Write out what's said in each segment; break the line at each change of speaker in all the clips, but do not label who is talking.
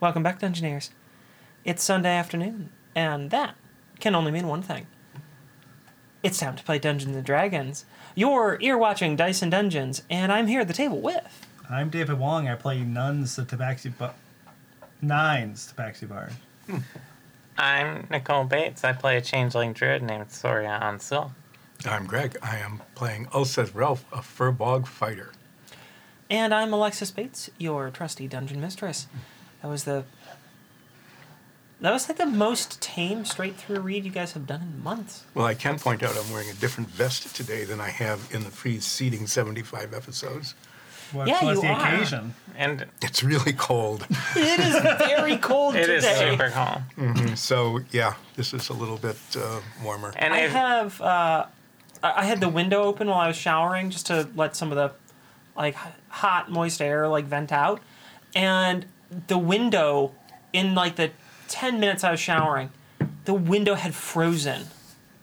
Welcome back, Dungeoneers. It's Sunday afternoon, and that can only mean one thing. It's time to play Dungeons and Dragons. You're ear watching Dice and Dungeons, and I'm here at the table with.
I'm David Wong. I play Nuns the Tabaxi Bar. Nines Tabaxi Bar.
I'm Nicole Bates. I play a changeling druid named Soria Ansel.
I'm Greg. I am playing Ulseth Ralph, a furbog fighter.
And I'm Alexis Bates, your trusty dungeon mistress. That was the. That was like the most tame straight through read you guys have done in months.
Well, I can point out I'm wearing a different vest today than I have in the preceding 75 episodes.
Well,
Yeah,
plus
you
the
are.
occasion.
And
It's really cold.
It is very cold
it
today.
is super cool.
so, yeah, this is a little bit uh, warmer.
And
I
if-
have uh, I I had the window open while I was showering just to let some of the like h- hot moist air like vent out, and the window in like the ten minutes I was showering, the window had frozen,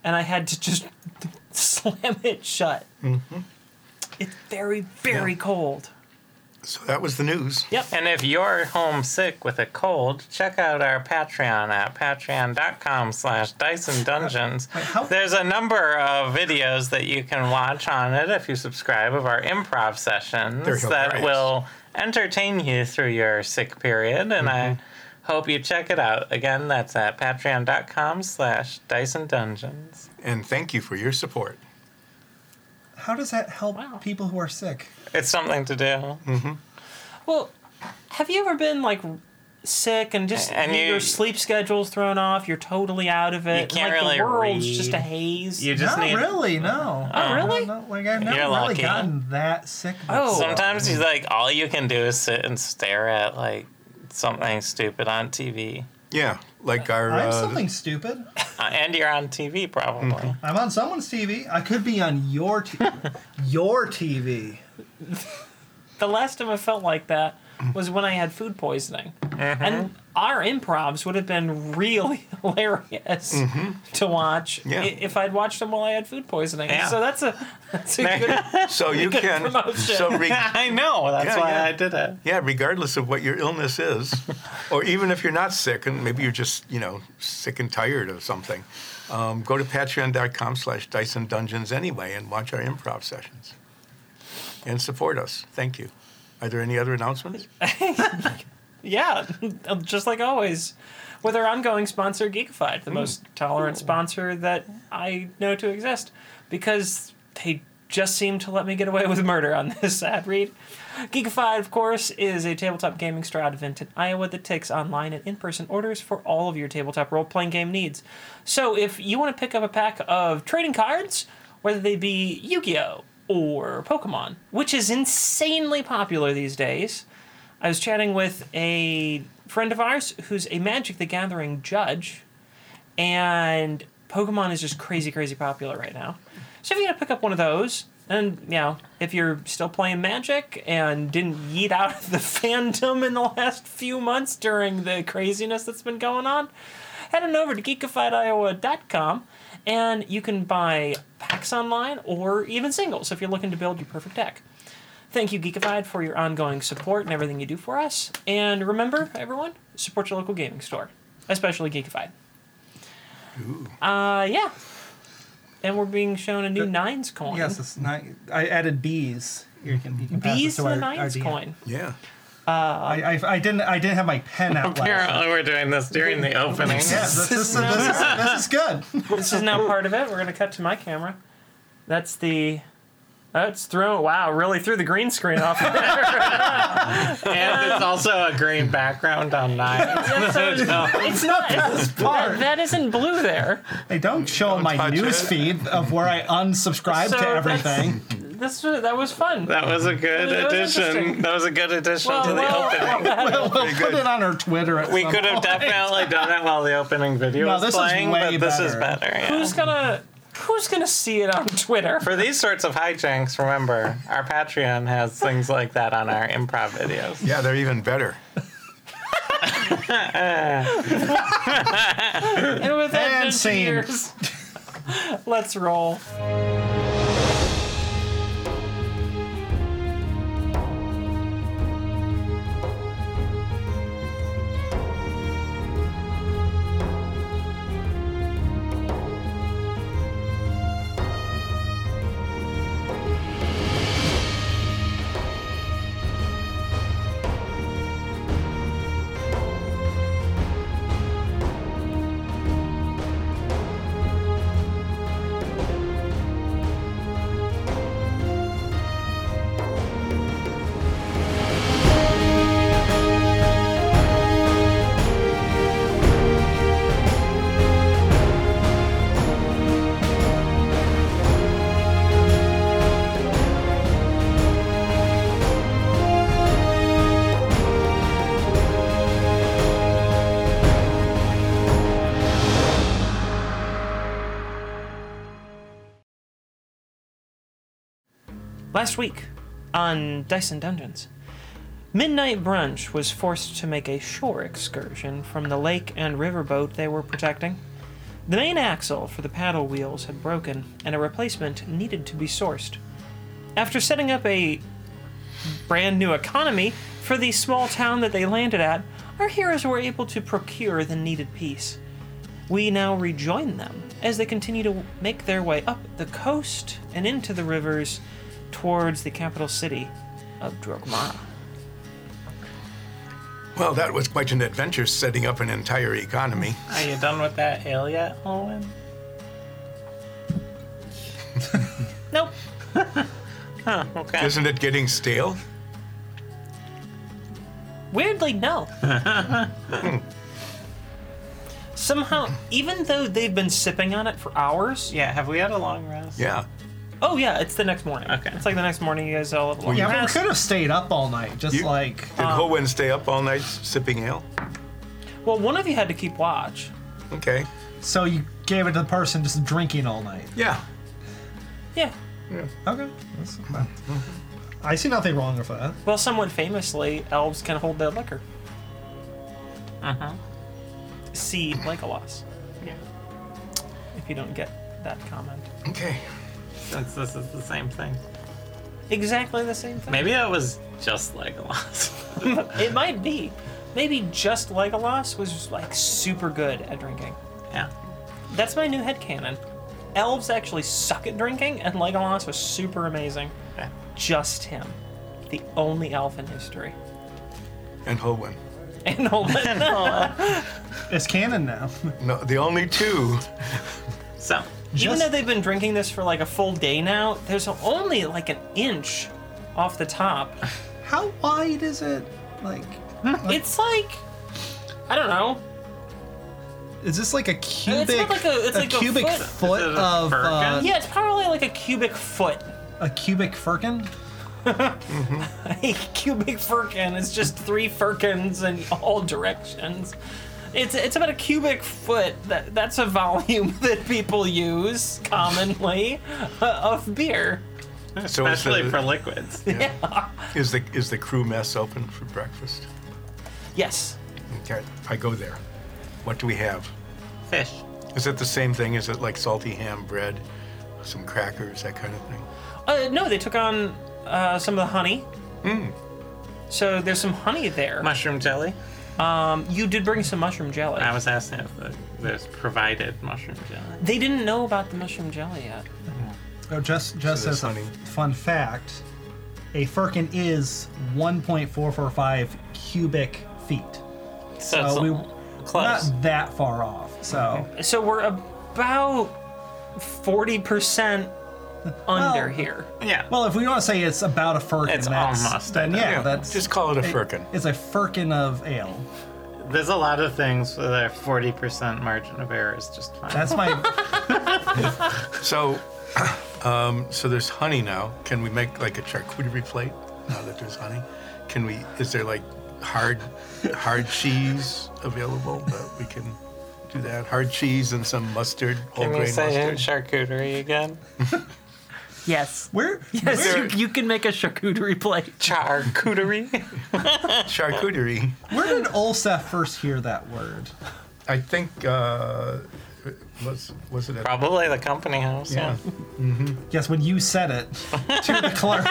and I had to just slam it shut.
Mm-hmm.
It's very very
Yeah.
cold.
So, that was the news.
Yep.
and if you're homesick with a cold, check out our Patreon at patreon.com slash Dyson Dungeons.
how-
There's a number of videos that you can watch on it if you subscribe of our improv
They're
sessions that
hilarious.
will entertain you through your sick period. And I
Mm-hmm.
hope you check it out. Again, that's at patreon.com slash Dyson Dungeons.
And thank you for your support.
How does that help
Wow.
people who are sick?
It's something to do.
Well, have you ever been like sick and just
And you-
your sleep schedule's thrown off? You're totally out of it. and,
can't
like,
really
the world's just a
read.
haze.
You just
not
need.
really, no.
Uh-huh.
Oh, really?
No, like, I've never
You're
really
lucky.
gotten that sick.
Oh.
before.
Sometimes you like all you can do is sit and stare at like something stupid on TV,
Yeah, like our.
I'm
uh,
something stupid.
uh, and you're on TV probably.
I'm on someone's TV. I could be on your TV. your TV.
the last time I felt like that was when I had food poisoning,
Uh-huh.
and our improvs would have been really hilarious
Mm-hmm.
to watch
Yeah.
i- if I'd watched them while I had food poisoning.
Yeah.
So that's a that's a good.
so, you
Good
can.
promotion.
So re-
I know. That's
Yeah,
why
yeah.
I did it.
yeah, regardless of what your illness is, or even if you're not sick and maybe you're just, you know, sick and tired of something, um, go to patreon.com slash Dyson Dungeons anyway and watch our improv sessions and support us. Thank you. Are there any other announcements?
Yeah, just like always, with our ongoing sponsor, Geekified, the most tolerant sponsor that I know to exist, because they just seem to let me get away with murder on this ad read. Geekified, of course, is a tabletop gaming store out of Vinton, Iowa that takes online and in person orders for all of your tabletop role playing game needs. So if you want to pick up a pack of trading cards, whether they be Yu Gi Oh! or Pokemon, which is insanely popular these days, I was chatting with a friend of ours who's a Magic the Gathering judge, and Pokemon is just crazy, crazy popular right now. So if you gotta pick up one of those, and you know, if you're still playing Magic and didn't yeet out of the fandom in the last few months during the craziness that's been going on, head on over to geekifiediowa.com and you can buy packs online or even singles if you're looking to build your perfect deck. Thank you, Geekified, for your ongoing support and everything you do for us. And remember, everyone, support your local gaming store, especially Geekified. Uh, yeah. And we're being shown a new
The-
Nines coin.
Yes, it's not. I added bees. You can, you can pass
Bees
this
to the
our- our
Nines
DM.
coin.
Yeah.
I, I, I didn't. I didn't have my pen out. last time.
Apparently, we're doing this during the
Yeah,
opening.
this, this, is- this, is, this is good.
This is now part of it. We're going to cut to my camera. That's the. That's thrown. Wow, really threw the green screen off.
and it's also a green background on nine.
So it's it's not. That,
part.
that isn't blue there.
They don't show my
Mm, touch
news
it.
feed of where I unsubscribe
So
to
that's-
everything.
This was- that was fun.
That was a good
That was interesting.
addition. That was a good addition
Well,
to the
well,
opening.
We'll, we'll
Pretty
put
good.
it on our Twitter. At
we
some
could have
point.
definitely done it while the opening video
No,
was
this is
playing,
way
but this is
better.
better. yeah.
Who's gonna Who's gonna see it on Twitter?
For these sorts of hijinks, remember, our Patreon has things like that on our improv videos.
Yeah, they're even better.
And with that,
And scene.
engineers, let's roll. Last week on Dyson Dungeons, Midnight Brunch was forced to make a shore excursion from the lake and riverboat they were protecting. The main axle for the paddle wheels had broken, and a replacement needed to be sourced. After setting up a brand new economy for the small town that they landed at, our heroes were able to procure the needed piece. We now rejoin them as they continue to make their way up the coast and into the rivers towards the capital city of Drogmara.
Well, that was quite an adventure setting up an entire economy.
Are you done with that ale yet, Owen?
Nope.
Huh, okay.
Isn't it getting stale?
Weirdly, no. Somehow, even though they've been sipping on it for hours,
yeah, have we had a long rest?
Yeah.
oh yeah, it's the next morning.
Okay.
It's like the next morning, you guys all have a long
Yeah, but we
rest.
could have stayed up all night, just
You-
like
Did Howen stay up all night sipping ale?
Well, one of you had to keep watch.
Okay.
so you gave it to the person just drinking all night.
Yeah.
Yeah.
Okay. That's fine. I see nothing wrong with that.
Well, somewhat famously, elves can hold their liquor. Uh-huh. See Legolas,
Yeah.
if you don't get that comment.
Okay.
Since this is the same thing.
Exactly the same thing.
Maybe that was just Legolas.
It might be. Maybe just Legolas was like super good at drinking.
yeah.
That's my new headcanon. Elves actually suck at drinking, and Legolas was super amazing.
Okay.
Just him. The only elf in history.
And Howen.
And Olin.
It's canon now.
No, the only two.
So,
Even
Just-
though they've been drinking this for like a full day now, there's only like an inch off the top.
How wide is it? Like,
It's like I don't know.
is this like a cubic?
like a- it's like a
cubic
foot.
foot,
Is it a
of uh,
firkin?
Yeah, it's probably like a cubic foot.
a cubic firkin.
A cubic firkin is just three firkins in all directions. It's it's about a cubic foot. That that's a volume that people use commonly uh, of beer.
So is
especially
the-
for liquids.
Is the is the crew mess open for breakfast?
Yes.
Okay, I go there. What do we have?
Fish.
Is it the same thing? Is it like salty ham bread, some crackers, that kind of thing?
Uh, no, they took on uh, some of the honey. So there's some honey there.
Mushroom jelly.
You did bring some mushroom jelly.
I was asking if the- there's provided mushroom jelly.
They didn't know about the mushroom jelly yet.
Oh, just just
So
as
there's
a
honey.
fun fact, a firkin is 1.445 cubic feet.
So,
Uh,
it's
we-
l- close.
Not that far off. So
So we're about 40% under
Well-
here.
yeah.
Well, if we want to say it's about a firkin,
It's
that's,
almost
then
at
yeah, that's
just call it a firkin.
It's a firkin of ale.
There's a lot of things where their 40% margin of error is just fine.
That's my
So, um, so there's honey now. Can we make like a charcuterie plate now that there's honey? Can we? Is there like hard, hard cheese available that we can do that? Hard cheese and some mustard, whole
Can we
grain
say
mustard.
charcuterie again?
Yes.
where
Yes,
There-
you, you can make a charcuterie plate.
Charcuterie?
charcuterie.
where did Olseth first hear that word?
I think uh, was was it a
Probably the company house.
Yeah.
Yeah.
Yes, when you said it to the clerk.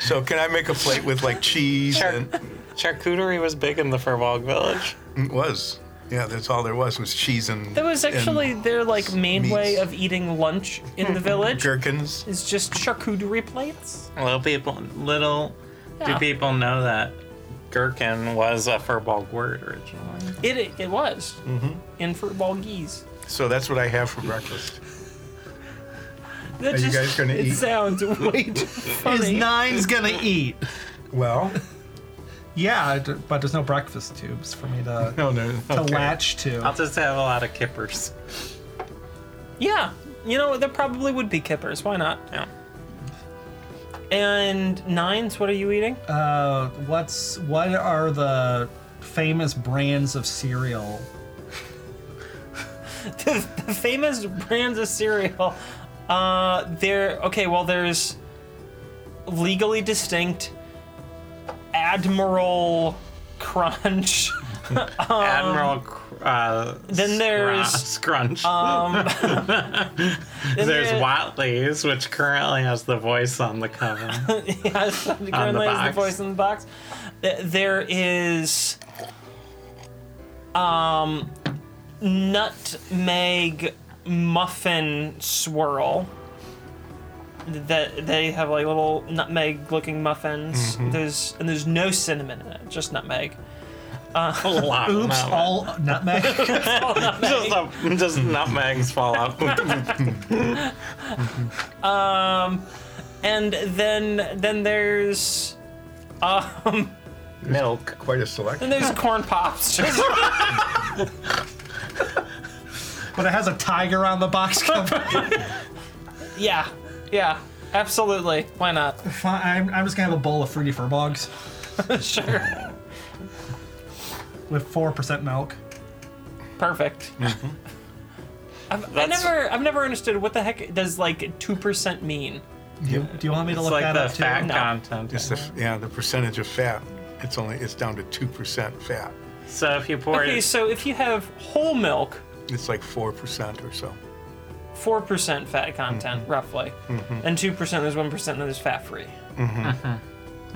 So can I make a plate with like cheese
Sure.
and mm,
Charcuterie was big in the Furbolg village.
it was. Yeah, that's all there was was cheese and
That was
and
actually their like main
meats.
way of eating lunch in the
Hmm.
village.
gherkins.
Is just charcuterie plates.
Little people, little
Yeah.
do people know that gherkin was a Furbolg word originally.
It it was. Mm-hmm. In Furbolgese.
So that's what I have for breakfast.
That
Are you guys gonna
it
eat?
sounds way too
Is
funny.
nine's gonna eat?
Well,
Yeah, d- but there's no breakfast tubes for me to
no, no,
to
okay.
latch to.
I'll just have a lot of kippers.
Yeah, you know there probably would be kippers. Why not?
Yeah.
And nines, what are you eating?
Uh, what's what are the famous brands of cereal?
the, the famous brands of cereal Uh, there. Okay. Well, there's legally distinct Admiral Crunch.
Um, Admiral. Cr- Uh,
then there's-
Scrunch- Scrunch. um, there's
there-
Watley's, which currently has the voice on the cover.
yes, currently is the
box.
voice in the box. Th- There is, um, nutmeg muffin swirl. That they have like little nutmeg-looking muffins. There's and there's no cinnamon in it, just nutmeg.
A lot of
Oops,
nutmeg.
all nutmeg.
just, a, just nutmegs fall out.
And then then there's
Milk.
Quite a selection.
then there's corn pops. Just
but it has a tiger on the box cover.
yeah, yeah, absolutely. Why not?
Fine, I'm, I'm just gonna have a bowl of fruity fur bugs
sure,
with four percent milk.
perfect. I've, I
Mm-hmm. That's-
never, I've never understood what the heck does like two percent mean.
Do you want me to
It's
look
like
that
the
up too?
fat
No.
content.
It's the, yeah, the percentage of fat. It's only it's down to two percent fat.
So if you pour
Okay,
it,
so if you have whole milk,
It's like four percent or so.
four percent fat content
Mm-hmm.
roughly, and two percent there's one percent and there's fat free.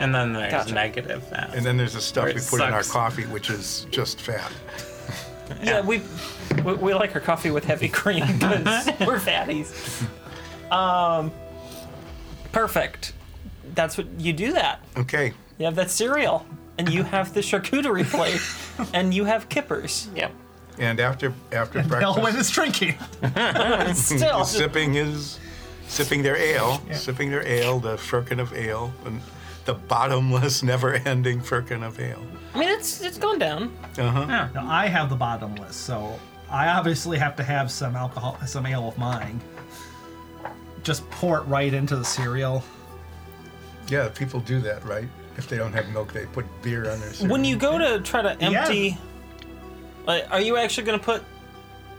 and then there's
Gotcha.
negative fat.
And then there's the stuff
Or
we
it
put in our
sucks.
coffee, which is just fat.
Yeah, we, we we like our coffee with heavy cream because we're fatties. Um, perfect. That's what you do. That
Okay.
you have that cereal, and you have the charcuterie plate, and you have kippers.
yep.
And after after
Elwin
breakfast,
is drinking.
Still,
sipping his sipping their ale,
Yeah.
sipping their ale, the firkin of ale, and the bottomless, never-ending firkin of ale.
I mean it's it's gone down.
Uh-huh.
Now I have the bottomless, so I obviously have to have some alcohol, some ale of mine. Just pour it right into the cereal.
Yeah, people do that, right? If they don't have milk, they put beer on their. Cereal.
When you go to try to
Yeah.
empty, like, are you actually going to put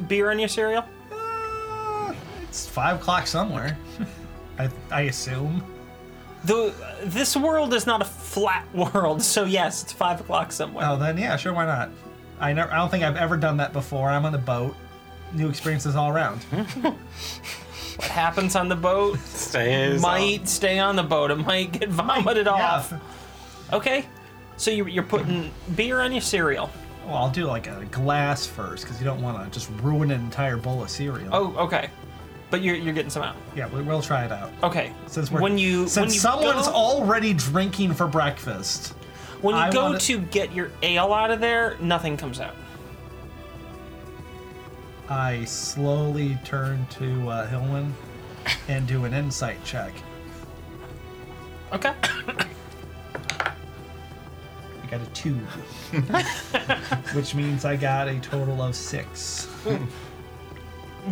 beer in your cereal?
Uh, it's five o'clock somewhere. I, I assume.
The this world is not a flat world, so yes, it's five o'clock somewhere.
Oh, then yeah, sure, why not? I never, I don't think I've ever done that before. I'm on a boat. New experiences all around.
Hmm. What happens on the boat
Stays
might stay on the boat. It might get vomited off.
Yeah.
Okay, so you, you're putting beer on your cereal.
Well, I'll do like a glass first because you don't want to just ruin an entire bowl of cereal.
Oh, okay, but you're you're getting some out.
yeah, we, we'll try it out.
Okay,
Since we're,
when you
since
when you
someone's
go,
already drinking for breakfast.
when you
I
go
wanna-
to get your ale out of there, nothing comes out.
I slowly turn to uh, Hillman and do an insight check.
Okay,
I got a two, which means I got a total of six.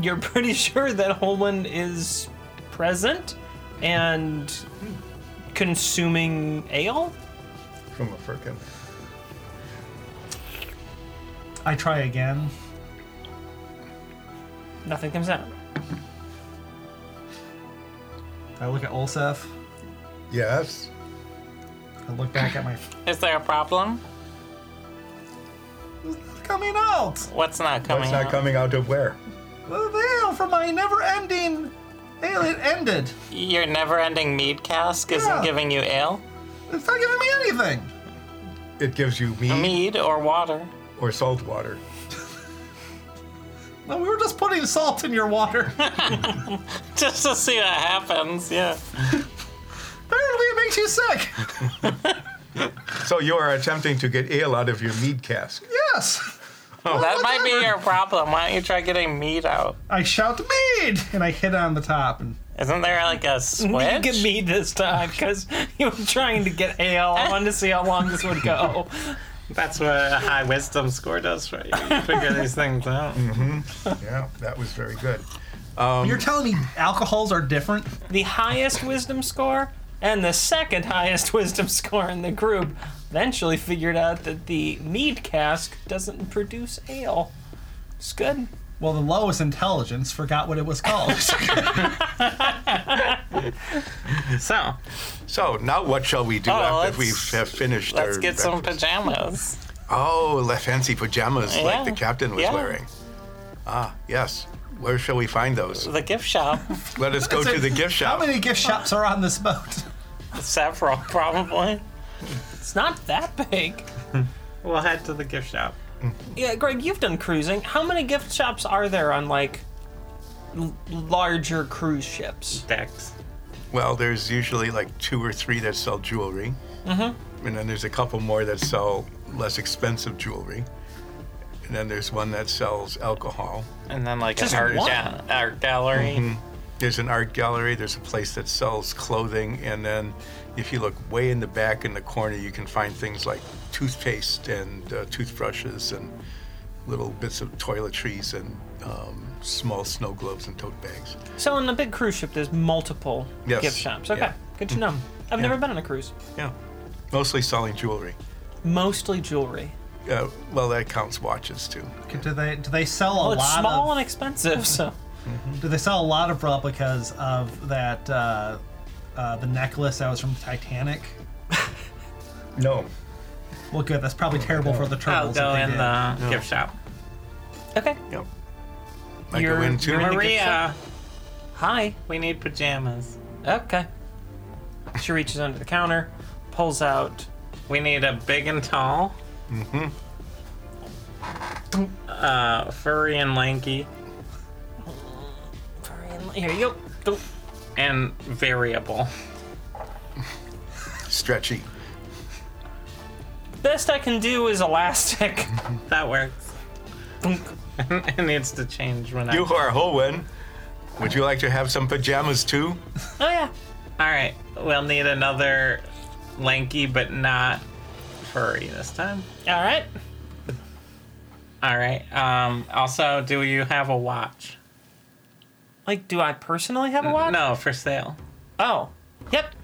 you're pretty sure that Holman is present and consuming ale.
from a firkin.
I try again.
Nothing comes out.
I look at Olsef.
Yes.
I look back at my.
Out. Is there a problem?
Coming out!
What's not coming?
It's not
out?
coming out of where?
The veil for my never ending. It ended.
Your never-ending mead cask isn't
Yeah.
giving you ale,
It's not giving me anything.
It gives you meat
mead, or water.
or salt water.
No, we were just putting salt in your water.
Just to see what happens. Yeah.
Apparently, it makes you sick.
So you are attempting to get ale out of your mead cask.
Yes.
Oh.
that might
whatever.
be your problem. Why don't you try getting mead out?
I shout mead, and I hit on the top, and
Isn't there like a
You
switch?
get me this time because you were trying to get ale. I wanted to see how long this would go.
That's what a high wisdom score does for you. You figure these things out.
Mm. Yeah, that was very good.
you're telling me alcohols are different?
The highest wisdom score and the second highest wisdom score in the group eventually figured out that the mead cask doesn't produce ale. It's good.
Well, the lowest intelligence forgot what it was called.
So
So now what shall we do
Oh,
after we
let's-
have finished
let's
our
get some
breakfast?
pajamas.
Oh, le- fancy pajamas
Yeah.
like the captain was
Yeah.
wearing. Ah, yes. Where shall we find those?
The gift shop,
Let us go to the gift
How
shop.
many gift shops are on this boat?
several probably.
It's not that big.
We'll head to the gift shop.
Yeah, Greg, you've done cruising. How many gift shops are there on like l- larger cruise ships?
Dex.
Well, there's usually like two or three that sell jewelry. Mm-hmm. And then there's a couple more that sell less expensive jewelry. And then there's one that sells alcohol.
And then like
Just
an art,
one.
ga- art gallery.
Mm-hmm. There's an art gallery. There's a place that sells clothing. And then if you look way in the back in the corner, you can find things like toothpaste and uh, toothbrushes and little bits of toiletries and um, small snow globes and tote bags.
So on a big cruise ship, there's multiple
Yes.
gift shops. Okay,
Yeah.
good to know. I've never been on a cruise.
Yeah. Mostly selling jewelry.
Mostly jewelry.
Uh, well, that counts watches too.
Do they do they sell a
Well, it's
lot
small
of
and expensive, so
do they sell a lot of replicas of that uh, uh, the necklace that was from Titanic?
No.
Well, good. That's probably terrible for the
I'll
turtles. if
go
they
in
did.
the gift shop.
okay.
Yep. I go
You're-
in too.
you're in the-
Maria,
Hi.
we need pajamas.
Okay. She reaches under the counter, pulls out.
We need a big and tall. Mm-hmm. Uh, furry and lanky
Here you go.
and variable.
Stretchy.
Best I can do is elastic. Oh,
That works. it needs to change when I.
You are Holwyn. Would you like to have some pajamas too?
Oh yeah.
All right, we'll need another lanky but not furry this time.
All right.
All right. Um, also, do you have a watch?
Like, do I personally have a watch?
Mm, No, for sale.
Oh. Yep.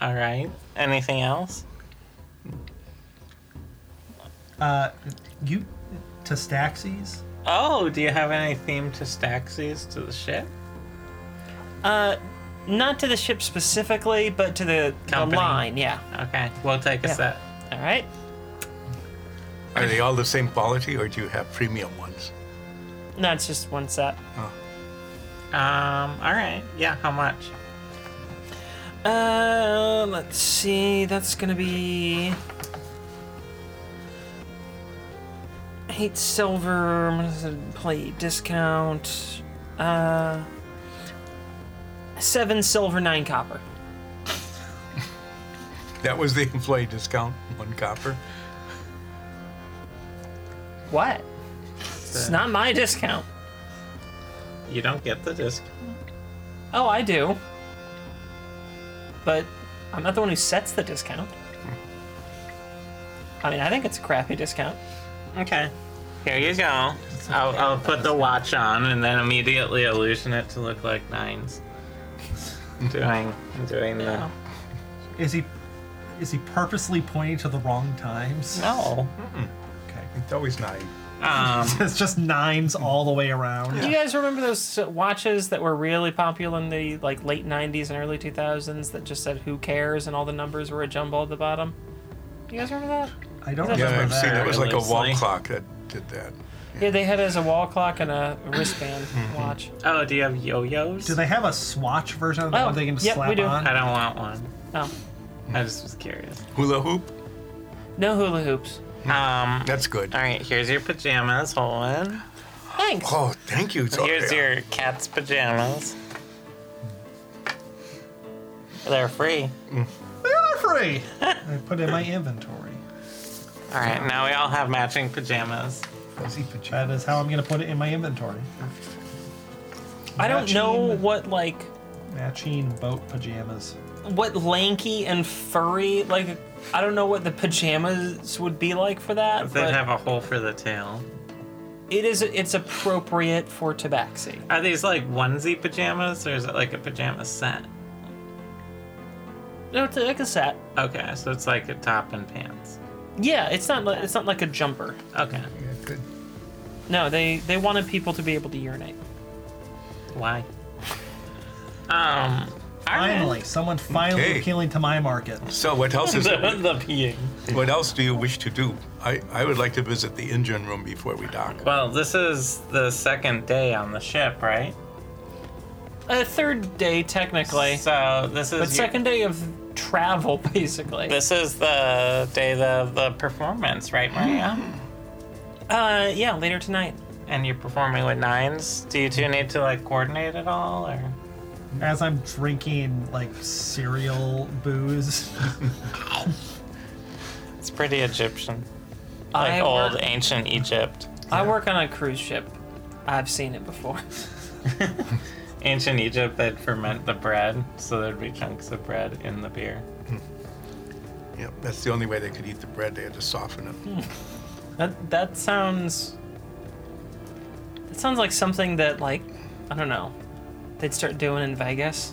All right. Anything else?
Uh, you to Staxies?
Oh, do you have any theme to Staxies to the ship?
Uh, not to the ship specifically, but to the, the
Company.
line. Yeah.
Okay, we'll take a
Yeah.
set.
All right.
Are they all the same quality or do you have premium ones?
No, it's just one set.
Um, all right. Yeah, how much?
Uh, let's see. That's gonna be eight silver minus a plate discount. Uh, seven silver, nine copper.
That was the employee discount, one copper.
What? It's not my discount.
You don't get the disc.
Oh, I do. But I'm not the one who sets the discount. I mean, I think it's a crappy discount.
Okay. Here you go. I'll, I'll put the watch on and then immediately illusion it to look like nines. doing doing the
Is he is he purposely pointing to the wrong times?
no.
Okay.
It's always nine.
Oh, Um,
It's just nines all the way around.
Do you guys remember those uh, watches that were really popular in the like late '90s and early 2000s that just said "Who cares" and all the numbers were a jumble at the bottom? You guys remember that?
I don't
Yeah,
Yeah,
remember
I've
that.
seen it was like a wall
Loosely.
clock that did that.
Yeah, they had it as a wall clock and a wristband watch.
oh, do you have yo-yos?
Do they have a swatch version of that
Oh,
one they can just
yep,
slap
we do.
I
on?
don't want one.
Oh,
I just was curious.
Hula hoop?
no hula hoops.
Um,
That's good.
all right. Here's your pajamas, Holman.
Thanks.
Oh, thank you. Zoya.
Here's your cat's pajamas. They're free.
They're free. I put it in my inventory.
All right, now we all have matching pajamas.
Fuzzy
That
pajamas.
is how I'm gonna put it in my inventory.
I don't know
Matching-
what like
matching boat pajamas.
what lanky and furry like. I don't know what the pajamas would be like for that,
They
but
have a hole for the tail.
it is it's appropriate for Tabaxi.
Are these like onesie pajamas, or is it like a pajama set?
No, it's like a set.
Okay, so it's like a top and pants.
Yeah, it's not li- it's not like a jumper.
Okay,
Yeah, good.
No, they they wanted people to be able to urinate.
Why? Um.
Finally, someone finally
Okay.
appealing to my market.
So what else is
the, the peeing.
what else do you wish to do? I, I would like to visit the engine room before we dock.
Well, this is the second day on the ship, right?
A third day technically,
So this is
but
your-
second day of travel basically.
This is the day of the performance, right, Maria?
Uh, yeah, later tonight.
And you're performing with nines. Do you two need to like coordinate at all, or?
As I'm drinking like cereal booze,
It's pretty Egyptian,
I
like old
work-
ancient Egypt,
I work on a cruise ship. I've seen it before.
ancient Egypt. They'd ferment the bread, so there'd be chunks of bread in the beer.
Yeah, that's the only way they could eat the bread. They had to soften
Hmm.
it.
That that sounds. That sounds like something that like, I don't know, they'd start doing in Vegas.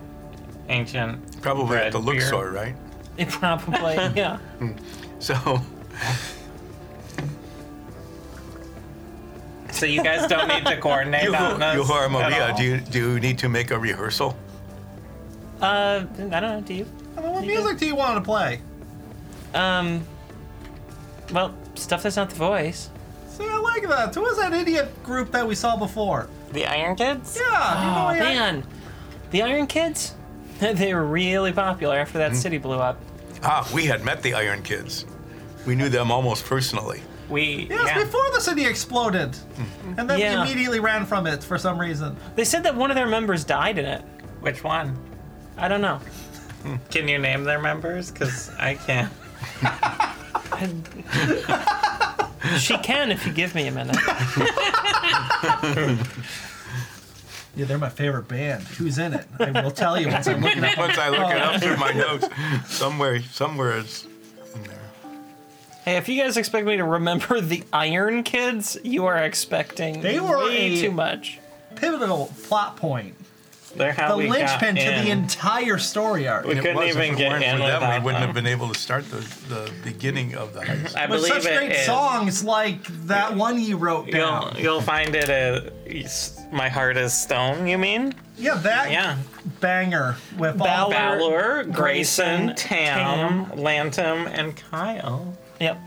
Ancient.
Probably
bread
at the
beer.
Luxor, right?
It probably yeah.
So
So you guys don't need to coordinate
you,
on this.
you are
at
Maria.
all?
Do you do you need to make a rehearsal?
Uh, I don't know. Do you?
what music do you want to play?
Um. Well, stuff that's not the voice.
See, I like that. Who was that idiot group that we saw before?
the Iron Kids?
Yeah, oh,
Oh man, the Iron Kids. They were really popular after that city blew up.
Ah, we had met the Iron Kids. We knew them almost personally.
We
Yes,
yeah.
before the city exploded,
Hmm.
and then
Yeah.
we immediately ran from it for some reason.
They said that one of their members died in it.
Which one?
I don't know.
Can you name their members? Because I can't.
She can if you give me a minute.
Yeah, they're my favorite band. Who's in it? I will tell you once I'm looking up.
Once I look it up through my notes, somewhere somewhere it's in there.
Hey, if you guys expect me to remember the Iron Kids, you are expecting
They were
way
a-
too much.
Pivotal plot point.
They're how
The
we got
linchpin to the
in.
entire story arc.
We
And it
couldn't
was, if
even
it
get
weren't
in
for them,
without
we wouldn't
them.
have been able to start the, the beginning of the heist.
I
With
believe
such
it
great
is.
songs like that one you wrote down.
You'll you'll find it at my heart is stone. You mean?
Yeah, that
Yeah.
banger with all
Ballad.
that.
Balor,
Grayson,
Grayson, Tam, Lantum, and Kyle.
Yep.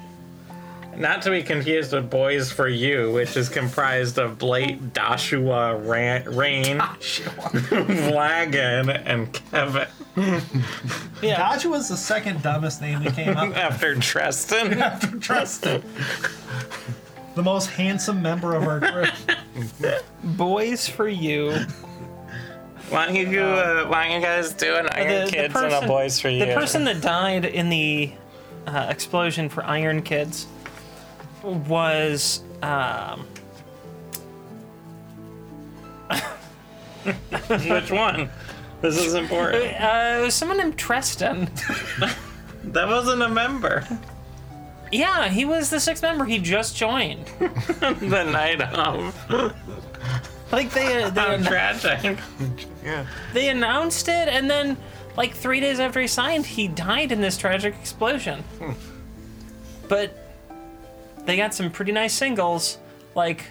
Not to be confused with Boys for You, which is comprised of Blake, Joshua, Ra- Rain, Vlagan, and Kevin.
Yeah.
Dodge was the second dumbest name that came up
After Treston,
after Tristan. The most handsome member of our group.
Boys for you.
why don't you do, uh, why don't you guys do an Iron Kids and a Boys for You?
The person that died in the uh, explosion for Iron Kids was. Um,
Which one? This is important.
uh, it was someone named Treston.
That wasn't a member.
Yeah, he was the sixth member. He just joined.
The night of.
Like they uh, they,
How
ann-
tragic.
yeah.
they announced it, and then like three days after he signed, he died in this tragic explosion.
Hmm.
But they got some pretty nice singles, like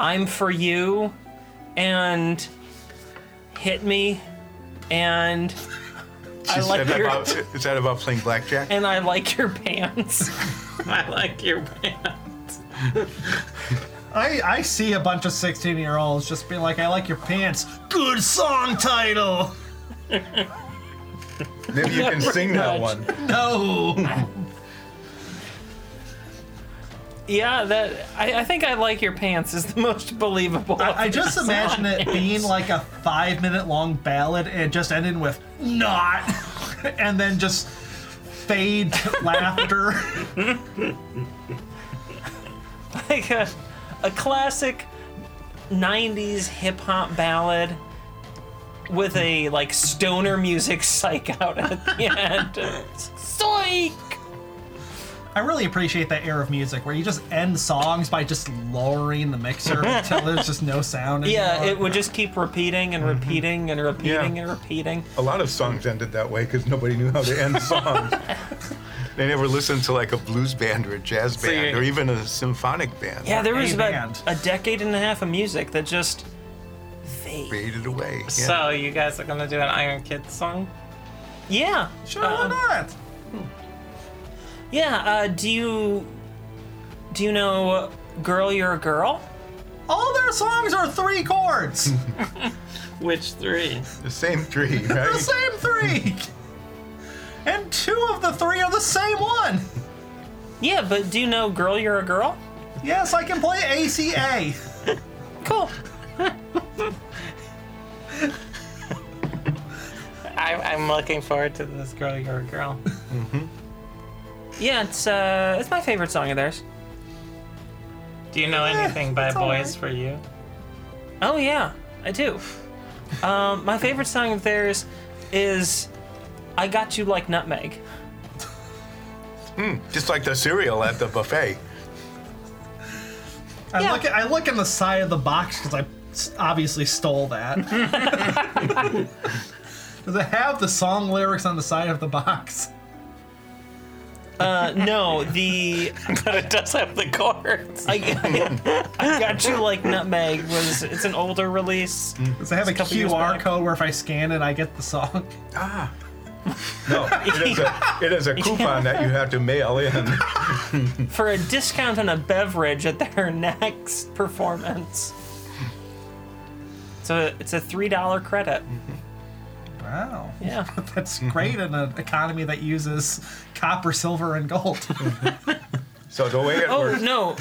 "I'm for You" and "Hit Me" and I
is,
like
that
your
about, is that about playing blackjack?
and I like your pants.
I like your pants.
I, I see a bunch of 16 year olds just being like, I like your pants. Good song title.
Maybe you can
pretty
sing that
much.
one.
No.
yeah, that I, I think "I like your pants" is the most believable.
I, I just imagine it being like a five minute long ballad and just ending with not and then just fade to laughter.
like a, a classic 90s hip hop ballad with a like stoner music psych out at the end. Psych!
I really appreciate that era of music where you just end songs by just lowering the mixer until there's just no sound.
Yeah,
anymore.
it would just keep repeating and
Mm-hmm.
repeating and repeating
Yeah.
and repeating.
A lot of songs ended that way because nobody knew how to end songs. They never listened to like a blues band or a jazz
So you-
band or even a symphonic band.
Yeah, there was
A
about
band.
a decade and a half of music that just fade.
Faded away. Yeah.
So you guys are gonna do an Iron Kid song?
Yeah.
Sure,
Uh,
why not?
Yeah. Uh, do you do you know "Girl, You're a Girl"?
All their songs are three chords.
Which three?
the same three,
They're the
right?
same three. and two of the three are the same one.
Yeah, but do you know "Girl, You're a Girl"?
Yes, I can play ACA.
Cool.
I, I'm looking forward to this girl. You're a girl.
Yeah, it's uh, it's my favorite song of theirs.
Do you know anything by
it's all
Boys
right.
for You?
Oh yeah, I do. Um, my favorite song of theirs is "I Got You Like Nutmeg."
Just like the cereal at the buffet.
I
Yeah.
look at, I look in the side of the box because I s- obviously stole that. Does it have the song lyrics on the side of the box?
Uh, no, the
But it does have the chords.
I, I got you like nutmeg was it's an older release.
Does it have a
couple years
QR
back.
code where if I scan it, I get the song?
Ah. No, it is a, it is a coupon that you have to mail in.
for a discount on a beverage at their next performance. So it's a three dollar credit.
Wow.
Yeah.
That's
Mm-hmm.
great in an economy that uses copper, silver, and gold.
So the way it
Oh
works.
no,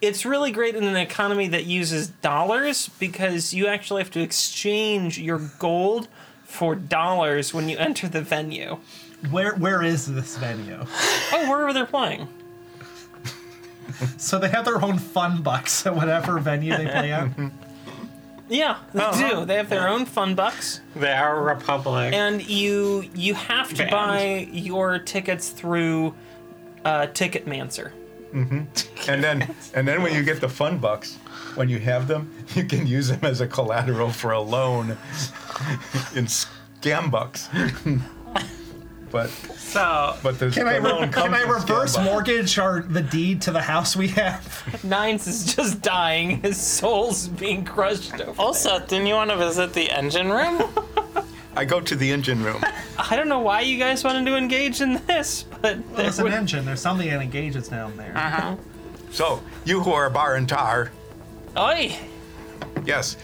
it's really great in an economy that uses dollars because you actually have to exchange your gold for dollars when you enter the venue.
Where where is this venue?
Oh, wherever they're playing.
So they have their own fun bucks at whatever venue they play at.
Yeah, they do. They have their own fun bucks.
They are Republic.
and you you have to
Band.
buy your tickets through uh, Ticketmancer.
And then and then when you get the fun bucks, when you have them, you can use them as a collateral for a loan in scam bucks. But
so
but the,
Can
the
I, re-
loan comes
can I
in scam
reverse
bucks.
mortgage or the deed to the house we have?
Nines is just dying. His soul's being crushed over.
also, didn't you want to visit the engine room?
I go to the engine room.
I don't know why you guys wanted to engage in this, but there
There's an
would-
engine. There's something that engages down there.
Uh-huh.
So you who are bar and tar,
Oi!
Yes.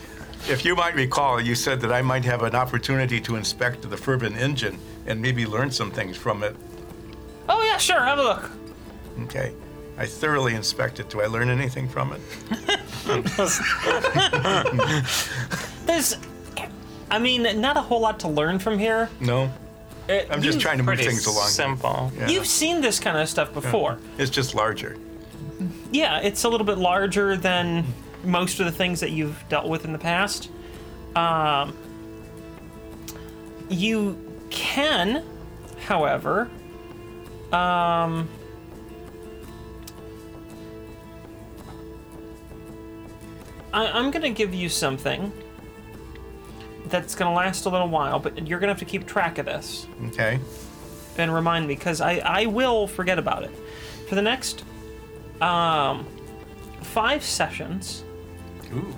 If you might recall, you said that I might have an opportunity to inspect the Furbin engine and maybe learn some things from it.
Oh yeah, sure. Have a look.
Okay. I thoroughly inspected. Do I learn anything from it?
There's, I mean, not a whole lot to learn from here.
No.
Uh,
I'm just
you've-
trying to move
Pretty
things along.
simple.
Yeah.
You've seen this kind of stuff before.
It's just larger.
yeah, it's a little bit larger than most of the things that you've dealt with in the past. Um, you can, however, um, I, I'm going to give you something that's going to last a little while, but you're going to have to keep track of this
Okay.
and remind me because I, I will forget about it. For the next um, five sessions,
Ooh.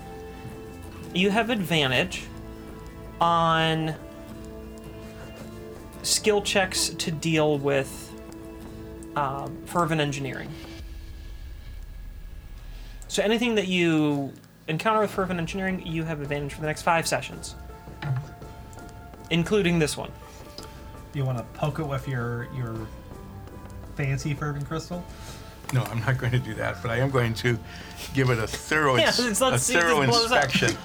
you have advantage on skill checks to deal with um, fervent engineering. So anything that you encounter with fervent engineering, you have advantage for the next five sessions, including this one.
You want to poke it with your your fancy fervent crystal?
No, I'm not going to do that, but I am going to give it a thorough,
Yeah, let's
ins- a
see if this
thorough
blows up.
inspection.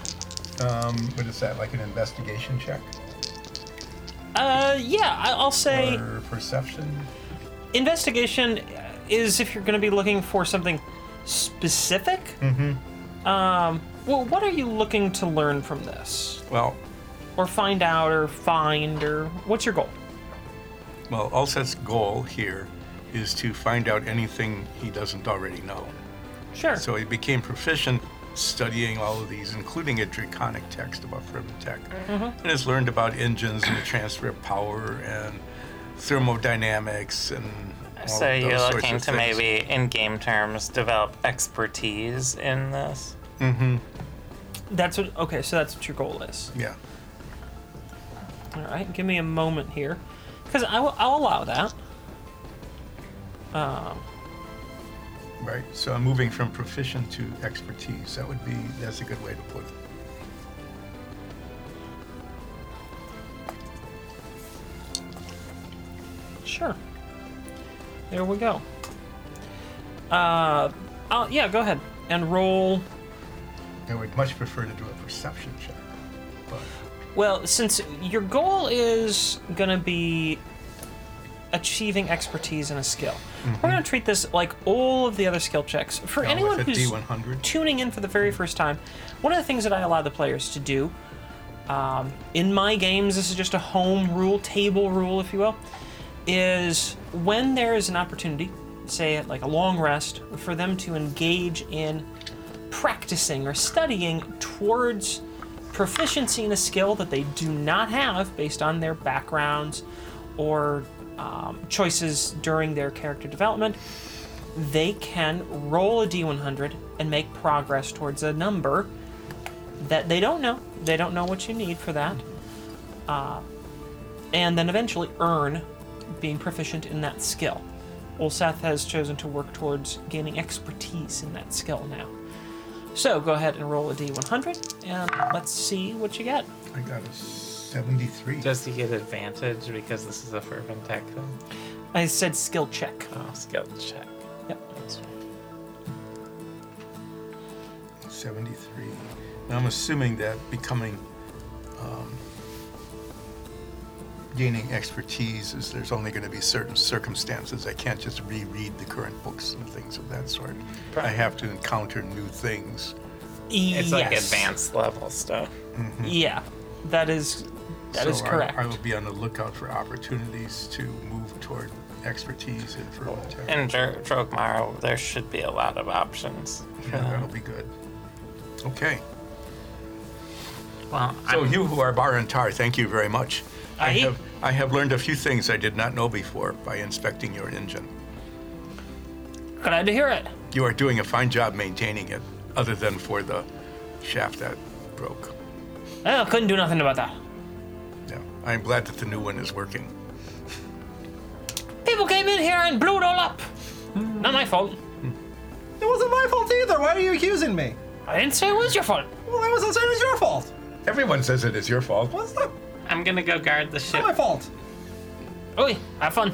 Um, what is that? Like an investigation check
Uh, yeah, I- I'll say.
or perception?
investigation is if you're going to be looking for something specific. Mm-hmm. Um, well, what are you looking to learn from this,
Well,
or find out, or find, or what's your goal?
Well, Alset's goal here is to find out anything he doesn't already know.
Sure.
So he became proficient studying all of these, including a draconic text about thermotech,
Mm-hmm.
and has learned about engines and the transfer of power and thermodynamics and all
So
of
you're
those sorts
looking
of
to
things.
maybe, in game terms, develop expertise in this?
That's what. Okay, so that's what your goal is.
Yeah.
All right, give me a moment here, because I will, I'll allow that. Um,
Right. So I'm moving from proficient to expertise. That would be that's a good way to put it.
sure. There we go. Uh, i yeah, go ahead and roll.
I would much prefer to do a perception check. But
Well, since your goal is gonna be achieving expertise and a skill, we're gonna treat this like all of the other skill checks. For
now
anyone
with a
who's
D100,
tuning in for the very first time, one of the things that I allow the players to do um, in my games, this is just a home rule, table rule, if you will, is when there is an opportunity, say at like a long rest, for them to engage in practicing or studying towards proficiency in a skill that they do not have based on their backgrounds or um, choices during their character development they can roll a d100 and make progress towards a number that they don't know. They don't know what you need for that. Uh, and then eventually earn being proficient in that skill. Ulseth has chosen to work towards gaining expertise in that skill now. So go ahead and roll a d100 and let's see what you get.
I got a 73.
Does he get advantage because this is a fervent tech thing?
I said skill check.
Oh, skill check.
Yep.
That's right.
73. Now I'm assuming that becoming, um, gaining expertise is there's only going to be certain circumstances. I can't just reread the current books and things of that sort. I have to encounter new things.
It's like
Yes.
advanced level stuff.
Yeah, that is that
so
is
I-
correct.
I, will be on the lookout for opportunities to move toward expertise in fertile terra.
In Dro- Drogmar, there should be a lot of options. for
um,
Yeah, that'll
them.
be good. Okay.
Well,
So
I'm-
you who are Bar and Tar, thank you very much. I
Aye.
have I have learned a few things I did not know before by inspecting your engine.
Glad to hear it.
You are doing a fine job maintaining it, other than for the shaft that broke.
Oh, couldn't do nothing about that.
Yeah. I'm glad that the new one is working.
People came in here and blew it all up. Not my fault.
It wasn't my fault either. Why are you accusing me?
I didn't say it was your fault.
Well, I wasn't saying it was your fault.
Everyone says it is your fault.
What's not
I'm gonna go guard the
not
ship.
my fault?
Oi, have fun.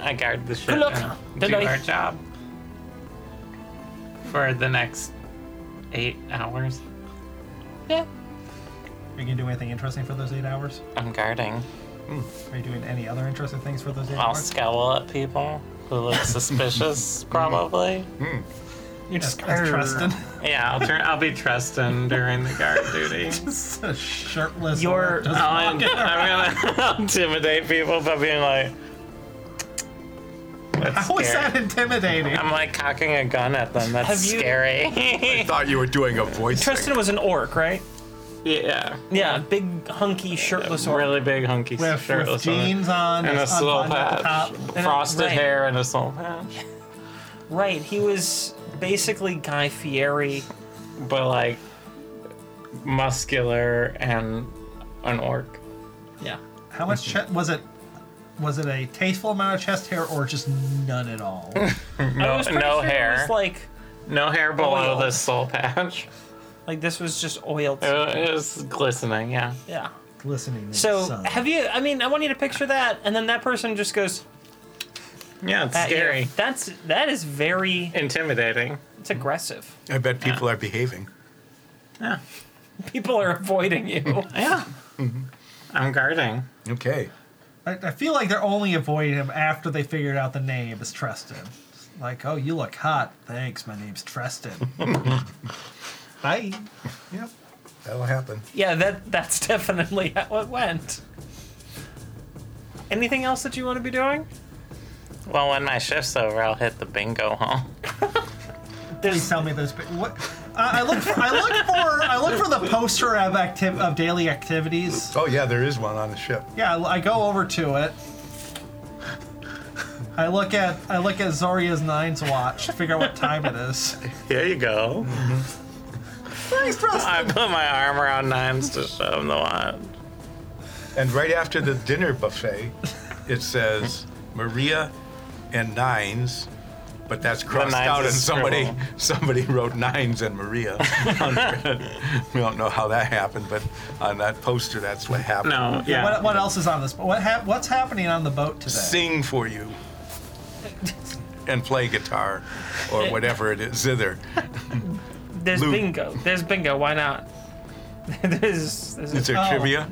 I guard the ship.
luck.
and
Good
Do
night.
our job for the next eight hours.
Yeah.
Are you gonna do anything interesting for those eight hours?
I'm guarding.
Are you doing any other interesting things for those eight
I'll
hours?
scowl at people who look suspicious, probably.
You're
That's
just
er.
Tristan.
Yeah, I'll turn. I'll be Tristan during the guard duty.
Just a shirtless.
You're-
just
I'll,
walking around.
I'm gonna intimidate people by being like, "That's
How is
scary."
that intimidating?
I'm like cocking a gun at them. That's
Have you-
I
scary.
thought you were doing a voice. thing.
Tristan was an orc, right?
yeah.
Yeah, big hunky shirtless orc.
Really big hunky
With,
shirtless
with
woman.
jeans on
and a
just
soul
unbuttoned at the
patch,
top.
a-
frosted
right.
hair, and a soul patch.
Right, he was basically Guy Fieri.
But like muscular and an orc.
Yeah.
How much chest was it? Was it a tasteful amount of chest hair or just none at all?
I
No,
was pretty
no
sure It
hair.
was like,
no hair below
oil.
the soul patch.
like this was just oiled.
It wa- it was glistening. Yeah.
Yeah.
Glistening. in the
So
sun.
have you? I mean, I want you to picture that, and then that person just goes.
Yeah, it's
"That- yeah,
scary.
That's that is very.
Intimidating.
It's aggressive.
I bet people are behaving.
Yeah.
People are avoiding you.
Yeah. I'm guarding.
Okay.
I, I feel like they're only avoiding him after they figured out the name is Treston. Like, oh, you look hot. Thanks, my name's Treston. Hi.
Yep. That'll happen.
Yeah, that that's definitely how it went. Anything else that you want to be doing?
Well, when my shift's over, I'll hit the bingo hall.
Please tell me this. But what? I I look for I look for I look for the poster of activ- of daily activities.
Oh yeah, there is one on the ship.
Yeah, I I go over to it. I look at I look at Zarya's nine's watch to figure out what time it is.
There you go.
Thanks, Preston.
I put my arm around Nimes to show him the watch.
And right after the dinner buffet, it says Maria and Nines, but that's crossed
Nines
out, and
is
somebody
scribble.
somebody wrote Nines and Maria. under it. we don't know how that happened, but on that poster, that's what happened.
No, yeah.
What, what else is on this? What hap what's happening on the boat today?
Sing for you. And play guitar, or whatever it is, zither.
There's
Lou.
bingo. There's bingo. Why not? there's, there's
Is there
Oh.
trivia?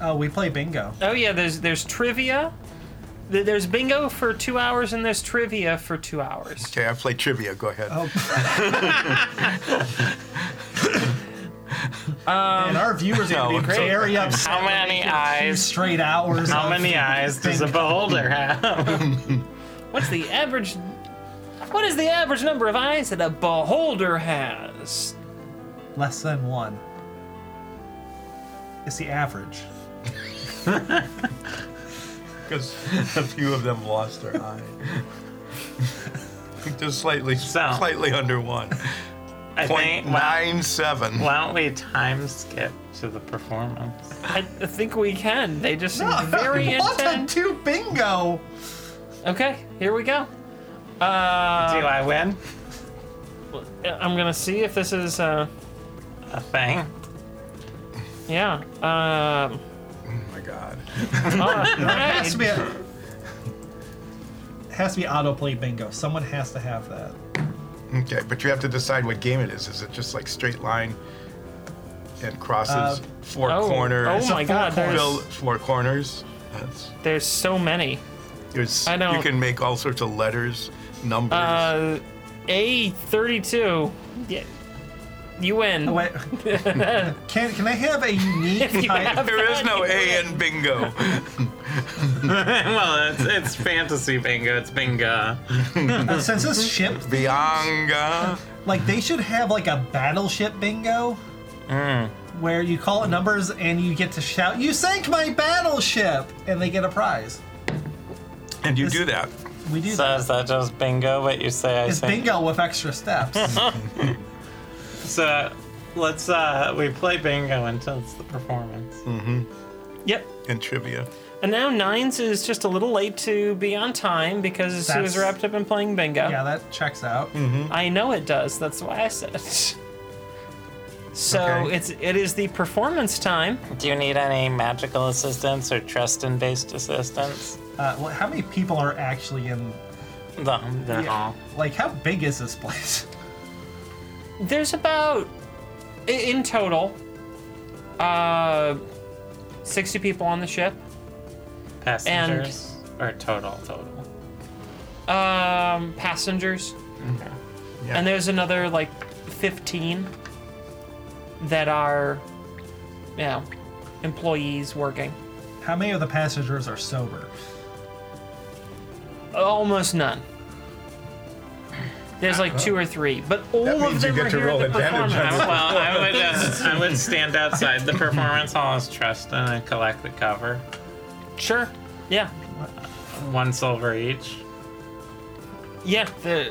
Oh, we play bingo.
oh yeah. There's there's trivia. Th- There's bingo for two hours and there's trivia for two hours.
Okay, I play trivia. Go ahead.
Oh. and our viewers are
No,
going to be
great.
very upset.
How many eyes?
Straight hours.
How
of
many eyes does a
bingo.
beholder have?
What's the average? What is the average number of eyes that a beholder has?
Less than one. It's the average.
Because a few of them lost their eye. Just slightly,
So.
slightly under one.
I
Point
think. Why,
nine seven.
why don't we time skip to the performance?
I I think we can. They just seem very
what
intent.
a two bingo!
Okay, here we go. Uh,
Do I win
I'm gonna see if this is. Uh,
a thing?
yeah. Um,
Oh my God.
all
It has
right.
to be. A, it has to be autoplay bingo. Someone has to have that.
Okay, but you have to decide what game it is. Is it just like straight line and crosses
Uh,
four
oh,
corners?
Oh my
It's a
God!
full
Fill
There's,
four corners. That's,
there's so many.
there's,
I
You
don't-
can make all sorts of letters, numbers.
Uh, A thirty-two. Yeah, you win.
Oh, Wait, can can I have a unique
If you
type?
have
there is no
that, you
A
win.
in bingo.
well, it's, it's fantasy bingo. It's
uh,
bingo.
since this ship,
Bianga.
like they should have like a battleship bingo, where you call it numbers and you get to shout, "You sank my battleship," and they get a prize.
And you do that.
We do
So
that.
is that just bingo? What you say? I
It's
think?
bingo with extra steps.
So let's uh, we play bingo until it's the performance.
Hmm.
Yep.
And trivia.
And now Nines is just a little late to be on time because she was
That's-
wrapped up in playing bingo.
yeah, that checks out.
I know it does. That's why I said it. So
Okay.
it's it is the performance time.
Do you need any magical assistance or trust in based assistance?
Uh, well, how many people are actually in?
No, no.
Like, how big is this place?
There's about i- in total uh 60 people on the ship.
Passengers or total total.
Um passengers.
Yeah.
And there's another like 15 that are you know, employees working.
How many of the passengers are sober?
Almost none. There's like two or three, but all of
means you
them
get
are
to
here
roll
at the
advantage on
performance.
this.
Well, I would uh, I would stand outside the performance hall as trust and I'd collect the cover,
Sure. Yeah.
one silver each.
Yeah. The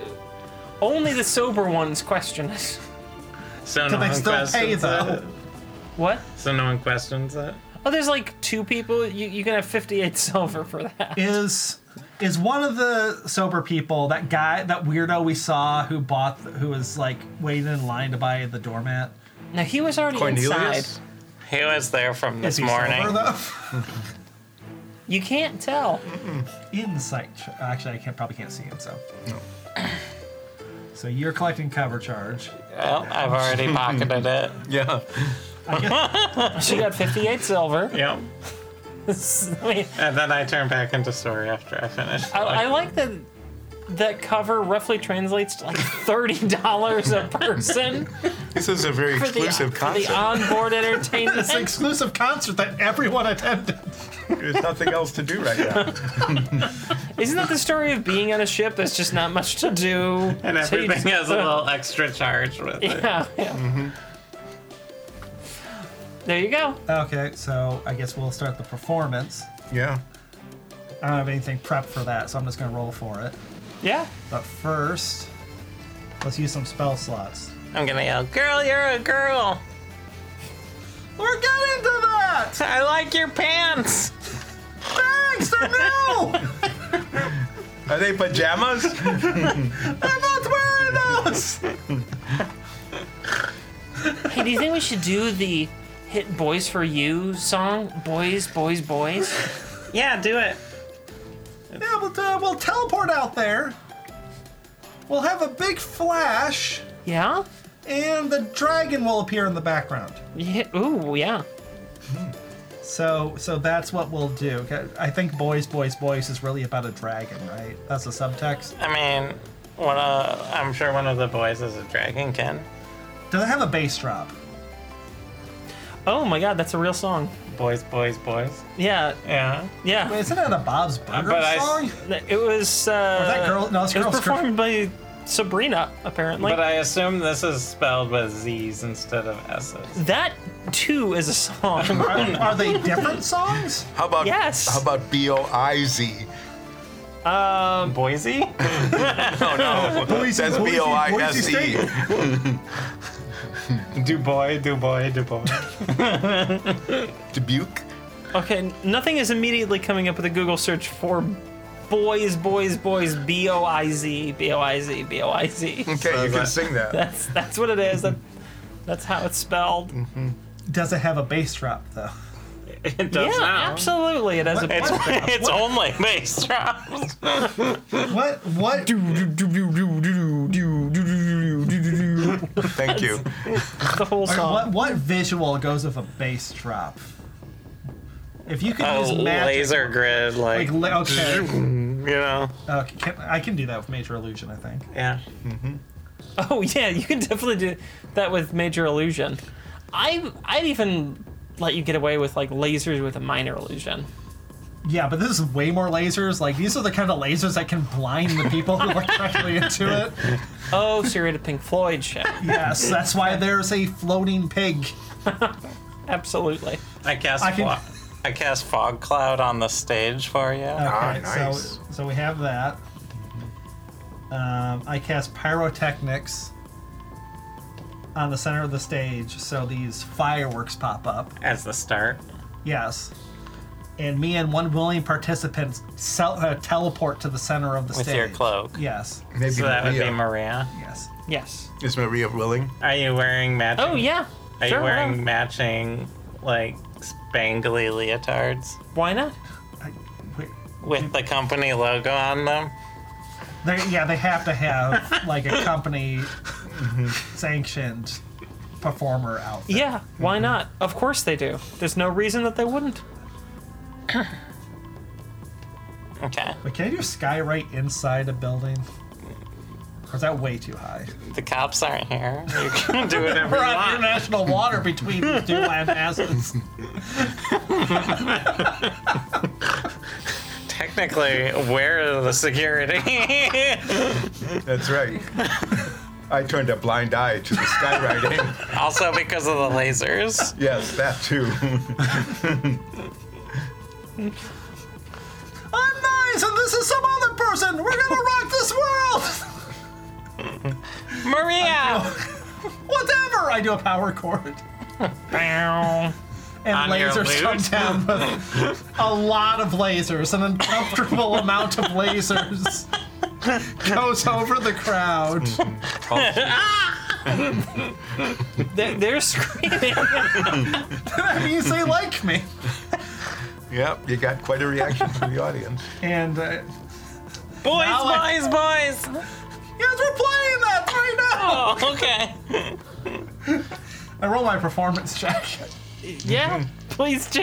only the sober ones question us.
So
Do
no
they
one
still pay
questions
though?
it.
What?
So no one questions it.
Oh, there's like two people. You you can have 58 silver for that.
Is is one of the sober people that guy that weirdo we saw who bought who was like waiting in line to buy the doormat?
Now he was already inside.
Cornelius.
He was there from
Is
this
he
morning.
sober though?
You can't tell.
Insight. ch- Actually, I can't, probably can't see him. So. So you're collecting cover charge.
Well, I've already pocketed it.
Yeah.
She got 58 silver.
Yep.
I mean,
And then I turn back into story after Oh, I finish.
I, I like that that cover roughly translates to like $30 a person
This is a very
for the,
exclusive
for the
concept.
onboard entertainment.
It's an exclusive concert that everyone attended.
There's nothing else to do right now.
Isn't that the story of being on a ship that's just not much to do?
and
So you
everything
just-
has a little extra charge with it.
Yeah. yeah. There you go.
Okay, so I guess we'll start the performance.
Yeah.
I don't have anything prepped for that, so I'm just gonna roll for it.
Yeah.
But first, let's use some spell slots.
I'm gonna yell, girl, you're a girl.
We're getting to that!
I like your pants.
Thanks, they're new!
Are they pajamas?
I'm not wearing those!
Hey, do you think we should do the hit Boys for You song? Boys, boys, boys?
Yeah, do it.
Yeah, but uh, we'll teleport out there. We'll have a big flash,
Yeah?
and the dragon will appear in the background.
yeah. Ooh, yeah.
So, so that's what we'll do. Okay, I think "boys, boys, boys" is really about a dragon, right? That's the subtext.
I mean, one of, I'm sure one of the boys is a dragon, Ken.
Does it have a bass drop?
Oh my god, that's a real song.
Boys, boys, boys.
Yeah,
Yeah.
yeah.
Wait, isn't that a Bob's Burger
but I-
song?
It was. Uh,
that girl- no, it's
it was
Girl Script.
performed by Sabrina, apparently.
But uh, I assume this is spelled with Z's instead of S's.
that too is a song.
Are, are they different songs?
How about
Yes.
How about B O I Z?
Um,
Boise?
No, no, that's B O I S E.
State.
Du boy, du boy, du boy.
Dubuque.
Okay, nothing is immediately coming up with a Google search for boys, boys, boys, B O I Z, B O I Z, B O I Z.
Okay, you can
that-
sing that.
That's that's what it is. That, that's how it's spelled.
Does it have a bass drop though?
It does
yeah,
now.
absolutely. It has a
It's,
bass drop.
it's only bass drops.
What? What?
Thank you.
the whole
Or
song.
What, what visual goes with a bass drop? If you could
A
use magic,
Oh, laser grid, like,
like la- okay,
you know.
okay can, I can do that with major illusion. I think.
Yeah.
Oh yeah, you can definitely do that with major illusion. I I'd even let you get away with like lasers with a minor illusion.
Yeah, but this is way more lasers. Like these are the kind of lasers that can blind the people who are directly into it.
Oh, so you're into Pink Floyd shit.
Yes, that's why there's a floating pig.
Absolutely.
I cast
I can-
fog, I cast fog cloud on the stage for you.
Okay,
Ah, nice.
so so we have that. Um, I cast pyrotechnics on the center of the stage, so these fireworks pop up.
As the start.
Yes. And me and one willing participant sel- uh, teleport to the center of the
With
stage.
your cloak.
Yes.
Maybe
So that would be Maria.
Maria.
Yes.
Yes.
Is Maria willing?
Are you wearing matching?
Oh yeah.
Are
sure,
you
why
wearing
not?
matching, like, spangly leotards
Why not?
I, wait.
with the company logo on them?
They, yeah, they have to have like a company sanctioned performer outfit.
Yeah. Why not? Of course they do. There's no reason that they wouldn't.
Okay.
But can you do sky right inside a building? Or is that way too high?
The cops aren't here. You can do whatever
We're
you
on
want.
international water between these two land masses.
Technically, where are the security?
That's right. I turned a blind eye to the skywriting.
also because of the lasers.
yes, that too.
I'm nice, and this is some other person. We're gonna rock this world.
Maria!
Whatever! I do a power chord.
Bow.
And
On your
lasers
loot?
come down with a lot of lasers, an uncomfortable amount of lasers goes over the crowd.
They- They're screaming.
That means they like me.
yep, you got quite a reaction from the audience.
And uh,
boys,
Now
boys, boys!
yes, we're playing that right now.
Oh, okay.
I roll my performance check.
yeah. Please do.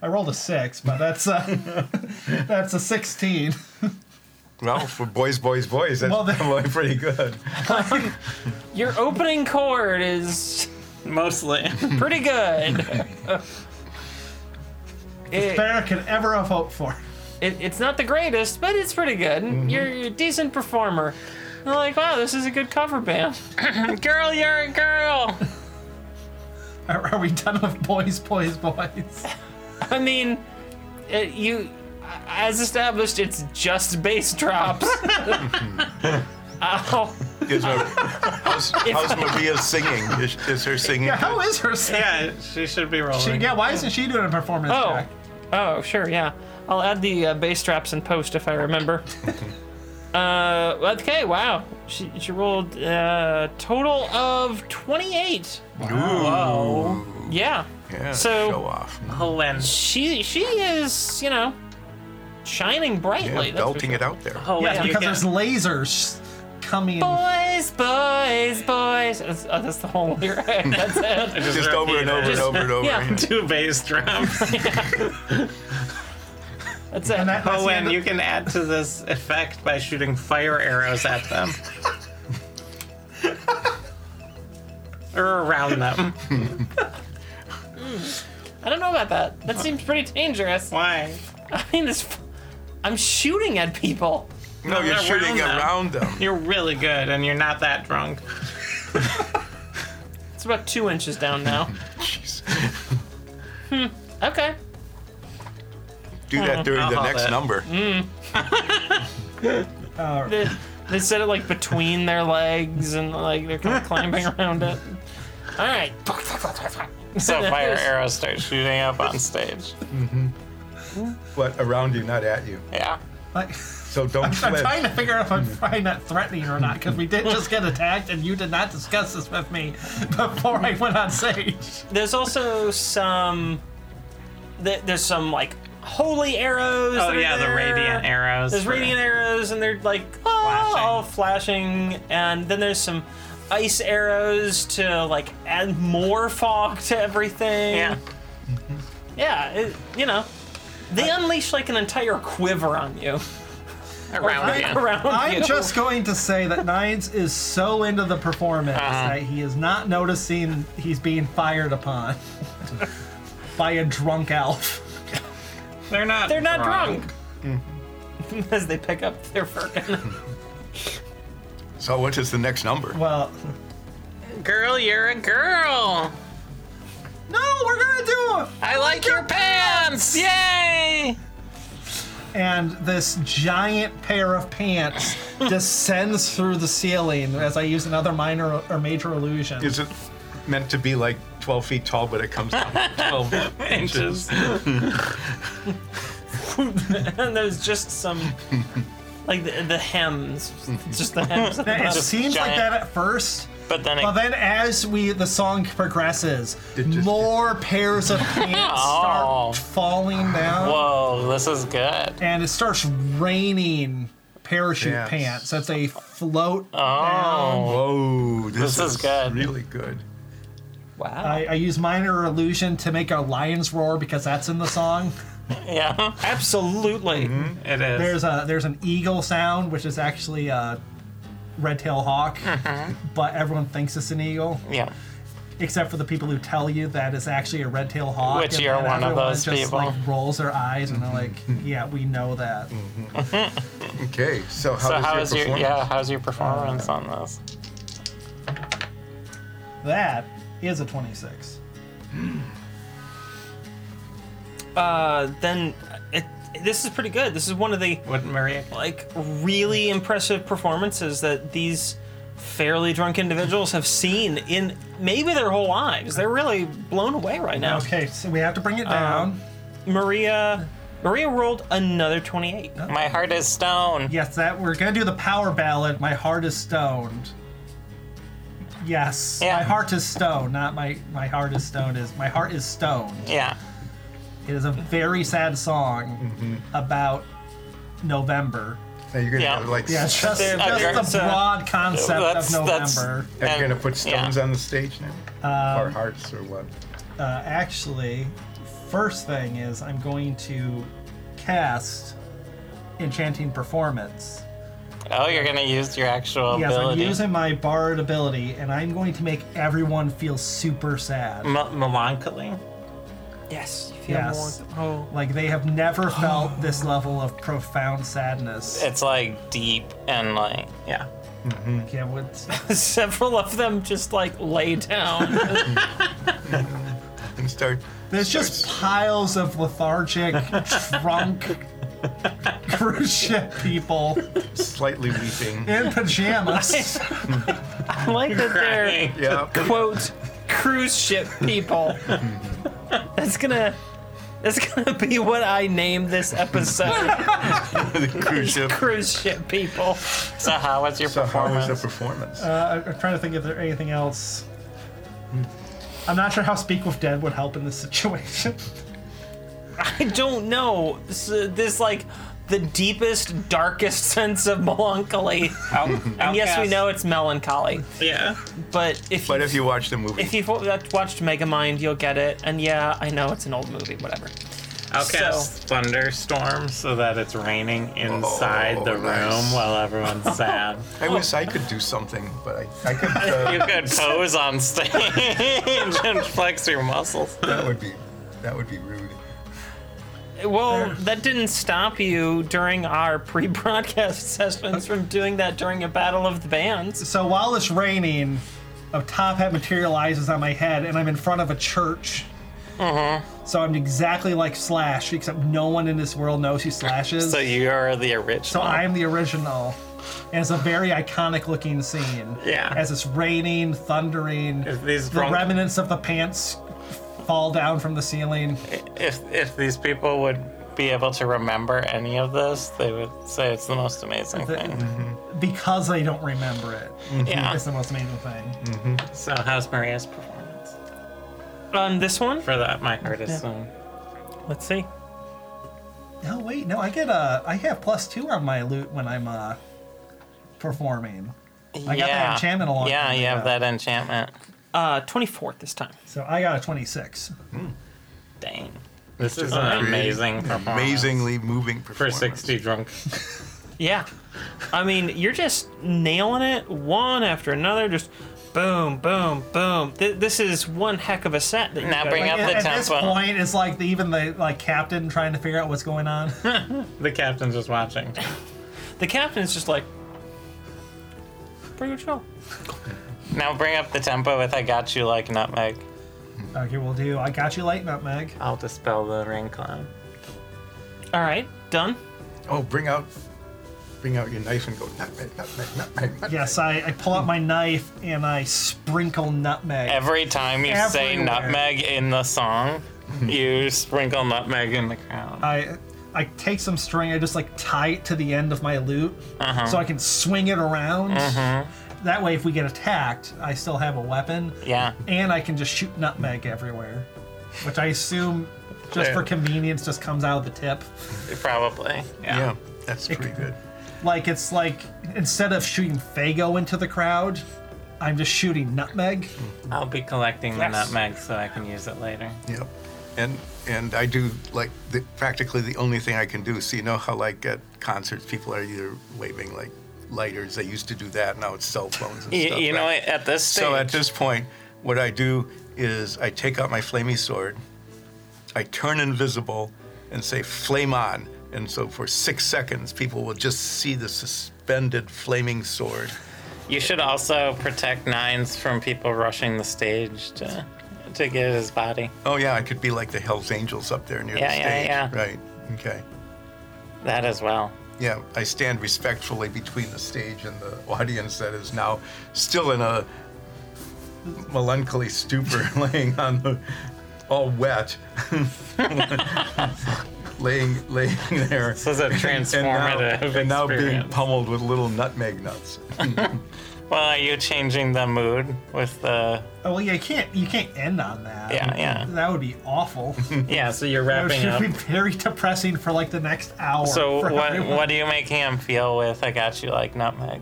I rolled a six, but that's uh, that's a sixteen.
Well, for boys, boys, boys, that's
Well, they-
probably pretty good.
Your opening chord is
Mostly.
pretty good. It-
Better could ever have hoped for.
it, it's not the greatest, but it's pretty good. You're, you're a decent performer. And they're like, wow, this is a good cover band.
girl, you're a girl!
Are, are we done with boys, boys, boys?
I mean, it, you, as established, it's just bass drops. Ow.
Is her, how's, how's Maria singing? Is, is her singing?
Yeah, how is her? sing-
Yeah, she should be rolling.
She, yeah, why isn't she doing a performance
Oh,
check?
oh, sure, yeah. I'll add the uh, bass traps in post if I remember. uh, okay, wow. She, she rolled uh, total of 28.
Whoa.
Yeah.
Yeah,
So-
show off.
Helen.
She she is, you know, shining
Yeah,
brightly. that's for Oh.
belting it out there.
Helen,
Yeah, Oh,
Yes,
you
because
can-
there's lasers coming.
Boys, boys, boys. That's, oh, that's the whole lyric. That's it.
Just
Just over and
repeat
over
it.
and over and over.
Yeah.
again.
Two bass drums.
That's it.
And that- that's the end
Owen,
of-
you can add to this effect by shooting fire arrows at them. or around them.
I don't know about that. That seems pretty dangerous.
Why?
I mean, this. I'm shooting at people.
No, you're
around
shooting
them.
around them.
You're really good and you're not that drunk.
It's about two inches down now. hmm. Okay.
Do that during
I'll
the
hop
next
it.
number.
Uh,
They, they set it like between their legs and like they're kind of climbing around it. All right.
So fire arrows start shooting up on stage. Mm.
But around you, not at you.
Yeah.
like,
So don't
I'm
flip.
trying to figure out if I'm probably not threatening or not because we did just get attacked and you did not discuss this with me before I went on stage.
There's also some. th- There's some like holy arrows.
Oh
that are
yeah, the
there.
radiant arrows.
There's
for-
radiant arrows, and they're like oh,
Flashing.
all flashing, and then there's some ice arrows to like add more fog to everything.
Yeah.
yeah, it, you know, they unleash like an entire quiver on you
Around
Like,
again.
around you.
I'm just going to say that Nines is so into the performance that he is not noticing he's being fired upon by a drunk elf.
They're not
They're not drunk. As they pick up their firkin.
So what is the next number?
Well,
Girl, you're a girl.
no, we're gonna do it.
I like your pants. Yay!
and this giant pair of pants descends through the ceiling as I use another minor or major illusion.
Is it meant to be like 12 feet tall, but it comes down to 12 inches?
Inches.
and there's just some, like the, the hems, just the hems. at the
it
bottom.
seems like that
giant-
at first,
But then it
but then as we the song progresses,
It just-
more pairs of pants
Oh.
start falling down,
Whoa, this is good.
and it starts raining parachute
Yes.
pants as they float down.
Oh.
Whoa, this,
This is good.
Really good.
wow.
I, I use minor illusion to make a lion's roar because that's in the song.
Yeah.
Absolutely.
Mm-hmm.
It is.
There's a there's an eagle sound, which is actually a red tail hawk,
Uh-huh.
but everyone thinks it's an eagle,
yeah.
except for the people who tell you that it's actually a red tail hawk.
Which
and
you're
then
one of
everyone
those
just,
people.
Like, rolls their eyes and they're like, "Yeah, we know that."
Okay, so how
So
does
how
your
is your
performance?
yeah? How's your performance on this?
That is a 26.
Uh, then it, this is pretty good. This is one of the
What Maria?
like really impressive performances that these fairly drunk individuals have seen in maybe their whole lives. They're really blown away right now.
Okay, so we have to
Uh-huh.
bring it down.
Maria Maria rolled another 28.
My heart is stone.
yes, that we're gonna do the power ballad. My heart is stoned. Yes,
Yeah.
my heart is stone. Not my my heart is stone. Is my heart is stone.
Yeah.
It is a very sad song about November.
Now you're gonna
Yeah.
have like
Yeah, just, just
There-
there-
the
so-
broad concept
That's-
of
that's-
November.
Are you
and-
gonna put
yeah.
stones on the stage now? or hearts or what?
Uh, actually, first thing is I'm going to cast Enchanting Performance.
Oh, you're gonna use your actual
Yes,
ability.
I'm using my Bard
Mm.
ability, and I'm going to make everyone feel super sad.
Mel- melancholy.
Yes, you feel
Yes.
more. Oh,
Like they have never felt this level of profound sadness.
It's like deep and like yeah.
Yeah, what's-
several of them just like lay down.
and start.
There's just piles of lethargic, drunk cruise ship people
slightly weeping.
in pajamas.
I like that they're
Crying.
Yeah.
quote cruise ship people. That's gonna. That's gonna be what I name this episode.
Cruise ship.
cruise ship people.
So how was your
So how
performance?
was the performance?
Uh, I'm trying to think if there's anything else. I'm not sure how Speak with Dead would help in this situation.
I don't know. This, this like the deepest, darkest sense of melancholy. And yes, we know it's melancholy,
Yeah.
but if
but if you watch the movie,
if you've wa- watched Megamind, you'll get it. And yeah, I know it's an old movie, whatever.
Outcast thunderstorm so that it's raining inside
Oh,
the room
nice.
while everyone's sad.
I wish I could do something, but I, I could. Uh,
You could pose on stage and flex your muscles.
that would be that would be rude.
Well, that didn't stop you during our pre-broadcast sessions from doing that during a battle of the bands.
So while it's raining, a top hat materializes on my head, and I'm in front of a church. So I'm exactly like Slash, except no one in this world knows who Slash is.
So you are the original.
So I'm the original. And it's a very iconic looking scene.
Yeah.
As it's raining, thundering,
If these
the
drunk-
remnants of the pants fall down from the ceiling.
if if these people would be able to remember any of this, they would say it's the most amazing
The-
thing.
Because they don't remember it.
Mm-hmm.
Yeah.
It's the most amazing thing.
Mm. So how's Maria's performance?
On this one,
For that, my heart is sung.
let's see.
No, wait, no, I get a, I have plus two on my loot when I'm uh, performing. I got that enchantment a long
Yeah,
time
you have
ago.
that enchantment.
Uh, 24 this time.
So I got a 26.
Dang. This is
a
an
pretty
amazing performance.
Amazingly moving
For
performance.
60 drunk.
Yeah. I mean, you're just nailing it one after another. Just boom, boom, boom. Th- this is one heck of a set. That you
Now
guys-
bring up-
At,
the
at this
tempo.
point, it's like the, even the like captain trying to figure out what's going on.
The captain's just watching.
The captain's just like, pretty good show.
Now bring up the tempo with I got you like nutmeg.
okay, we'll do. I got you late, Nutmeg.
I'll dispel the rain cloud.
All right, done.
Oh, bring out, bring out your knife and go nutmeg, nutmeg, nutmeg. nutmeg.
Yes, I, I pull out my knife and I sprinkle nutmeg.
Every time you say
Everywhere.
nutmeg in the song, you sprinkle nutmeg in the crowd.
I I take some string, I just like tie it to the end of my loot
Uh-huh.
so I can swing it around. That way, if we get attacked, I still have a weapon
yeah.
and I can just shoot nutmeg everywhere, which I assume just for
Yeah.
convenience just comes out of the tip.
Probably. Yeah.
Yeah, that's pretty good.
Like it's like instead of shooting Fago into the crowd, I'm just shooting nutmeg.
Hmm. I'll be collecting the
Yes.
nutmeg so I can use it later.
Yep. And and I do like the, practically the only thing I can do. So you know how like at concerts people are either waving like lighters. They used to do that. Now it's cell phones and
You,
stuff.
you know,
right?
what, at this stage,
So at this point, what I do is I take out my flamey sword, I turn invisible, and say "flame on." And so for six seconds, people will just see the suspended flaming sword.
you should also protect Nines from people rushing the stage to to get his body.
Oh yeah, I could be like the Hell's Angels up there near
Yeah,
the
yeah,
stage.
yeah.
Right. Okay.
That as well.
Yeah, I stand respectfully between the stage and the audience that is now still in a melancholy stupor, laying on the all wet, laying laying there.
This is a transformative
and now, and now being
experience.
pummeled with little nutmeg nuts.
well, are you changing the mood with the?
Oh well, yeah, you can't you can't end on that.
Yeah, yeah.
That would be awful.
Yeah. So you're
It
wrapping
would
up.
be very depressing for like the next hour.
So
for
what
everyone.
what are you making him feel with? I got you like nutmeg.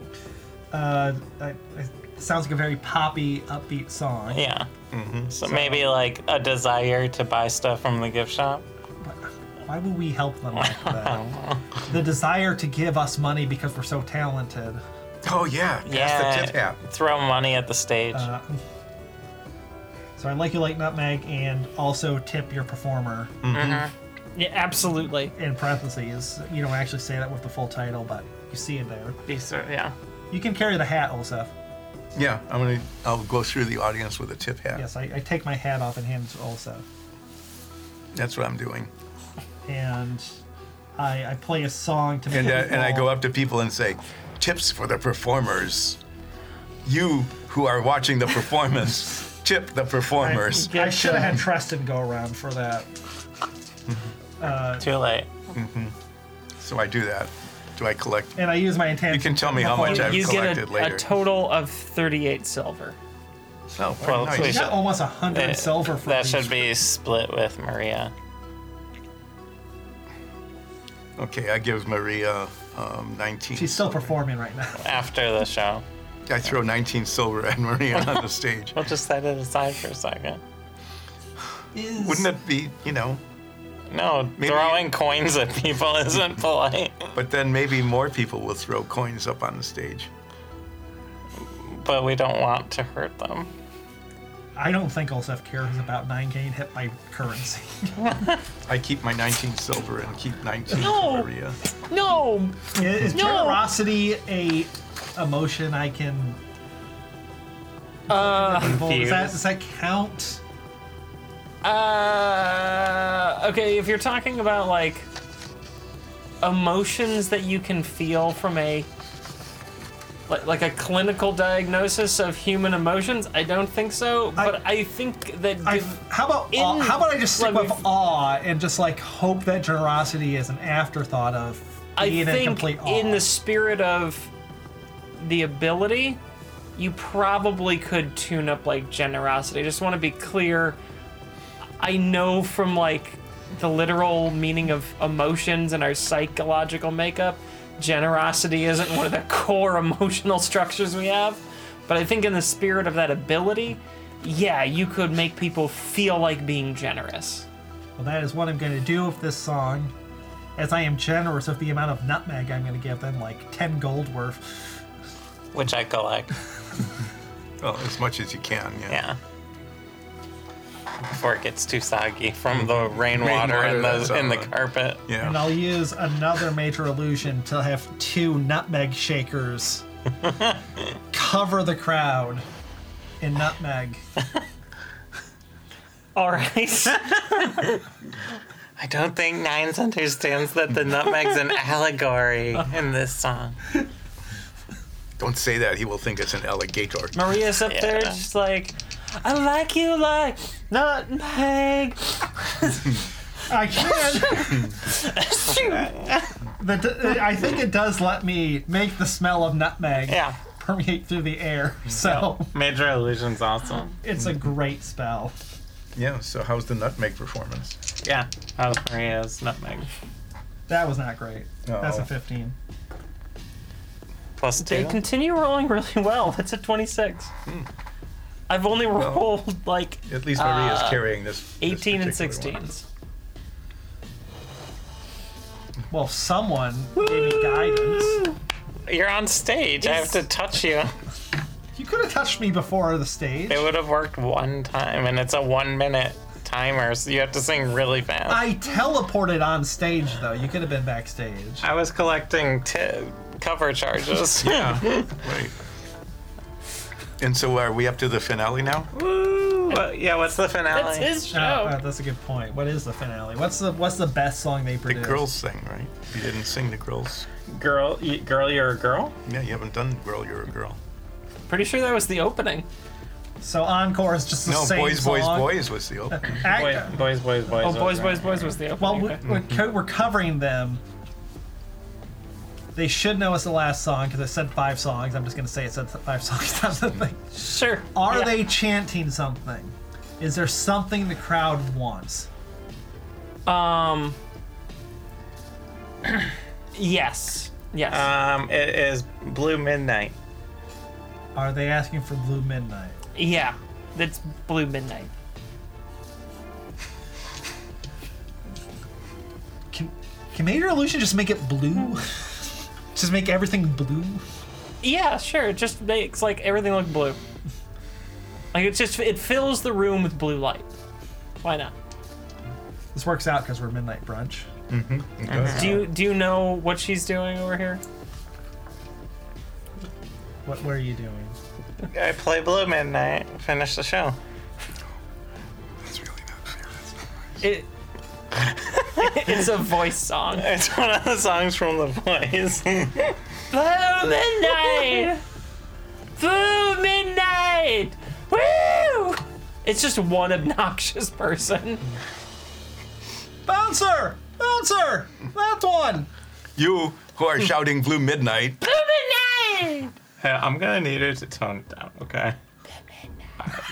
Uh, I, it sounds like a very poppy, upbeat song.
Yeah.
Mm-hmm.
So, maybe like a desire to buy stuff from the gift shop. Oh,
Why would we help them like that? the desire to give us money because we're so talented.
Oh yeah, pass the tip
Yeah.
hat. Uh,
Throw money at the stage.
Uh, So I like you like nutmeg and also tip your performer
Mm.
Yeah, absolutely.
in parentheses. You don't actually say that with the full title, but you see it there.
Be cer- yeah.
You can carry the hat, Olsef.
Yeah, I'm gonna. I'll go through the audience with a tip hat.
Yes, I, I take my hat off and hand it to Olsef.
That's what I'm doing.
And I, I play a song to make
And uh,
it
and I go
fall.
up to people and say, "Tips for the performers. You who are watching the performance, tip the performers."
I should have had Treston go around for that.
Too late.
So I do that. Do I collect?
And I use my intent.
You can tell me how much I've
you get
collected
a,
later.
a total of 38 silver.
oh, very
Well,
nice.
You got almost a
Eh,
hundred
That-
silver for
that
these.
should be split with Maria.
Okay, I give Maria um, 19.
She's still performing right now.
after the show.
I throw 19 silver at Maria on the stage.
We'll just set it aside for a second.
Wouldn't it be, you know?
No,
Maybe-
throwing coins at people isn't polite.
But then maybe more people will throw coins up on the stage.
But we don't want to hurt them.
I don't think Olsef cares about 9 getting hit by currency.
I keep my 19 silver and keep 19
No.
for Maria.
No!
Is
No.
generosity a emotion I can?
Uh,
Well, does, that, does
Fuse.
that count?
uh, okay, if you're talking about like emotions that you can feel from a like, like a clinical diagnosis of human emotions, I don't think so. But I, think that
I,
give-
how about
In-
awe- how about I just stick
let
with
me f-
awe and just like hope that generosity is an afterthought of
I
being in
think
complete awe.
in the spirit of the ability, you probably could tune up like generosity. I just want to be clear. I know from like the literal meaning of emotions and our psychological makeup, generosity isn't one of the core emotional structures we have. But I think in the spirit of that ability, yeah, you could make people feel like being generous.
Well, that is what I'm going to do with this song, as I am generous with the amount of nutmeg I'm going to give them, like 10 gold worth.
Which I collect.
Well, as much as you can, yeah.
Yeah. Before it gets too soggy from the Mm-hmm. rainwater,
Rainwater,
in
that's
the in the
all right.
carpet.
Yeah.
And I'll use another major illusion to have two nutmeg shakers cover the crowd in nutmeg.
All right.
I don't think Nines understands that the nutmeg's an allegory in this song.
Don't say that. He will think it's an alligator.
Maria's up there
Yeah.
just like, I like you like nutmeg.
I can. the, d- I think it does let me make the smell of nutmeg
Yeah.
permeate through the air. So
Major illusion's awesome.
it's a great spell.
Yeah, so how's the nutmeg performance?
Yeah. That was Maria's nutmeg.
That was not great. That's a
Oh.
15.
Plus
They
two.
continue rolling really well. That's a 26. I've only rolled like
At least Maria's
Uh,
carrying this. this
18 and
particular
16s.
one.
Well, someone gave me guidance.
You're on stage. I have to touch you.
You could have touched me before the stage.
It would have worked one time, and it's a one minute timer, so you have to sing really fast. I,
I teleported on stage though. You could have been backstage.
was collecting t- cover charges.
Yeah, right. And so are we up to the finale now?
Woo! What- yeah, what's the
That's
finale?
his show.
Oh, oh, that's a good point. What is the finale? What's the what's the best song they
The
produced?
girls thing, right? You didn't sing the girls.
girl, y- girl, you're a girl?
Yeah, you haven't done girl, you're a girl.
Pretty sure that was the opening.
So encore is just the
No,
same
boys,
song.
boys, boys was the opening.
Act-
Boy, boys, boys, boys.
Oh,
was
Boys,
right.
Boys, Boys was the opening.
well, we,
okay.
we're, co- we're covering them. They should know it's the last song because I said five songs. I'm just gonna say it said five songs. That's the thing.
Sure.
Are
Yeah.
they chanting something? Is there something the crowd wants?
Um. yes. Yes.
Um, it is Blue Midnight.
Are they asking for Blue Midnight?
yeah. That's Blue Midnight.
Can can Major Illusion just make it blue? just make everything blue?
Yeah, sure. It just makes like everything look blue. Like it's just it fills the room with blue light. Why not?
This works out because we're midnight brunch.
Mm-hmm.
Do you do you know what she's doing over here?
What were you doing?
I play Blue Midnight, finish the show.
That's really not fair. That's not
It it's a voice song.
It's one of the songs from The Voice.
Blue midnight. Blue midnight. Woo! It's just one obnoxious person.
Bouncer! Bouncer! That one!
you who are shouting blue midnight.
Blue midnight.
hey, I'm gonna need her to tone it down, okay?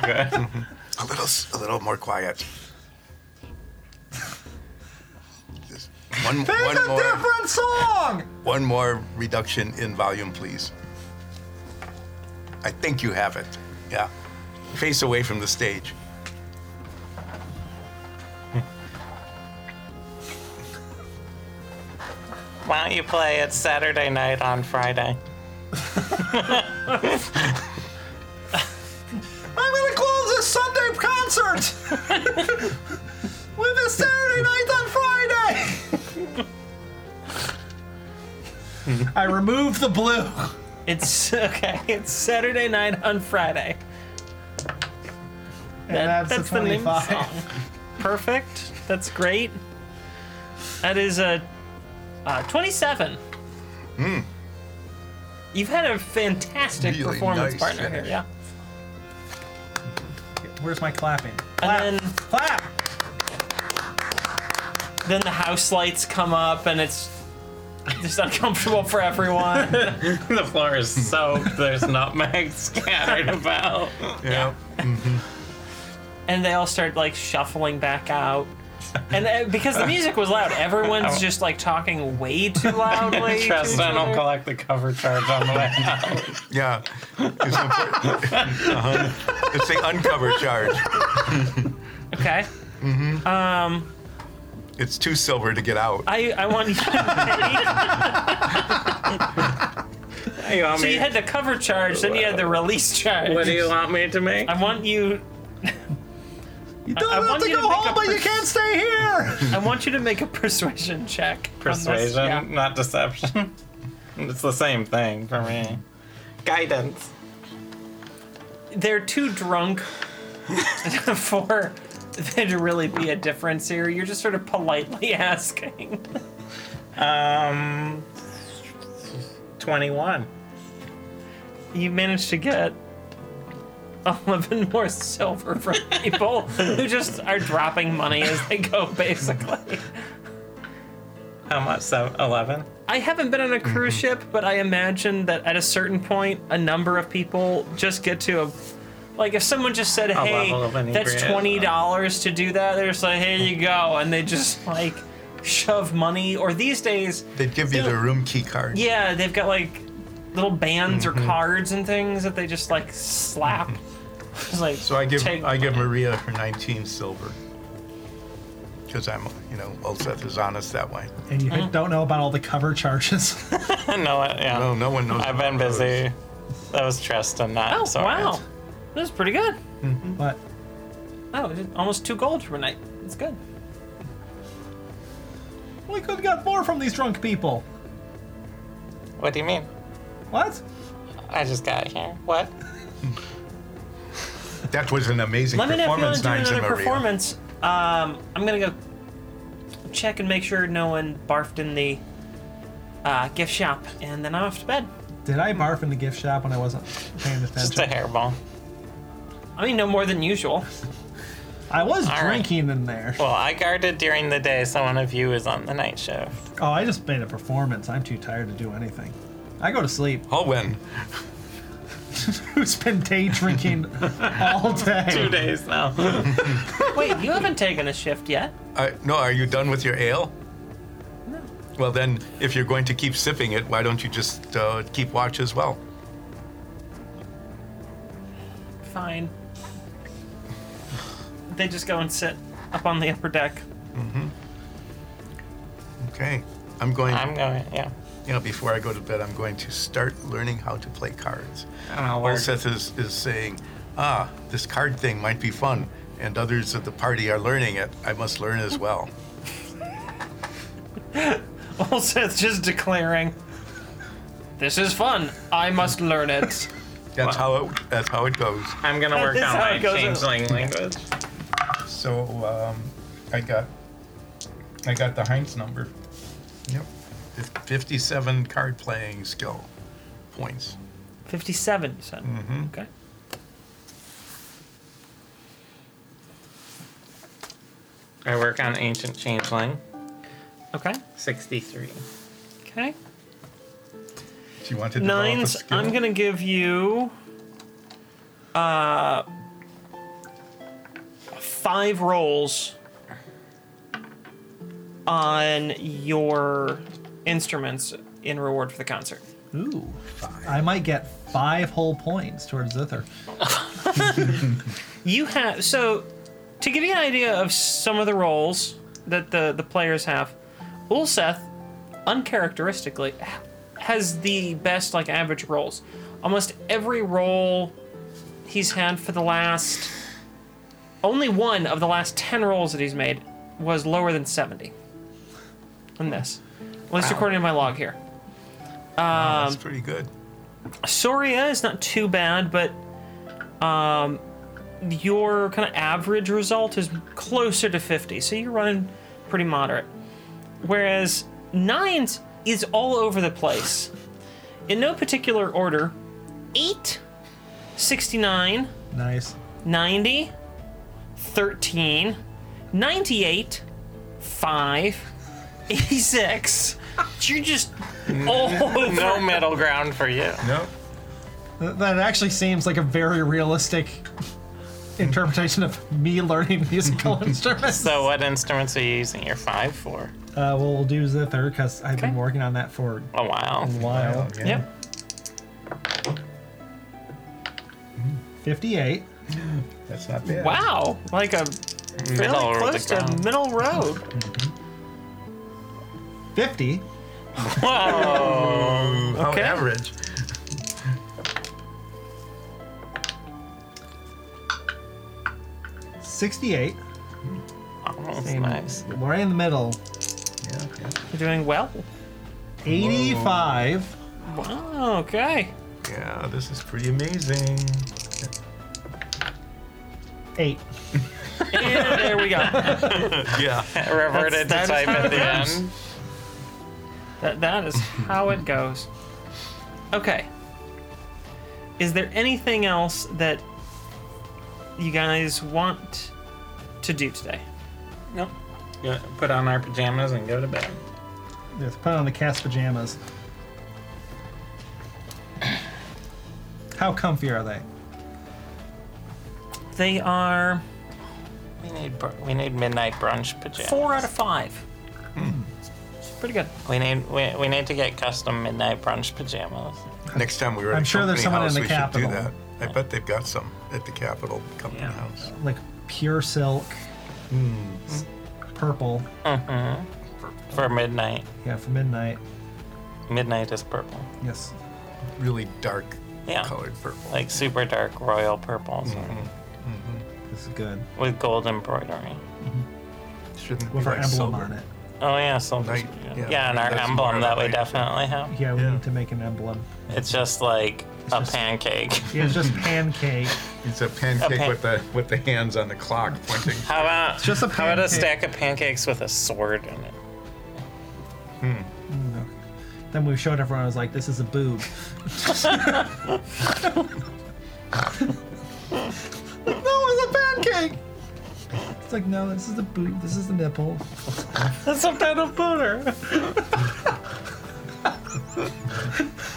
Good.
A little, s- a little more quiet. Just one,
Pick
one
a
more,
different song!
one more reduction in volume, please. I think you have it. Yeah. Face away from the stage.
Why don't you play it Saturday night on Friday?
I'm gonna close this Sunday concert with a Saturday night on Friday. I removed the blue.
It's okay. It's Saturday night on Friday.
And that's,
that's
the
the name
25.
Perfect. That's great. That is a uh, 27. You've had a fantastic
Really
performance
nice
partner
finish.
here.
Where's my clapping?
Yeah.
Clap.
And then
Clap!
then the house lights come up and it's just uncomfortable for everyone.
The floor is soaked, there's nutmeg scattered about.
Yeah.
and they all start like shuffling back out. And uh, because the music was loud, everyone's just like talking way too loudly. to
Trust
each
I don't
other.
collect the cover charge on the way out.
Yeah. It's, important. Uh-huh. It's the uncover charge.
Okay.
It's too silver to get out.
I, I want you to
You want
So
me-
you had the cover charge, then you had the release charge.
what do you want me to make?
I want you.
You don't
I
have
want
to
you to
go
pick
home,
up
but you
pers-
can't stay here!
I want you to make a persuasion check. on this,
Persuasion,
yeah.
not deception. it's the same thing for me. Guidance.
They're too drunk for there to really be a difference here. You're just sort of politely asking.
Um, 21.
You managed to get eleven more silver from people who just are dropping money as they go, basically.
How much? So 11.
I haven't been on a
Mm-hmm.
cruise ship, but I imagine that at a certain point, a number of people just get to a. Like, if someone just said, hey,
level of
that's
inebriate.
$20 to do that, they're just like, here you go. And they just, like, shove money. Or these days,
They'd give you the room key card.
yeah, they've got, like, little bands
Mm-hmm.
or cards and things that they just, like, slap. Just, like,
Mm-hmm. So I give
take
I give Maria her 19 silver because I'm you know Olseth is honest that way.
And you
Uh-huh.
don't know about all the cover charges.
no, I- yeah.
Oh, No, no one knows.
I've been
about those.
busy. That was trust and not.
Oh,
sorry.
wow. That was pretty good.
but
Oh, almost two gold for a night. That's good.
we could have got more from these drunk people.
What do you mean?
What?
I just got here. What?
That was an amazing
Let me know if you want
performance,
to do
Nines
another
and Maria.
performance. Um, I'm gonna go check and make sure no one barfed in the uh, gift shop, and then I'm off to bed.
Did I barf in the gift shop when I wasn't paying
Just a
attention?
hairball.
I mean, no more than usual.
I was
right.
drinking in there.
Well, I guarded during the day, so one of you is on the night shift.
Oh, I just made a performance. I'm too tired to do anything. I go to sleep.
Oh.
Holwyn,
Who's been day drinking all
Two
day?
days now.
Wait, you haven't taken a shift yet?
I, no, are you done with your ale?
No.
Well then, if you're going to keep sipping it, why don't you just uh, keep watch as well?
Fine. They just go and sit up on the upper deck.
Okay, I'm going.
I'm going. Yeah.
you know, before I go to bed, I'm going to start learning how to play cards.
Ah, I don't know. We're,
Olseth is, is saying, ah, this card thing might be fun, and others at the party are learning it. I must learn as well.
Well, Seth just declaring, "This is fun. I must learn it."
That's how it. That's how it goes.
I'm gonna work
That's
on
how
my
it goes.
changeling language.
So um, I got, I got the Heinz number. Yep, Fif- fifty-seven card playing skill points.
Fifty-seven. You said.
Mm-hmm.
Okay.
I work on ancient changeling.
Okay.
63.
Okay.
Do you want to develop a
Nines.
skill?
I'm gonna give you. Uh. Five rolls. On your instruments in reward for the concert.
Ooh, I might get five whole points towards Zither.
You have so to give you an idea of some of the roles that the the players have. Ulseth, uncharacteristically, ha- has the best like average rolls. Almost every roll he's had for the last only one of the last ten rolls that he's made was lower than seventy. In this, at least according to my log here. um,
That's pretty good.
Soria is not too bad, but um, your kind of average result is closer to 50, so you're running pretty moderate. Whereas nines is all over the place. In no particular order, 8, 69,
Nice.
90, 13, 98, 5, 86. You're just all over.
No middle ground for you.
No,
Th- That actually seems like a very realistic interpretation of me learning musical instruments.
So, what instruments are you using your five for?
uh, we'll do Zither because I've been
Okay.
working on that for
A while.
a while.
yeah.
Yep.
58.
that's not bad.
Wow, like a
Middle
really
of the
close to
ground.
middle road.
50.
Whoa!
How
Okay.
average.
Sixty-eight.
Oh, That's nice.
Right in the middle.
Yeah, yeah.
You're doing well.
85.
Wow. Okay.
Yeah, this is pretty amazing.
8.
And there we go.
Yeah.
That's-
Reverted to
that is
type
how
at
it
the
goes.
end.
That that is how it goes. Okay. Is there anything else that you guys want to do today?
Nope. Yeah, Put on our pajamas and go to bed.
Let's put on the cast pajamas. How comfy are they?
They are
We need br- we need midnight brunch pajamas.
four out of five. Hmm. It's pretty good.
We need we, we need to get custom midnight brunch pajamas.
Next time we were at
I'm
a
sure there's
company
someone in
house,
the
we should do
Capitol.
that. I bet they've got some at the Capitol Company
Yeah.
House.
Like pure silk. S- Purple.
For midnight,
Yeah, for midnight.
midnight is purple.
Yes.
Really dark
Yeah,
colored purple.
like super dark royal purple so-
This is good.
with gold embroidery.
Shouldn't be
With our
like
emblem
silver.
on it.
Oh yeah, silver.
Night, yeah.
yeah. and our
That's more
emblem
of
that
a
we
night.
definitely have.
Yeah, we
Yeah.
need to make an emblem.
It's just like a
just-
pancake.
Yeah, it's just pancake.
It's a pancake
pan-
with the with the hands on the clock pointing.
How about
just a
how about a
pancake.
stack of pancakes with a sword in it?
Then we showed everyone, I was like, this is a boob. no, it's a pancake! It's like, no, this is the boob, this is the nipple.
That's some kind of booter.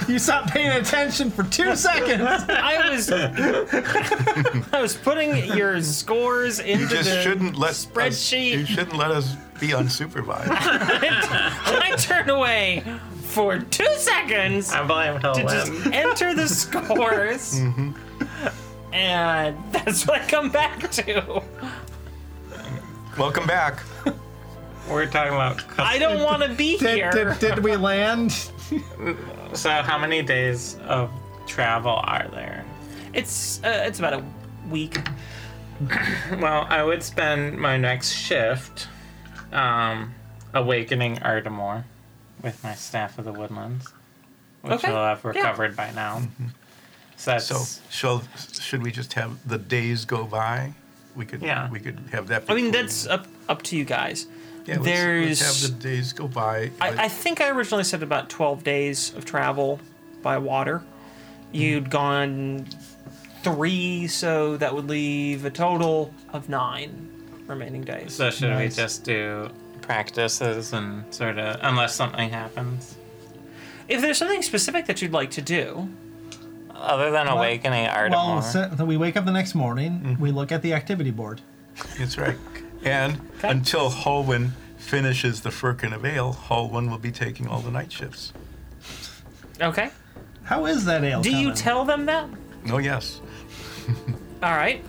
You stopped paying attention for two seconds!
I was I was putting your scores into
You just
the
shouldn't let us-
spreadsheet.
you shouldn't let us be unsupervised.
I turn away for two seconds
I blame
to just
Helen.
enter the scores.
Mm-hmm.
And that's what I come back to.
Welcome back.
We're talking about. custom-
I don't want to be
Did,
here.
did, did we land?
So how many days of travel are there?
It's uh, it's about a week.
Well, I would spend my next shift um, awakening Artemore with my staff of the woodlands, which
Okay,
will have
yeah.
recovered by now.
Mm-hmm.
So that's
So, shall, should we just have the days go by? We could,
Yeah.
we could have that.
I mean,
before-
that's up up to you guys.
yeah, let's,
there's.
let's have the days go by.
I, I think I originally said about 12 days of travel by water.
Mm-hmm.
You'd gone three, so that would leave a total of nine remaining days.
so should
Nice.
we just do practices and sort of unless something happens
If there's something specific that you'd like to do,
other than awakening Artemore?
Well, so so we wake up the next morning. We look at the activity board.
That's right. And until Holwyn finishes the Firkin of Ale, Holwyn will be taking all the night shifts.
okay.
How is that ale?
Do you
coming?
tell them that?
No, yes.
All right.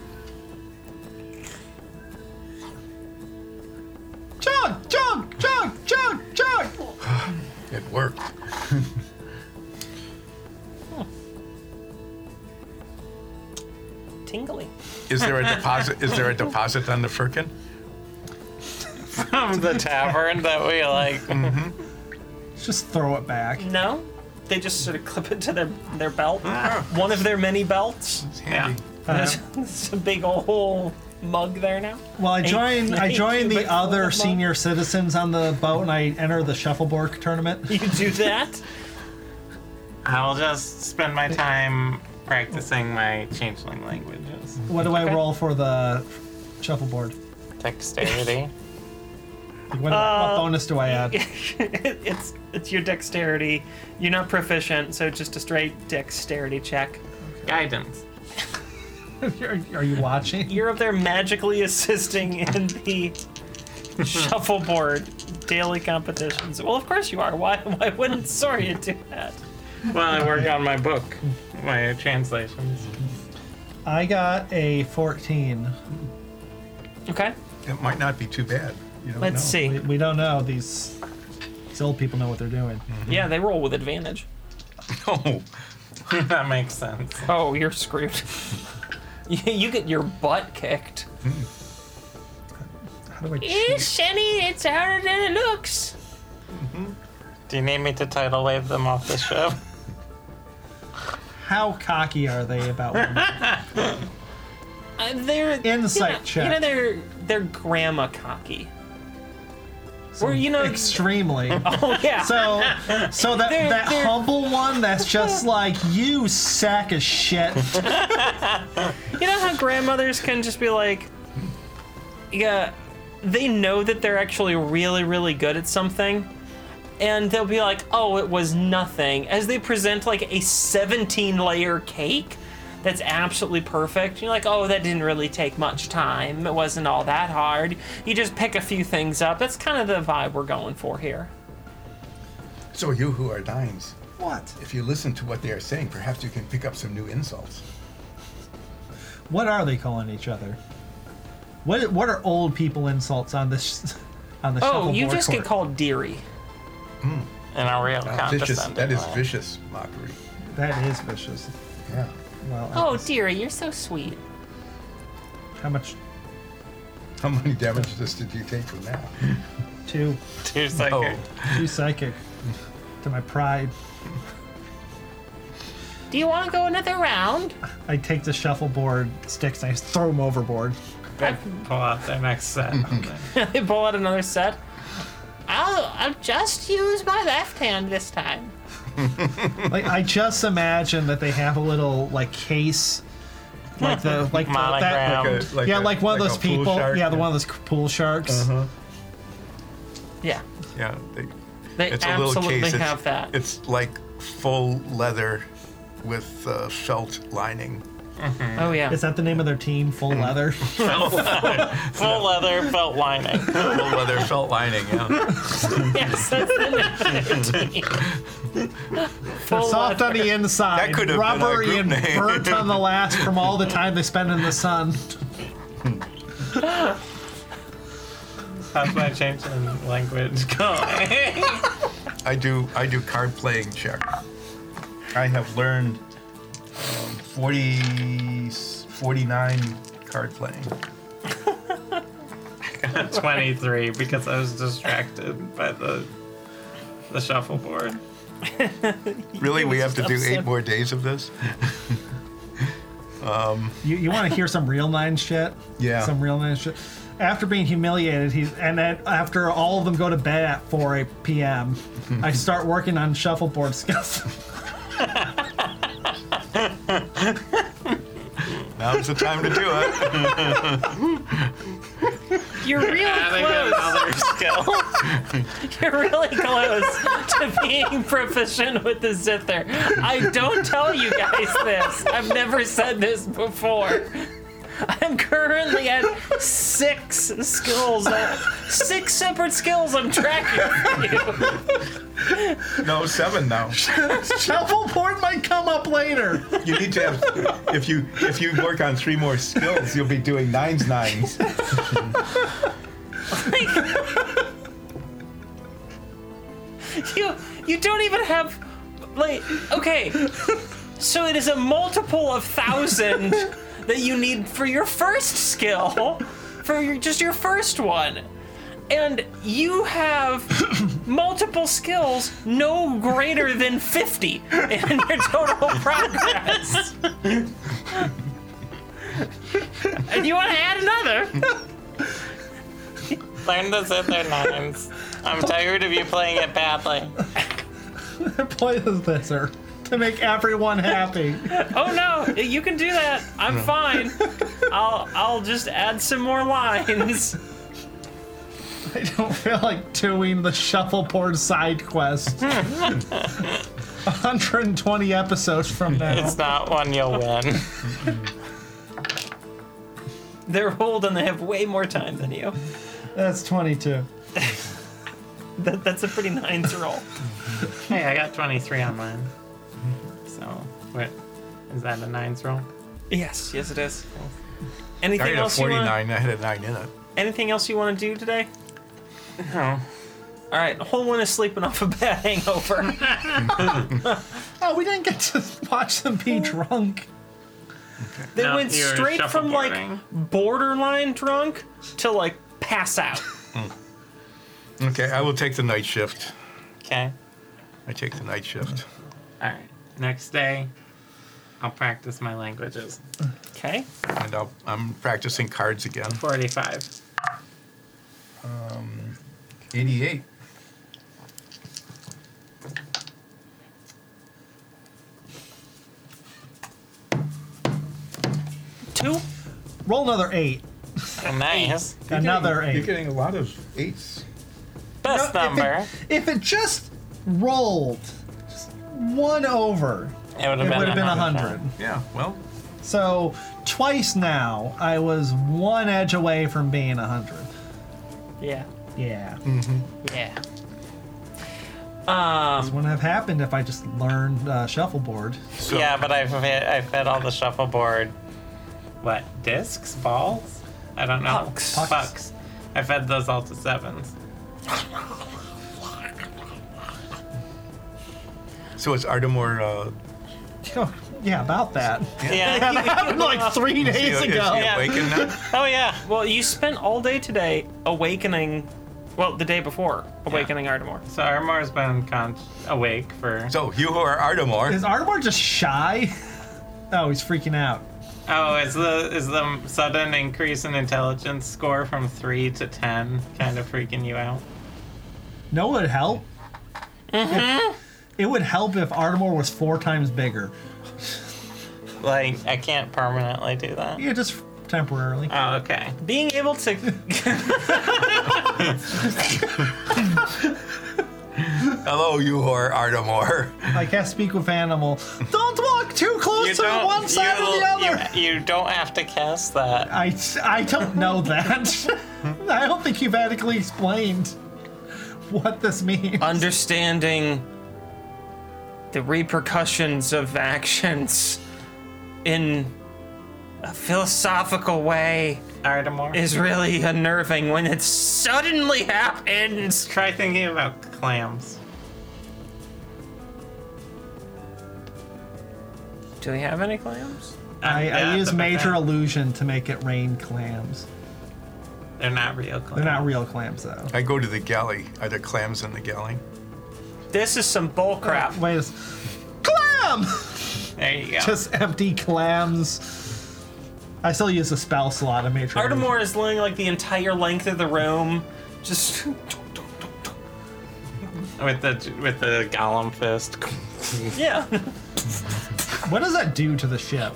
Chug, chug, chug, chug, chug.
It worked.
Tingly.
Is there a deposit? Is there a deposit on the firkin?
From the tavern that we like.
Mm-hmm. Let's Just throw it back.
No? They just sort of clip it to their, their belt. One of their many belts.
It's handy.
Uh,
There's, there's a big old mug there now.
well, I join. I
eight
join
cubic
the other
foot
senior citizens on the boat, and I enter the shuffleboard tournament.
You do that?
I'll just spend my time practicing my changeling languages.
What do I roll for the shuffleboard?
Dexterity.
Like, What, what
Uh,
bonus do I add?
it's it's your dexterity. You're not proficient, so just a straight dexterity check.
Guidance.
are, are you watching?
You're up there magically assisting in the shuffleboard daily competitions. Well, of course you are. Why why wouldn't Soria do that?
Well, I work on my book, my translations.
I got a 14.
Okay,
It might not be too bad. You don't
let's
know.
see.
We, we don't know. These, these old people know what they're doing.
Yeah, they roll with advantage.
Oh,
that makes sense.
Oh, you're screwed. you, you get your butt kicked.
How do I
Eh.
cheat?
Shenny, it's harder than it looks.
Do you need me to tidal wave them off the ship?
How cocky are they about women?
Uh, they're
Insight
you know,
check.
You know they're they're grandma cocky. Or you know,
Extremely.
oh yeah,
So, so that
They're-
that
they're-
humble one that's just like you sack of shit.
you know how grandmothers can just be like, yeah, they know that they're actually really really good at something, and they'll be like, oh, it was nothing, as they present like a 17 layer cake. That's absolutely perfect. You're like, oh, that didn't really take much time. It wasn't all that hard. You just pick a few things up. That's kind of the vibe we're going for here.
so you who are dines,
What?
if you listen to what they are saying, perhaps you can pick up some new insults.
What are they calling each other? What what are old people insults on this on the
Oh,
shuffleboard
you just
court?
get called dearie.
In a real
That's vicious.
condescending
That is
way.
vicious mockery.
That is vicious.
Yeah.
Well, I
Oh,
guess-
dearie, you're so sweet.
how much?
How many damages did you take from that?
Two,
Two seconds.
two psychic to my pride.
Do you want to go another round?
I take the shuffleboard sticks and I just throw them overboard.
Pull out their next set.
they pull out another set. I'll, I'll just use my left hand this time.
Like I just imagine that they have a little like case, like the like the- that,
Monogram.
Like a- like
yeah,
a-
like one of
like
those
a pool
people.
shark?
yeah, the one of those pool sharks.
Uh-huh.
Yeah,
Yeah. They,
they
it's a little
absolutely
case. It's-
have that.
It's like full leather with uh, felt lining.
oh yeah.
Is that the name of their team? Full
Mm-hmm.
leather.
Full leather felt lining.
Full leather felt lining. Yeah.
yes, that's the name. Full
Soft on the inside,
That could have been our
rubbery
group
and
name.
burnt on the last from all the time they spend in the sun.
That's my change in language going.
I do. I do card playing check. I have learned um, 40, 49 card playing.
23 because I was distracted by the the shuffleboard.
Really, we
was
have to
just
do
upset.
eight more days of this?
You, you want to hear some real nine shit?
Yeah.
Some real nine shit. After being humiliated, he's and then after all of them go to bed at 4 p.m., I start working on shuffleboard skills.
Now's the time to do it.
You're real
Having
close.
another skill.
You're really close to being proficient with the zither. I don't tell you guys this. I've never said this before. I'm currently at six skills. uh, Six separate skills I'm tracking for you.
No, seven now.
shuffleboard might come up later.
You need to have if you if you work on three more skills, you'll be doing nines nines.
You you don't even have like okay. So it is a multiple of thousand that you need for your first skill, for your, just your first one, and you have multiple skills no greater than fifty in your total progress. and you want to add another?
Learn the zither nines. I'm tired of you playing it badly.
Play the zither to make everyone happy.
Oh no, you can do that. I'm fine. I'll I'll just add some more lines.
I don't feel like doing the shuffleboard side quest. 120 episodes from now.
It's not one you'll win.
They're old and they have way more time than you.
That's 22.
That, that's a pretty nines roll.
Hey, I got 23 on mine. So, what? Is that a nines roll?
Yes, yes it is. Anything
I had a
else you want?
49. I had a nine in it.
Anything else you want to do today?
No.
All right, whole one is sleeping off a bad hangover.
Oh, we didn't get to watch them be drunk.
They
No,
went
you're
straight from like
shuffleboarding.
borderline drunk to like pass out.
Okay, I will take the night shift.
Okay.
I take the night shift.
All right. Next day, I'll practice my languages.
Okay.
And I'll, I'm practicing cards again.
45.
88.
Two.
Roll another eight.
Oh, Nice.
Another eight.
getting a lot of eights.
Best
No, if it-
number.
If it just rolled just one over,
It,
it
would have
would
been,
have been
a
100.
Yeah, well,
So twice now, I was one edge away from being 100.
Yeah.
Yeah.
Yeah. Um.
This wouldn't have happened if I just learned uh, shuffleboard.
so
Yeah, but I've hit, I've hit all the shuffleboard. What discs, balls? I don't know.
Pucks.
Pucks. I fed those all to sevens.
so it's Artemore. Uh,
Oh, yeah, about that.
Yeah.
That happened like three days
is he
ago.
awakened now?
oh yeah.
Well, you spent all day today awakening. Well, the day before awakening Ardmore.
So Armor's been con- awake for.
So you who are Artemore,
Is Ardmore just shy? Oh, he's freaking out.
Oh, is the is the sudden increase in intelligence score from three to ten kind of freaking you out?
No, it would help.
Uh-huh.
It, it would help if Ardmore was four times bigger.
Like I can't permanently do that.
Yeah, just temporarily.
Oh, okay.
Being able to
hello, you who are Artemore.
I can't speak with animal. Don't walk too close to the one side or the
you-
other.
You, don't have to cast that.
I, I don't know that. I don't think you've adequately explained what this means.
Uh,
understanding the repercussions of actions in a philosophical way
Artemore.
is really unnerving when it suddenly happens.
Try thinking about clams.
Do we have any clams?
I,
Um, Yeah,
I use
the big
major
thing.
illusion to make it rain clams.
They're not real.
They're not real clams though.
I go to the galley. Are there clams in the galley?
This is some bull crap.
Wait, a s clam!
There you go.
Just empty clams. I still use a spell slot of major.
Artemore is laying like the entire length of the room, just
with the with the golem fist.
yeah.
illusion. What does that do to the ship?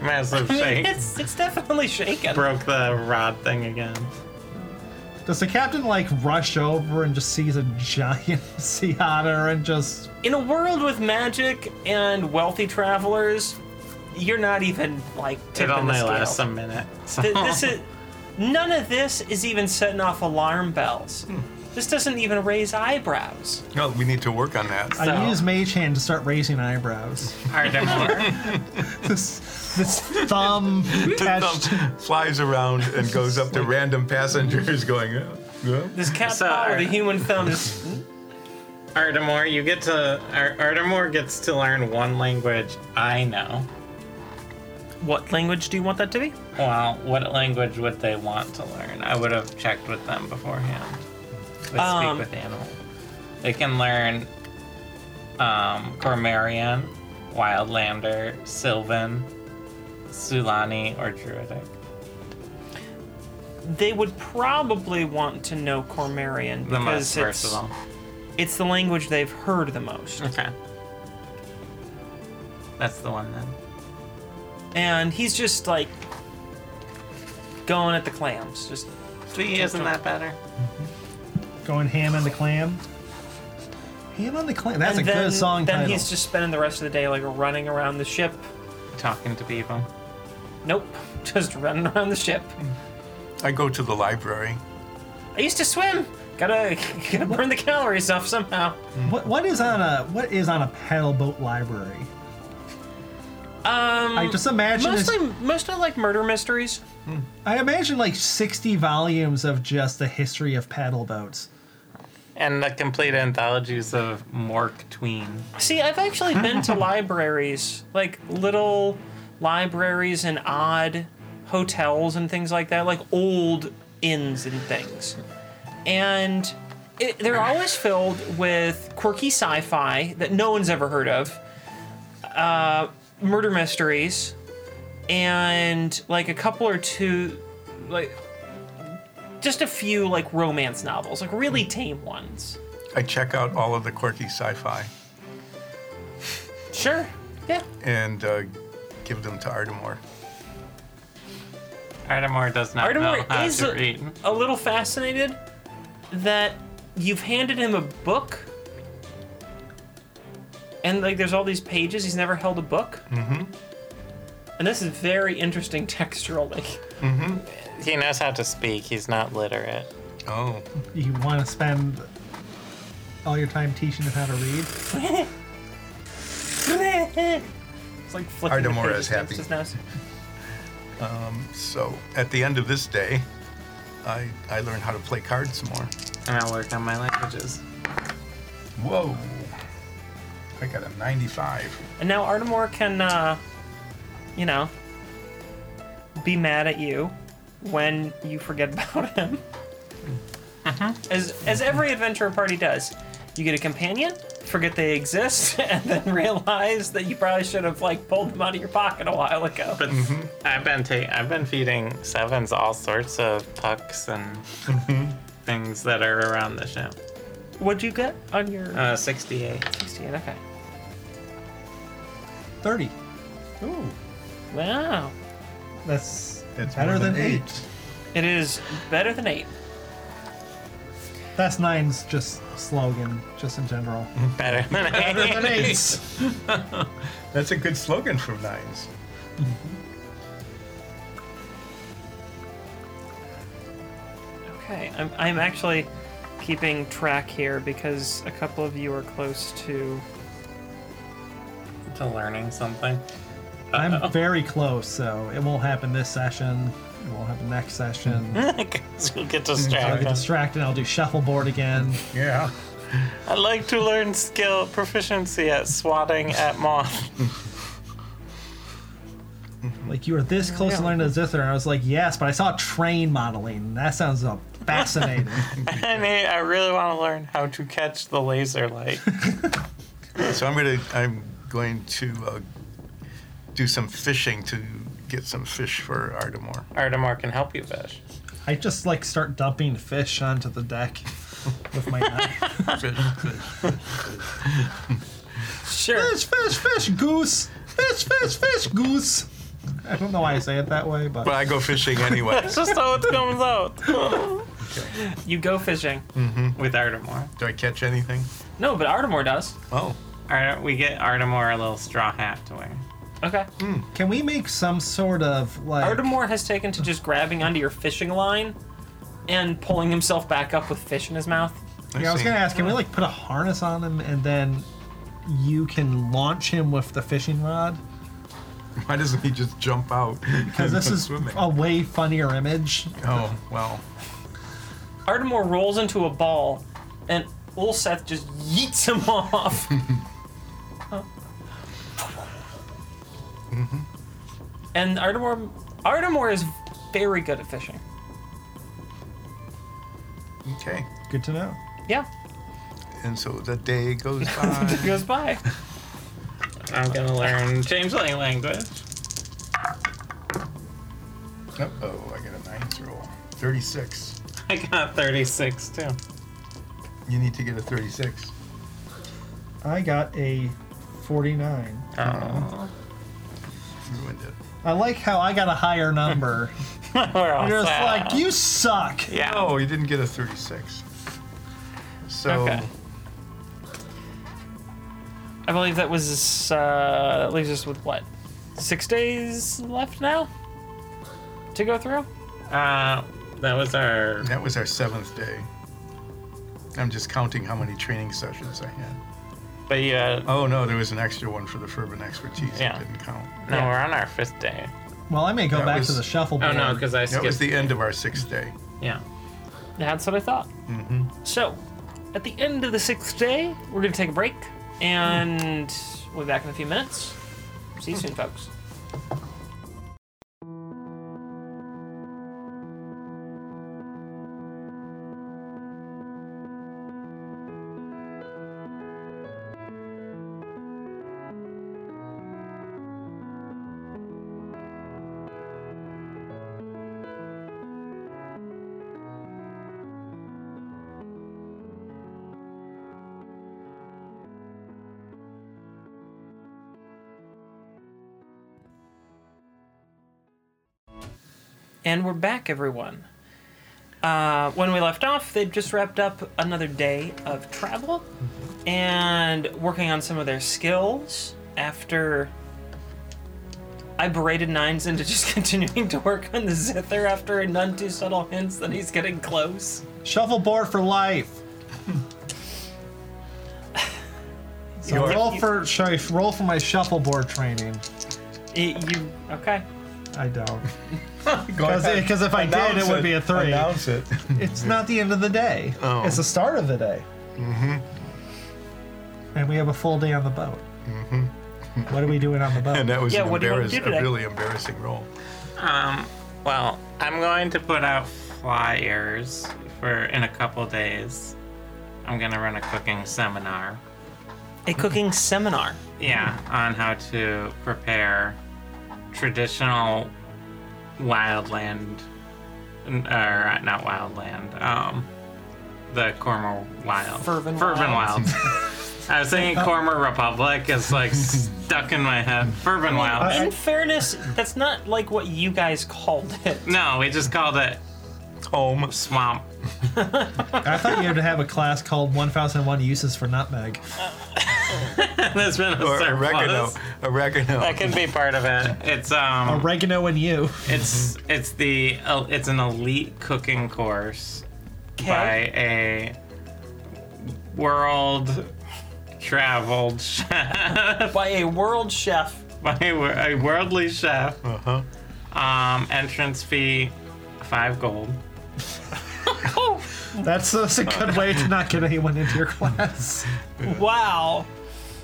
Massive shake.
it's it's definitely shaken.
Broke the rod thing again.
Does the captain like rush over and just sees a giant sea otter and just
In a world with magic and wealthy travelers, you're not even like
It
tipping the
only
scale.
lasts a minute. So.
Th- this is none of this is even setting off alarm bells.
Hmm.
This doesn't even raise eyebrows.
No, we need to work on that.
I
So-
use mage hand to start raising eyebrows.
Artemore.
this this thumb attached.
Flies around and goes up to random passengers, going, "Uh, yeah.
This cat
So,
paw with a
are-
human thumb. Is,
Artemore, you get to. Ar- Artemore gets to learn one language I know.
what language do you want that to be?
Well, what language would they want to learn? I would have checked with them beforehand. With
Um,
Speak with Animal. They can learn um, Cormarian, Wildlander, Sylvan, Sulani, or Druidic.
They would probably want to know Cormarian
The
because
most
it's
versatile. Hmm.
it's the language they've heard the most.
Okay. That's the one then.
and he's just like going at the clams. Just
See, isn't that better?
Going ham on the clam. Ham on the clam. That's
and
a
then,
good song
then
title.
he's just spending the rest of the day like running around the ship.
Talking to people.
Nope, just running around the ship.
I go to the library.
I used to swim. Gotta gotta burn the calories off somehow.
What, what is on a what is on a paddle boat library? Um, I just imagine. it's-
Mostly, mostly like murder mysteries.
I imagine like sixty volumes of just the history of paddle boats.
And the complete anthologies of Mork Tween.
See, I've actually been to libraries, like little libraries and odd hotels and things like that, like old inns and things. And it, they're always filled with quirky sci fi that no one's ever heard of, uh, murder mysteries, and like a couple or two, like just a few like romance novels, like really tame ones.
I check out all of the quirky sci-fi
Sure. Yeah.
and uh, give them to Artemore.
Artemore does not know how
Artemore is
to
a,
read.
a little fascinated that you've handed him a book and like there's all these pages he's never held a book mm-hmm. and this is very interesting texturally
He knows how to speak. He's not literate.
Oh,
You want to spend all your time teaching them how to read?
it's like flipping the
Ardamora
pages
is happy.
just now.
so at the end of this day, I I learn how to play cards some more.
And I'll work on my languages.
Whoa! I got a 95.
and now Artemore can uh you know be mad at you when you forget about him
Mm-hmm.
as as every adventure party does. You get a companion, forget they exist, and then realize that you probably should have like pulled them out of your pocket a while ago.
But I've been ta- I've been feeding sevens all sorts of pucks and Mm-hmm. things that are around the ship.
What'd you get on your
Uh, 68.
16? Okay.
Thirty. Ooh,
Wow.
that's
That's
better
more
than,
than
eight.
It is better than eight.
That's nine's just slogan, just in general.
Better than eight.
better than eight.
That's a good slogan from Nines.
Okay, I'm, I'm actually keeping track here because a couple of you are close to.
to learning something.
I'm very close, so it won't happen this session. It won't happen next session.
Guys, we'll get
I'll get
distracted.
distracted. I'll do shuffleboard again.
Yeah.
I'd like to learn skill proficiency at swatting at moth.
like, you were this close to learning the zither. And I was like, yes, but I saw train modeling. That sounds uh, fascinating.
I mean, I really want to learn how to catch the laser light.
So I'm gonna I'm going to uh, do some fishing to get some fish for Ardamore.
Artemar can help you fish.
I just like start dumping fish onto the deck with my knife.
Fish, fish.
Sure.
fish, fish, fish, goose. Fish, fish, fish, goose. I don't know why I say it that way, but
But I go fishing anyway.
That's just how it comes out.
You go fishing.
With Artemar.
Do I catch anything?
No, but Artemore does.
Oh,
Ar- we get Artemar a little straw hat to wear.
Okay.
Hmm.
can we make some sort of like?
Artemore has taken to just grabbing onto your fishing line and pulling himself back up with fish in his mouth.
I
Yeah, I was
see.
gonna ask, can we like put a harness on him and then you can launch him with the fishing rod?
Why doesn't he just jump out?
Because this is
swimming.
a way funnier image.
Oh well.
Artemore rolls into a ball, and Ulseth just yeets him off.
Mm-hmm.
And Artemore, Artemore is very good at fishing.
Okay.
Good to know.
Yeah,
And so the day goes by.
goes by.
I'm gonna learn changeling language.
Uh oh, I got a ninth roll. 36.
I got 36 too.
You need to get a 36.
I got a 49.
Oh,
Ruined it.
I like how I got a higher number.
we're all
You're just
sad.
like, you suck.
yeah.
Oh, you didn't get a 36. So,
Okay. I believe that was uh, that leaves us with what six days left now to go through.
Uh, that was our.
that was our seventh day. I'm just counting how many training sessions I had.
But you had.
Oh no, there was an extra one for the Furban expertise
Yeah.
that didn't count.
No, we're on our fifth day.
Well, I may go
That
back
was-
to the shuffleboard.
Oh no, because I
That
skipped.
was the end of our sixth day.
yeah.
That's what I thought. Mm-hmm. So, at the end of the sixth day, we're going to take a break, and we'll be back in a few minutes. See you soon, folks. And we're back, everyone. Uh, when we left off, they'd just wrapped up another day of travel and working on some of their skills after. I berated Nines into just continuing to work on the zither after none too subtle hints that he's getting close.
Shuffleboard for life. so
You're-
roll for should I roll for my shuffleboard training.
Y- you okay?
I don't.
Go ahead.
Because if I did, it
Announce
would be a three.
Announce it.
It's not the end of the day.
Oh. Mm-hmm.
It's the start of the day. And we have a full day on the boat. What are we doing on the boat?
Mm-hmm. And that was
Yeah,
an
what do you want to do
embarrass- a
today?
really embarrassing roll.
Um. Well, I'm going to put out flyers for in a couple days. I'm gonna run a cooking seminar.
A cooking seminar.
Yeah, on how to prepare traditional wildland, or not wildland, um, the Cormer Wild.
Fervent
Fervent
Wild.
Wild. I was thinking Cormer Republic is like stuck in my head. Fervent Wild.
I-
In fairness, that's not like what you guys called it.
No, we just called it
Home.
Swamp.
I thought you had to have a class called 1001 Uses for Nutmeg.
There's been a
Or oregano.
surplus.
Oregano.
That could be part of it. It's um.
Oregano and you.
It's it's the el- it's an elite cooking course by
Okay.
a world traveled chef,
By a world chef.
by a, wor- a worldly chef.
Uh-huh.
Um, entrance fee five gold.
Uh.
That's, that's a good way to not get anyone into your class.
Wow.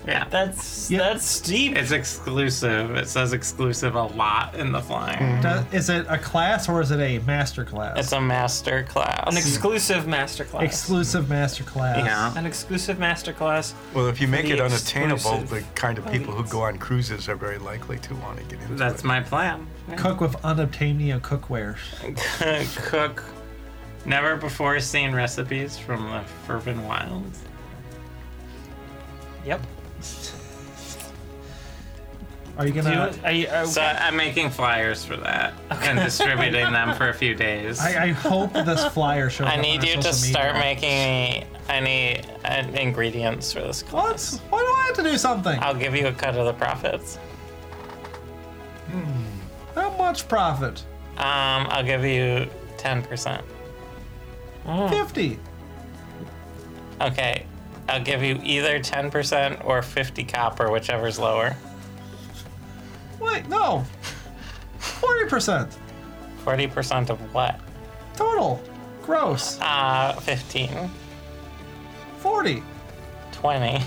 Yeah.
That's
Yeah.
that's deep.
It's exclusive. It says exclusive a lot in the flyer.
Do- Is it a class or is it a master class?
Mm. It's a master
An
class.
exclusive masterclass.
exclusive master class.
Yeah.
An exclusive masterclass.
Well, if you make
the
it unattainable, the
exclusive
kind of people who
elites.
go on cruises are very likely to want to get into
That's
it.
my plan.
Cook with unobtainium cookware.
Cook never before seen recipes from the fervent wilds.
Yep.
Are you
Do you,
gonna?
are you, are,
So I'm making flyers for that and distributing them for a few days.
I, I hope this flyer shows
I
up.
need
on our
you to
social media.
start making any, any ingredients for this class.
What? Why do I have to do something?
I'll give you a cut of the profits.
How much profit?
Um, I'll give you 10%. Hmm.
Fifty.
Okay, I'll give you either 10% or 50 copper, whichever's lower.
Wait, no. Forty percent
40% of what?
total. Gross.
Uh, 15,
Forty.
20.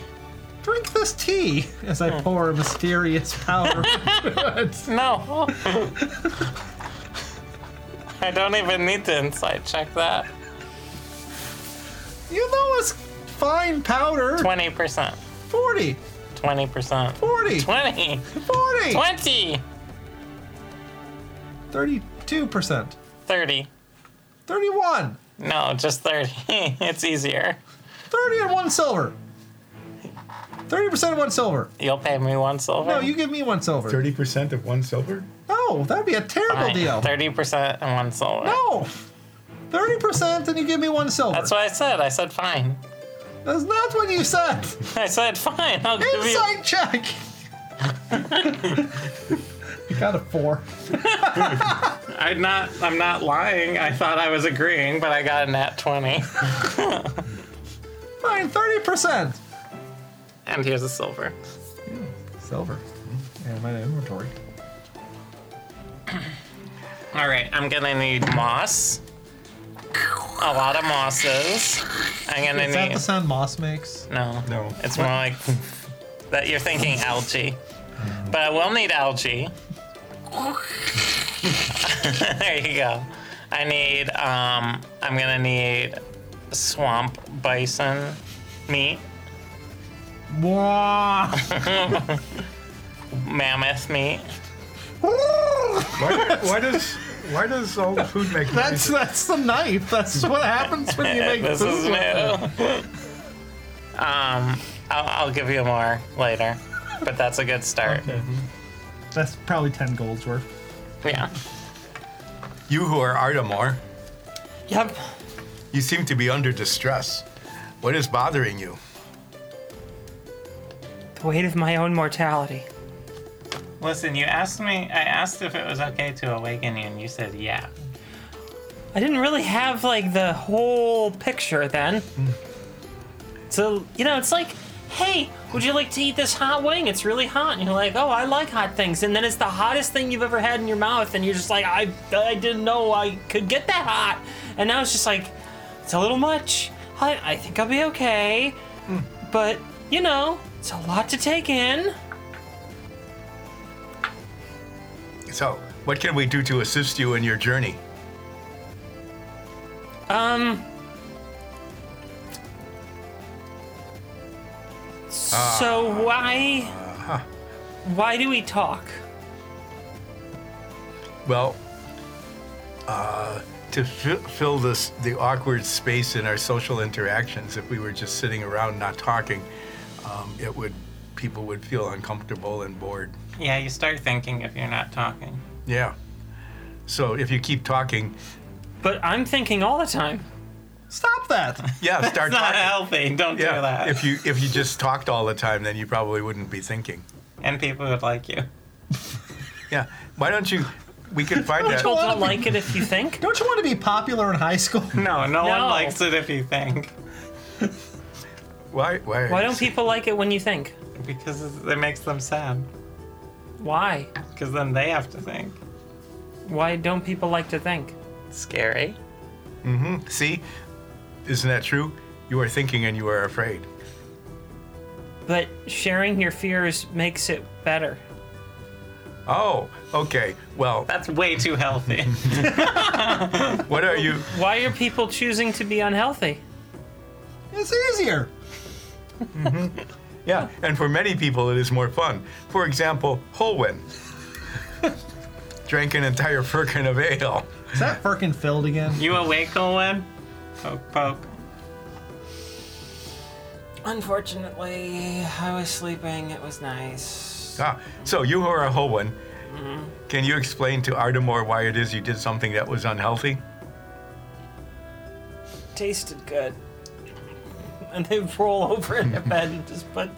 Drink this tea as I
Hmm.
pour a mysterious powder. into it.
No. I don't even need to insight check that.
you know it's fine powder.
20%.
Forty.
20%.
Forty.
20.
Forty.
20.
32 percent.
30.
31.
No, just 30. it's easier.
30 and one silver. 30% of one silver.
You'll pay me one silver.
No, you give me one silver.
Thirty percent of one silver.
No, that'd be a terrible
Fine.
deal.
30% and one silver.
No. 30% and you give me one silver.
That's what I said. I said fine.
That's not what you said.
I said fine. I'll give you.
Insight check. you got a four.
I'm not. I'm not lying. I thought I was agreeing, but I got a nat 20.
Fine, 30%.
and here's a silver.
Silver. And my inventory.
All right. I'm gonna need moss. A lot of mosses. I'm gonna
Is that
need.
the sound moss makes?
No.
No.
It's more like that you're thinking algae. But I will need algae. there you go. I need, um, I'm gonna need swamp bison meat,
Wah.
mammoth meat.
Why, why does why does all the food make
That's
noises?
that's the knife. That's what happens when you make
this
food.
is new. um, I'll, I'll give you more later, but that's a good start.
That's probably ten golds worth.
Yeah.
You who are Artemor,
yep.
you seem to be under distress. What is bothering you?
The weight of my own mortality.
Listen, you asked me, I asked if it was okay to awaken you, and you said yeah.
I didn't really have like the whole picture then. So, you know, it's like, hey, would you like to eat this hot wing? It's really hot. And you're like, oh, I like hot things. And then it's the hottest thing you've ever had in your mouth. And you're just like, I, I didn't know I could get that hot. And now it's just like, it's a little much. I, I think I'll be okay. But, you know, it's a lot to take in.
So, what can we do to assist you in your journey?
So why why do we talk?
Well, uh, to f- fill this the awkward space in our social interactions, if we were just sitting around not talking, um, it would people would feel uncomfortable and bored.
Yeah, you start thinking if you're not talking.
Yeah. So if you keep talking,
But I'm thinking all the time.
Stop that.
yeah, start
It's not
talking.
healthy. Don't do
Yeah.
that.
If you if you just talked all the time, then you probably wouldn't be thinking.
and people would like you.
Yeah. Why don't you? We can find that.
People
wanna
don't
be-
like it if you think.
Don't you want to be popular in high school?
No, no, one
No.
likes it if you think.
Why? Why?
Why don't people like it when you think?
Because it makes them sad.
Why?
Because then they have to think.
Why don't people like to think?
Scary.
See, isn't that true? You are thinking and you are afraid.
but sharing your fears makes it better.
Oh, okay. Well,
That's way too healthy.
what are you?
Why are people choosing to be unhealthy?
It's easier.
Yeah, and for many people, it is more fun. For example, Holwyn drank an entire firkin of ale.
Is that frickin' filled again?
you awake, Owen? Poke, poke.
Unfortunately, I was sleeping. It was nice.
Ah, so you who are a Holwyn. Can you explain to Ardamore why it is you did something that was unhealthy?
Tasted good. And they roll over in their bed and just put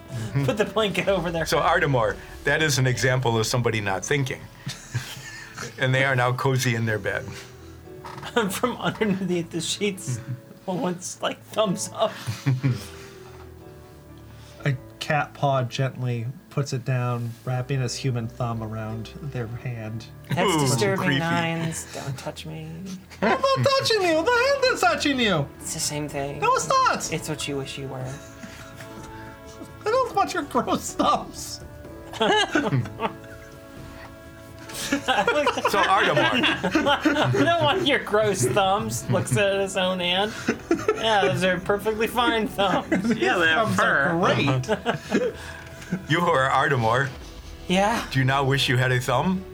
put the blanket over their
So Ardamore, that is an example of somebody not thinking. and they are now cozy in their bed.
from underneath the sheets. One's like thumbs up.
A cat paw gently puts it down, wrapping his human thumb around their hand.
That's
Ooh,
disturbing
creepy.
nines. Don't touch me.
I'm not touching you. The hand is touching you.
It's the same thing.
No, it's not.
It's what you wish you were.
I don't want your gross thumbs.
So Ardamore,
I don't want your gross thumbs. Looks at his own hand. Yeah, those are perfectly fine thumbs.
Yeah, they have
Thumbs are
fur.
great.
you who are Ardamore,
Yeah,
do you now wish you had a thumb?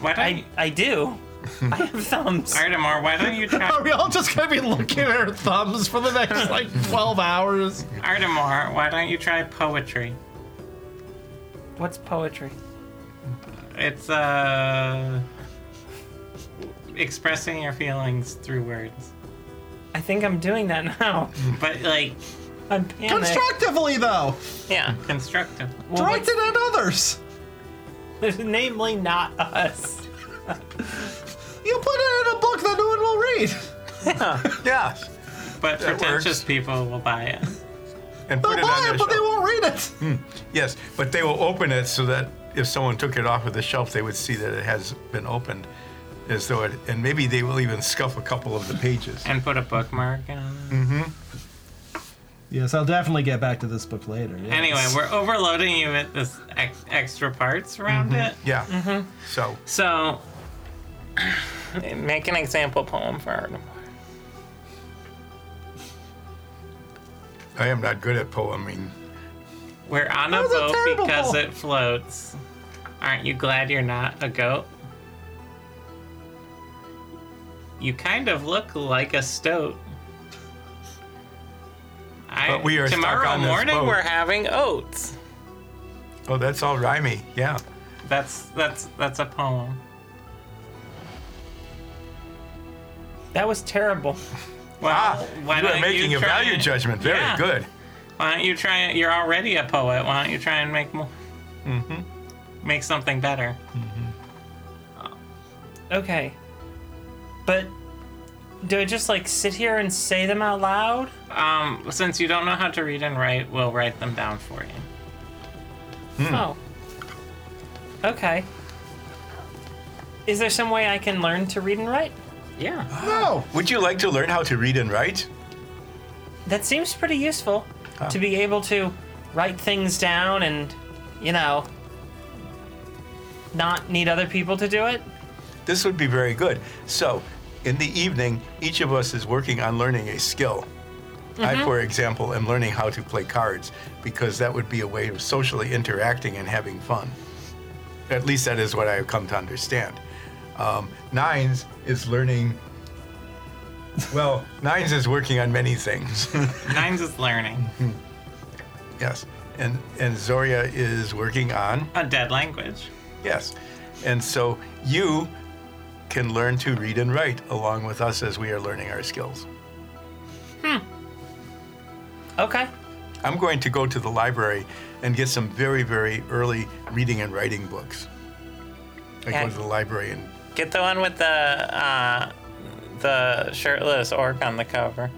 Why don't
I
you,
I do. I have thumbs.
Artemore, why don't you try
Are we all just gonna be looking at our thumbs for the next like 12 hours?
Artemore, why don't you try poetry?
What's poetry?
It's uh expressing your feelings through words.
I think I'm doing that now.
But like
I'm panicked.
Constructively though,
yeah, constructive.
Well,
directed at others.
but- namely, not us.
You put it in a book that no one will read.
Yeah.
But
That
pretentious
works.
people will buy it.
And put
They'll
it on
buy
their
it, but they
shelf.
won't read it.
Hmm.
Yes, but they will open it so that if someone took it off of the shelf, they would see that it has been opened, as though it, and maybe they will even scuff a couple of the pages.
And put a bookmark in it.
Yes, I'll definitely get back to this book later. yes.
Anyway, we're overloading you with this ex- extra parts around it.
Yeah.
Mm-hmm.
So
So, make an example poem for Artemore.
I am not good at poeming.
We're on
That
a
was a
boat
terrible
because
poem.
it floats. Aren't you glad you're not a goat? You kind of look like a stoat. I,
But we are stuck
tomorrow
on this
morning.
boat.
We're having oats.
Oh, that's all rhymey. Yeah.
That's that's that's a poem.
That was terrible.
Well,
Ah,
why
you
don't
are making
you
a
try
value
and-
judgment. Very
Yeah.
good.
Why don't you try? it? You're already a poet. Why don't you try and make more? Mm-hmm.
Mm-hmm.
Make something better.
Okay. But do I just like sit here and say them out loud?
Um, since you don't know how to read and write, we'll write them down for you.
Oh. Okay. Is there some way I can learn to read and write?
Yeah.
no.
Would you like to learn how to read and write?
That seems pretty useful to be able to write things down and, you know, not need other people to do it.
This would be very good. So, in the evening, each of us is working on learning a skill. I, for example, am learning how to play cards because that would be a way of socially interacting and having fun. At least that is what I have come to understand. Um, Nines is learning. Well, Nines is working on many things.
Nines is learning
yes, and and Zoria is working on.
a dead language.
Yes. And so you can learn to read and write along with us as we are learning our skills.
Okay.
I'm going to go to the library and get some very, very early reading and writing books. I go
Okay.
to the library and
Get the one with the uh, the shirtless orc on the cover.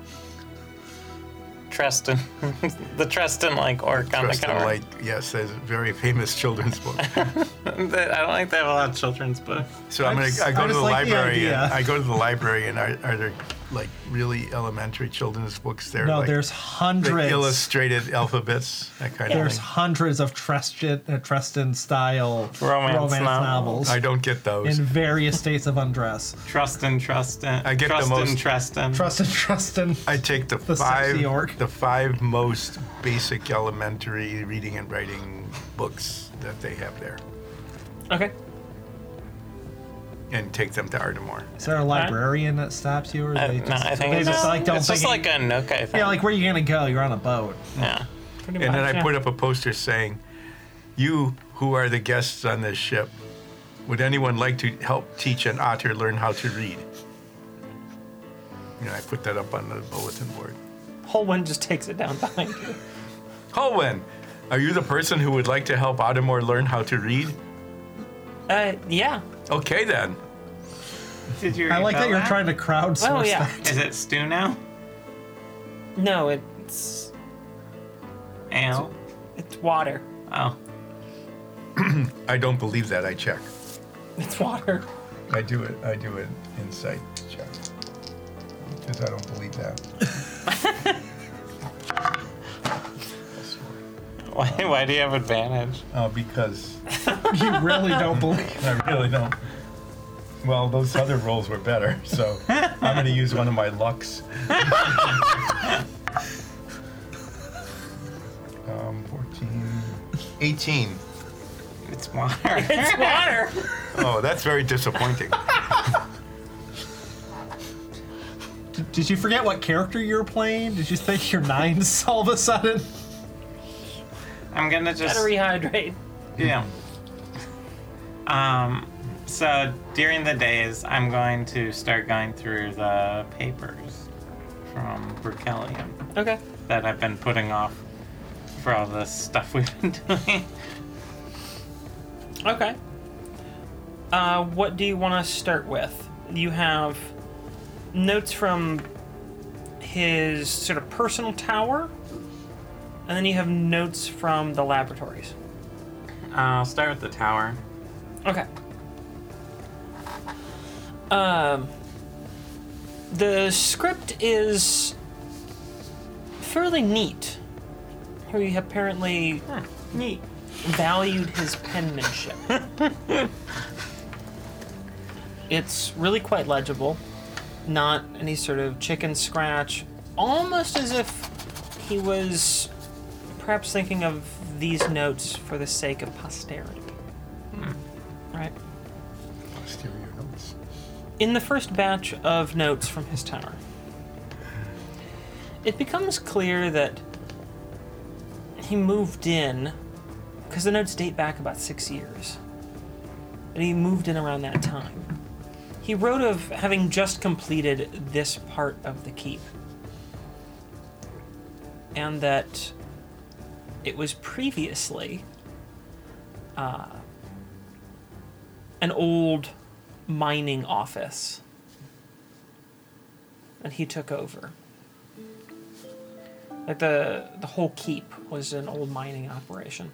Treston, the Tristan like orc on the
trust in
cover.
light. Yes, there's a very famous children's book.
I don't like to have a lot of children's books.
So I'm
I
gonna.
just-
I
I
go to
just
the
like the
library. and
idea.
I go to the library, and are, are there like really elementary children's books there?
No,
like,
there's
the
hundreds.
illustrated alphabets, that kind of
there's
thing.
hundreds of Treston, uh, Treston style
Romance novels.
novels
I don't get those.
in various states of undress.
Trust and trust and
I get the
trust
most-
and trust and
Treston, Treston.
I take the,
The
five
sexy orc.
the five most basic elementary reading and writing books that they have there,
Okay.
and take them to Ardmore.
Is there a librarian that stops you, or
I,
they
Uh, no,
just,
I think
they
it's
just
just,
like don't
it's
think
just like a nook. I think.
yeah, like where you gonna go? You're on a boat.
yeah.
Pretty
And then
much,
I
yeah.
put up a poster saying, "You who are the guests on this ship, would anyone like to help teach an otter learn how to read?" You know, I put that up on the bulletin board.
Holwyn just takes it down behind you.
Colwyn, are you the person who would like to help Otamore learn how to read?
Uh, yeah.
Okay then.
Did you?
I like that you're trying to crowdsource
Oh, yeah.
that.
Is it stew now?
No, it's
Ow.
it's water.
Oh.
I don't believe that. I check.
It's water.
I do it. I do an insight check because I don't believe that.
Why, why do you have advantage?
Uh, because
You really don't believe.
I really don't. Well, those other rolls were better, so I'm going to use one of my lucks. um, 14, 18.
It's water.
It's water.
Oh, that's very disappointing.
Did, did you forget what character you were playing? Did you think you're nines all of a sudden?
I'm gonna just.
Gotta rehydrate.
Yeah. Um, so during the days, I'm going to start going through the papers from Berkelium
Okay.
that I've been putting off for all this stuff we've been doing.
Okay. Uh, what do you want to start with? You have notes from his sort of personal tower, and then you have notes from the laboratories.
Uh, I'll start with the tower.
Okay. Um, the script is fairly neat. He apparently
Neat.
valued his penmanship. it's really quite legible, not any sort of chicken scratch, almost as if he was perhaps thinking of these notes for the sake of posterity. Right?
Posterior notes.
In the first batch of notes from his tower, it becomes clear that he moved in, because the notes date back about six years, and he moved in around that time. He wrote of having just completed this part of the keep, and that it was previously an old mining office. And he took over. Like the the whole keep was an old mining operation.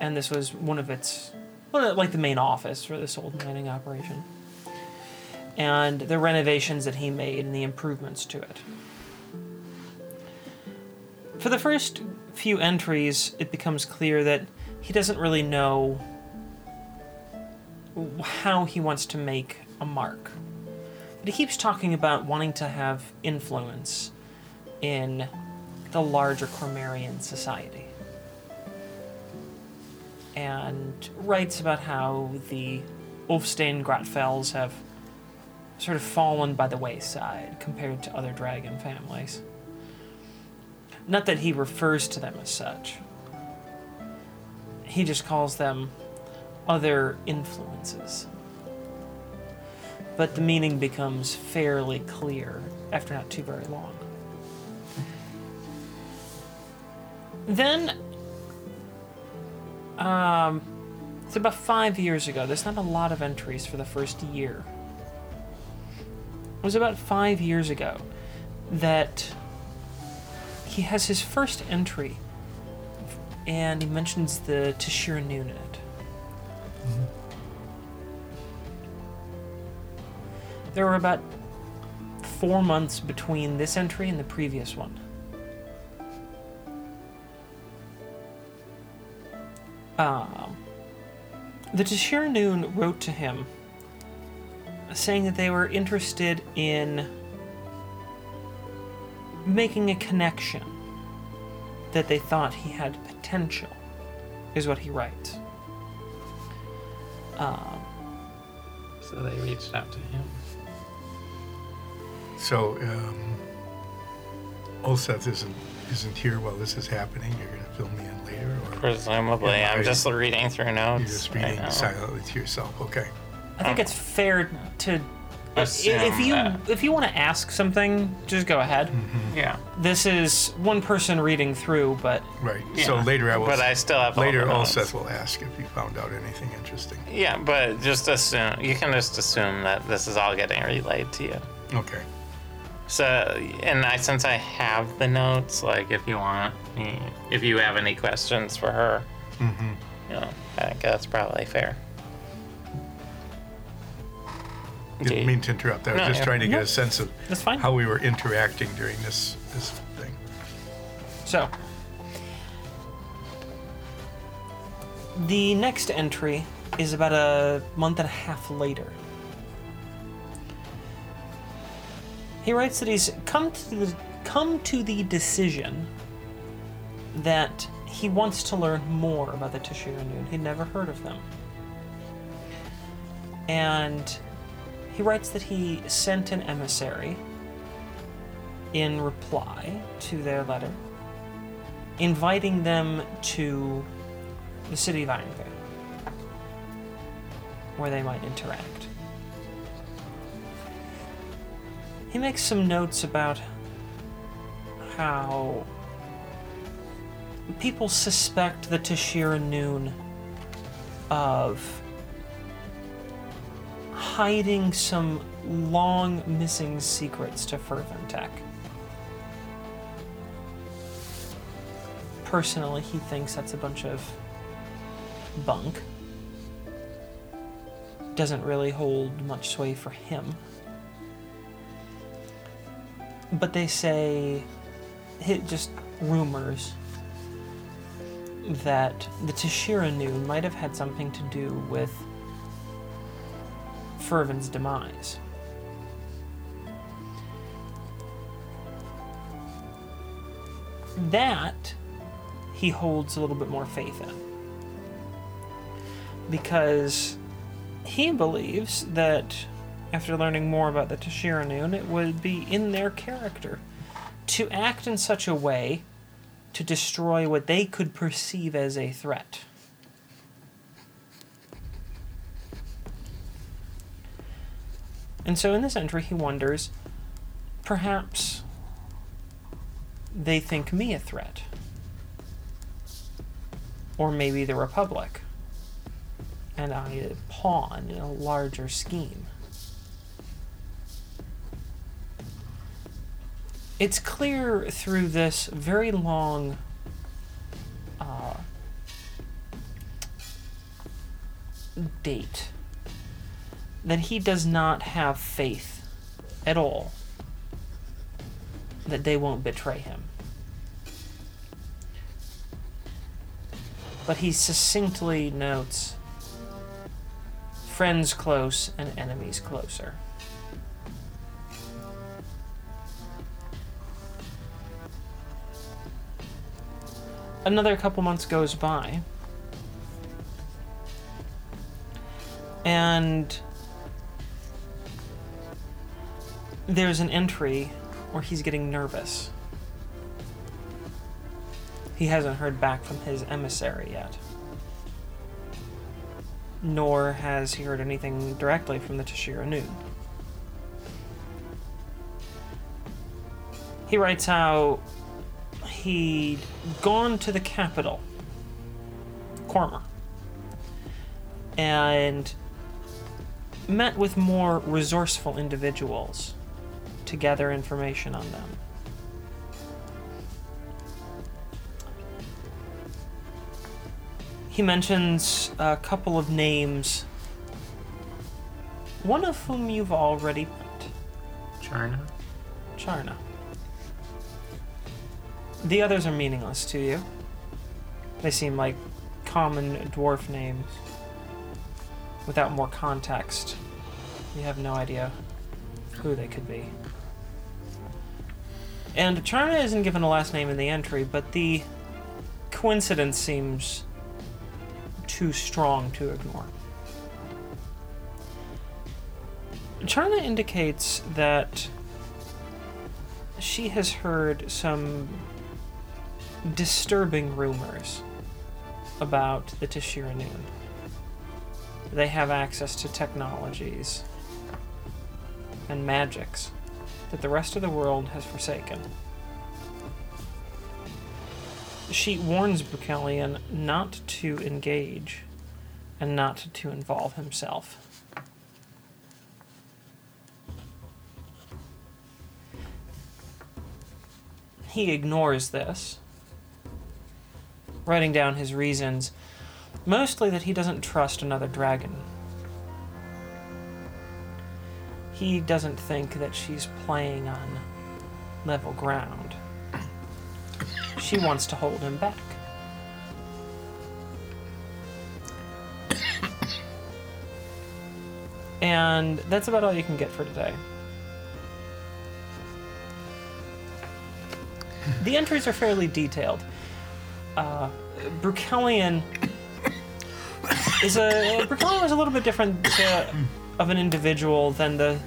And this was one of its well, like the main office for this old mining operation. And the renovations that he made and the improvements to it. For the first few entries, it becomes clear that he doesn't really know how he wants to make a mark. But he keeps talking about wanting to have influence in the larger Cormarian society. And writes about how the Ulfstein Gratfells have sort of fallen by the wayside compared to other dragon families. Not that he refers to them as such. He just calls them other influences. But the meaning becomes fairly clear after not too very long. Then, um, it's about five years ago. There's not a lot of entries for the first year. It was about five years ago that he has his first entry and he mentions the Tashir Nunit. There were about four months between this entry and the previous one. Um, the Tashir Nun wrote to him saying that they were interested in making a connection that they thought he had potential, is what he writes.
So they reached out to him.
So, um, Olseth isn't isn't here while this is happening. You're going to fill me in later, or
Presumably,
Yeah, I-
I'm just reading through notes.
you're just
right
reading
now.
silently to yourself. Okay.
I think it's fair to. i-
Assume
If you
that.
if you want to ask something, just go ahead.
Yeah.
This is one person reading through, but
Right. So
Yeah.
later I will.
But I still have all
later
the notes.
Olseth will ask if you found out anything interesting.
Yeah, but just assume you can just assume that this is all getting relayed to you.
Okay.
So, and I since I have the notes, like if you want, me- if you have any questions for her, mm-hmm. you know, I think that's probably fair. Do you-
Didn't mean to interrupt. I was
No,
just
yeah.
trying to get
No.
a sense of
that's fine.
how we were interacting during this this thing.
So, the next entry is about a month and a half later. He writes that he's come to the, come to the decision that he wants to learn more about the Tashira Noon. He'd never heard of them. And he writes that he sent an emissary in reply to their letter inviting them to the city of Ironvale, where they might interact. He makes some notes about how people suspect the Tashira Noon of hiding some long missing secrets to Ferventech. personally he thinks that's a bunch of bunk doesn't really hold much sway for him but they say hi- just rumors that the Tashira Noon might have had something to do with Fervin's demise. That he holds a little bit more faith in. Because he believes that after learning more about the Tashira Noon, it would be in their character to act in such a way to destroy what they could perceive as a threat. And so in this entry, he wonders perhaps they think me a threat or maybe the Republic. And I a pawn in a larger scheme. It's clear through this very long uh, date that he does not have faith at all that they won't betray him. but he succinctly notes friends close and enemies closer. Another couple months goes by, and there's an entry where he's getting nervous. He hasn't heard back from his emissary yet. Nor has he heard anything directly from the Tashira Noon. He writes how he'd gone to the capital, Cormer, and met with more resourceful individuals to gather information on them. he mentions a couple of names, one of whom you've already met.
Charna.
Charna. The others are meaningless to you. They seem like common dwarf names. Without more context, you have no idea who they could be. And Charna isn't given a last name in the entry, but the coincidence seems too strong to ignore. Charna indicates that she has heard some disturbing rumors about the Tashiranun. They have access to technologies and magics that the rest of the world has forsaken. She warns Bukelian not to engage and not to involve himself. He ignores this, writing down his reasons, mostly that he doesn't trust another dragon. He doesn't think that she's playing on level ground. She wants to hold him back. And that's about all you can get for today. The entries are fairly detailed. Uh, Brukellian is a Brukellian was a little bit different uh, of an individual than the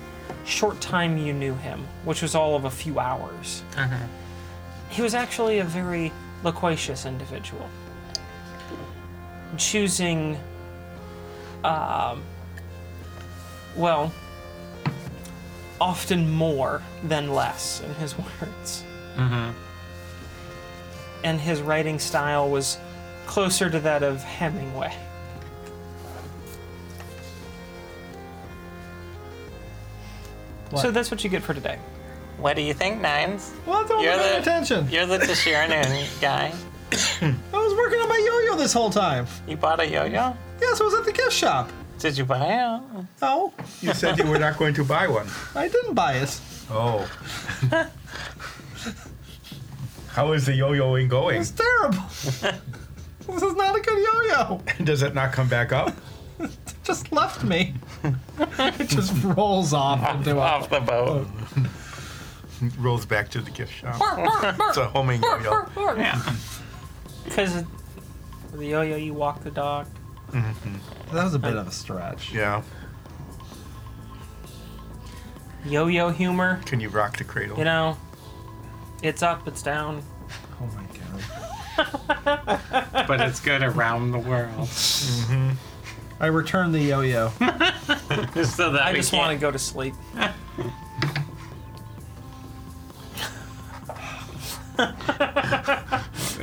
short time you knew him, which was all of a few hours. He was actually a very loquacious individual, choosing, um, well, often more than less in his words and his writing style was closer to that of Hemingway. So that's what you get for today.
What do you think, Nines?
Well, don't
You're
pay
the-
attention.
You're the Tashiranun guy.
I was working on my yo-yo this whole time.
You bought a yo-yo?
Yes, I was at the gift shop.
Did you buy it?
No,
You said you were not going to buy one.
I didn't buy it.
Oh. How is the yo-yoing going?
It's terrible. this is not a good yo-yo.
Does it not come back up?
It just left me. it just rolls off into a.
Off the boat.
Rolls back to the gift shop. it's a homing yo-yo.
Yeah.
Because the yo-yo, you walk the dog.
That was a bit of a stretch.
Yeah.
Yo-yo humor,
Can you rock the cradle?
you know, it's up, it's down.
Oh my god.
But it's good around the world.
I returned the yo-yo.
so that
I
we
just
can't-
want to go to sleep.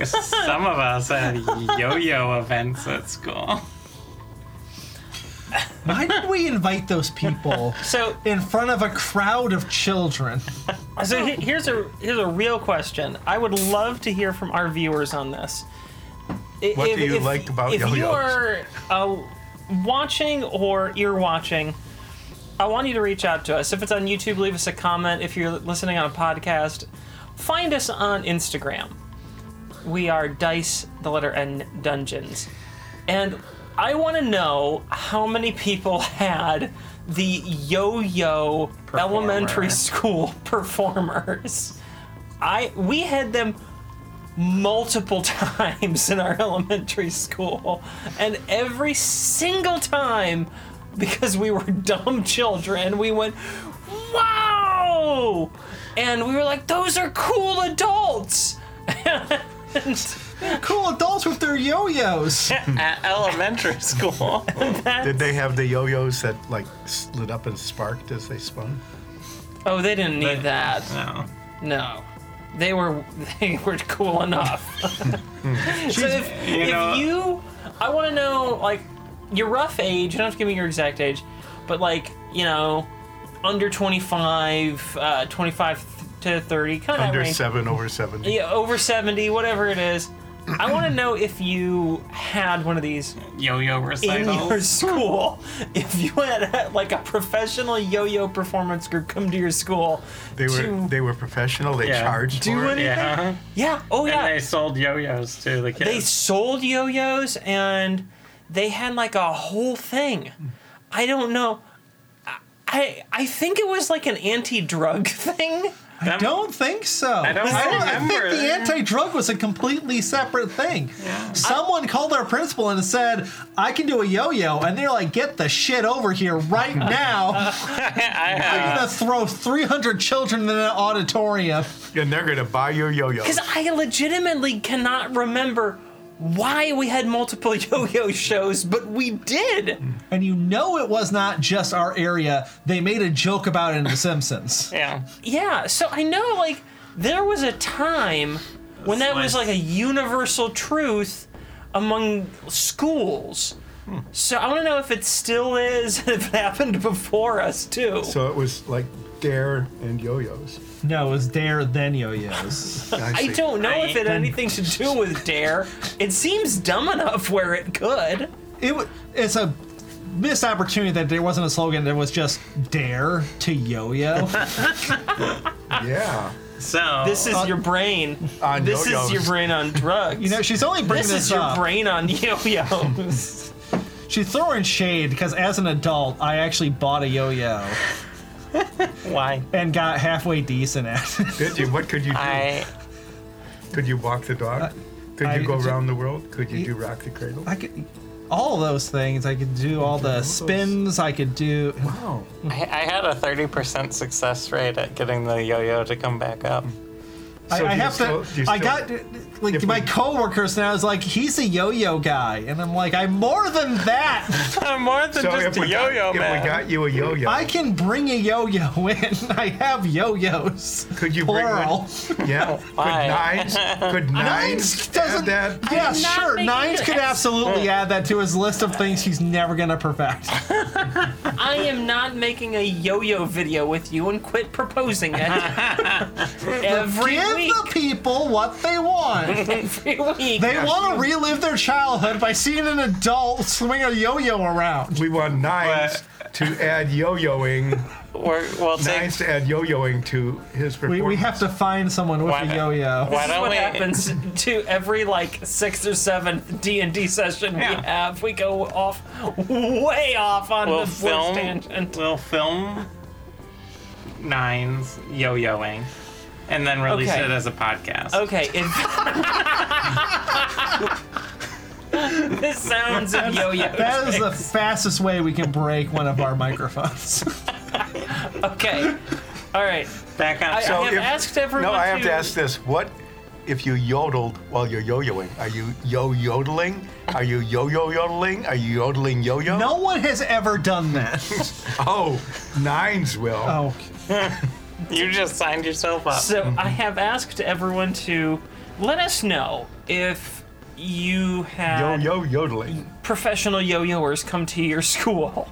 Some of us had yo-yo events at school.
Why did we invite those people
So,
in front of a crowd of children?
so he- here's a here's a real question. I would love to hear from our viewers on this. I-
What do you like about
if you
yo-yos?
are uh, watching or ear watching? I want you to reach out to us. If it's on YouTube, leave us a comment. If you're listening on a podcast, find us on Instagram. We are Dice, the letter N, Dungeons. And I want to know how many people had the yo yo elementary school performers. I We had them multiple times in our elementary school, and every single time, because we were dumb children, we went, Wow! And we were like, Those are cool adults! and
Cool adults with their yo-yos.
At elementary school.
Did they have the yo-yos that like slid up and sparked as they spun?
Oh, they didn't need that.
No.
No. They were they were cool enough. so if you, if
know-
you I want to know like your rough age, you don't have to give me your exact age, but like, you know, under 25, uh 25 to 30 kind of
Under
range.
seven, over seventy.
Yeah, over 70, whatever it is. I want to know if you had one of these
Yo-yo
in
recitals.
your school. If you had uh, like a professional yo-yo performance group come to your school,
They were
to
they were professional. They
Yeah.
charged
do
for it.
anything.
Yeah.
Yeah. Oh yeah.
And they sold yo-yos to the kids.
they sold yo-yos and they had like a whole thing i don't know I- i i think it was like an anti-drug thing
I don't think so. I
don't
I think
remember.
the anti-drug was a completely separate thing. Someone called our principal and said, "I can do a yo-yo," and they're like, "Get the shit over here right now! I'm
I,
gonna throw 300 children in an auditorium."
And they're gonna buy your yo-yo.
because i legitimately cannot remember why we had multiple yo-yo shows but we did
And you know it was not just our area. They made a joke about it in The Simpsons.
yeah.
yeah so i know like there was a time when that was
nice.
like a universal truth among schools so i want to know if it still is and if it happened before us too
So it was like dare and yo-yos.
No, it was Dare then yo-yos.
I
see.
don't know
I-
if it had anything to do with Dare. It seems dumb enough where it could.
it wa it's a missed opportunity that there wasn't a slogan. There was just Dare to yo-yo.
Yeah.
So
This is your brain.
On
this
yo-yos.
is your brain on drugs.
Uh, You know, she's only bringing
this
this,
is your
up.
brain on yo-yos.
She's throwing shade because as an adult, I actually bought a yo-yo
why
and got halfway decent at it.
Did you? What could you do?
I
could you walk the dog? could
I-
you go around the world? Could you
You-
do rock the cradle?
I could all those things. I could do all the spins. I could do.
oh.
I I had a 30% success rate at getting the yo-yo to come back up.
I,
So
I
do you
have
still-
to.
do you
I
still-
got like
If
my
we-
coworkers now is like he's a yo-yo guy, and I'm like I'm more than that.
I'm more than
So
just
if
a
we, got,
yo-yo
if we
man.
got you a yo-yo,
I can bring a yo-yo in. I have yo-yos.
could you bring
Plural.
one? Yeah. could
Why?
nines? Could
Nines
nines?
doesn't.
add that?
Yeah,
I'm not
sure.
making
Nines
an
could
ex-
absolutely add that to his list of things he's never gonna perfect.
I am not making a yo-yo video with you and quit proposing it every
Give
week.
the people what they want.
Every week.
They want to relive their childhood by seeing an adult swing a yo-yo around.
We want nines to add yo-yoing.
We're, we'll take.
Nines to add yo-yoing to his
We,
performance.
we have to find someone with
Why
a
not?
yo-yo.
Why
This is
don't
what
we?
happens to every like sixth or seventh D and D session we
Yeah.
have. We go off, way off on
We'll
the worst
film.
tangent.
We'll film nines yo-yoing, and then release
Okay.
it as a podcast.
Okay, if the sounds of yo-yo.
That is the fastest way we can break one of our microphones.
Okay, all right.
Back on.
I,
so
I have
if-
asked everyone.
No, I have to ask this. What if you yodeled while you're yo-yoing? Are you yo-yodeling? Are you yo-yo yodeling? Are you yodeling yo-yo?
No one has ever done that.
Oh, nines will.
Oh,
you just signed yourself up.
So I have asked everyone to let us know if you had
Yo-yo yodeling.
professional yo-yoers come to your school.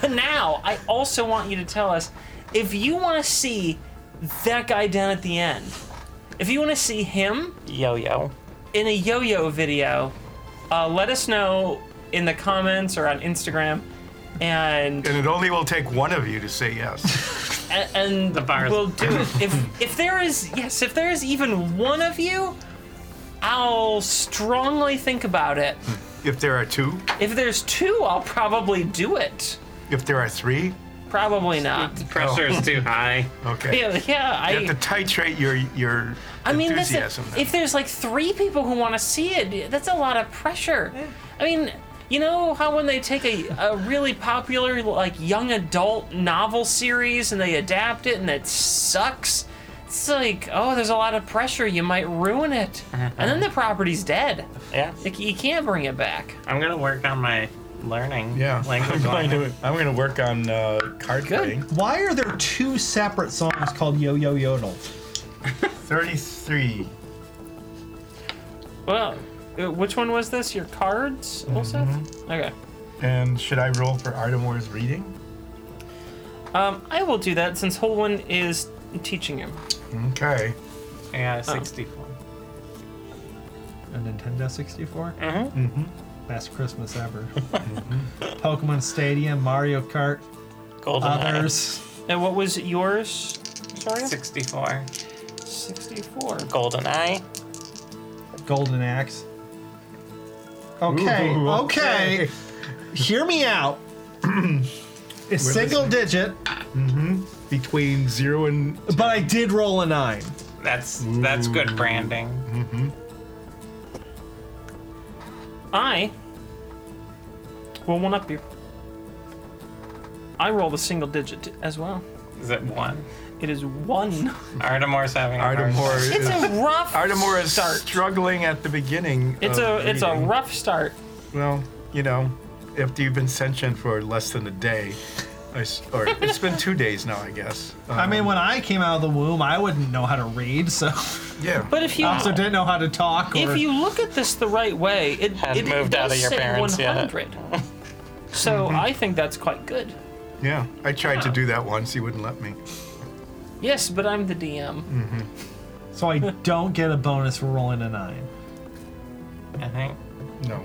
But now I also want you to tell us if you want to see that guy down at the end. If you want to see him
yo-yo.
in a yo-yo video, uh, let us know in the comments or on Instagram, and
And it only will take one of you to say yes.
and, and
The virus.
we'll do it. If if there is yes, if there is even one of you, I'll strongly think about it.
if there are two,
If there's two, I'll probably do it.
if there are three,
Probably not.
Pressure is too high.
okay.
Yeah, yeah.
You have
I,
to titrate your your
I mean, this is,
enthusiasm.
if there's like three people who want to see it, that's a lot of pressure. I mean, you know how when they take a, a really popular like young adult novel series and they adapt it and it sucks. It's like, oh, there's a lot of pressure. You might ruin it, and then the property's dead.
Yeah.
Like, you can't bring it back.
I'm gonna work on my learning.
yeah,
Language.
I'm
learning.
going to I'm going to work on uh, card playing.
why are there two separate songs called Yo Yo Yodel?
Thirty-three.
Well, uh, which one was this? Your cards, Olseth? Okay.
And should I roll for Artemore's reading?
Um, I will do that since Holwyn is teaching him.
Okay.
Yeah, 64.
a Nintendo 64? Mm-hmm. Best Christmas ever. Pokemon Stadium, Mario Kart,
Golden
others.
And Uh, what was yours? Sorry?
64.
64.
Golden Eye.
Golden Axe. Okay,
Ooh,
okay. Hear me out. A single
listening.
digit,
Between zero and
but I did roll a nine.
That's that's
Mm.
good branding.
I will one up you. I rolled a single digit as well.
Is it one?
It is one.
Artemore's having a hard
Ardamore
time.
It's
is,
a rough Oh,
Ardamore is
start.
struggling at the beginning.
It's
of
a
the
it's a
meeting.
rough start.
Well, you know, after you've been sentient for less than a day, I s or it's been two days now, I guess.
I
Um,
mean, when I came out of the womb, I wouldn't know how to read, so
yeah.
But if you
I also didn't know how to talk. Or,
if you look at this the right way, it
Hadn't
it
moved
does
out of your
say
parents yet.
100. So I think that's quite good.
yeah, I tried to
Yeah.
do that once. He wouldn't let me.
Yes, but I'm the DM.
so I don't get a bonus for rolling a nine.
I think
No.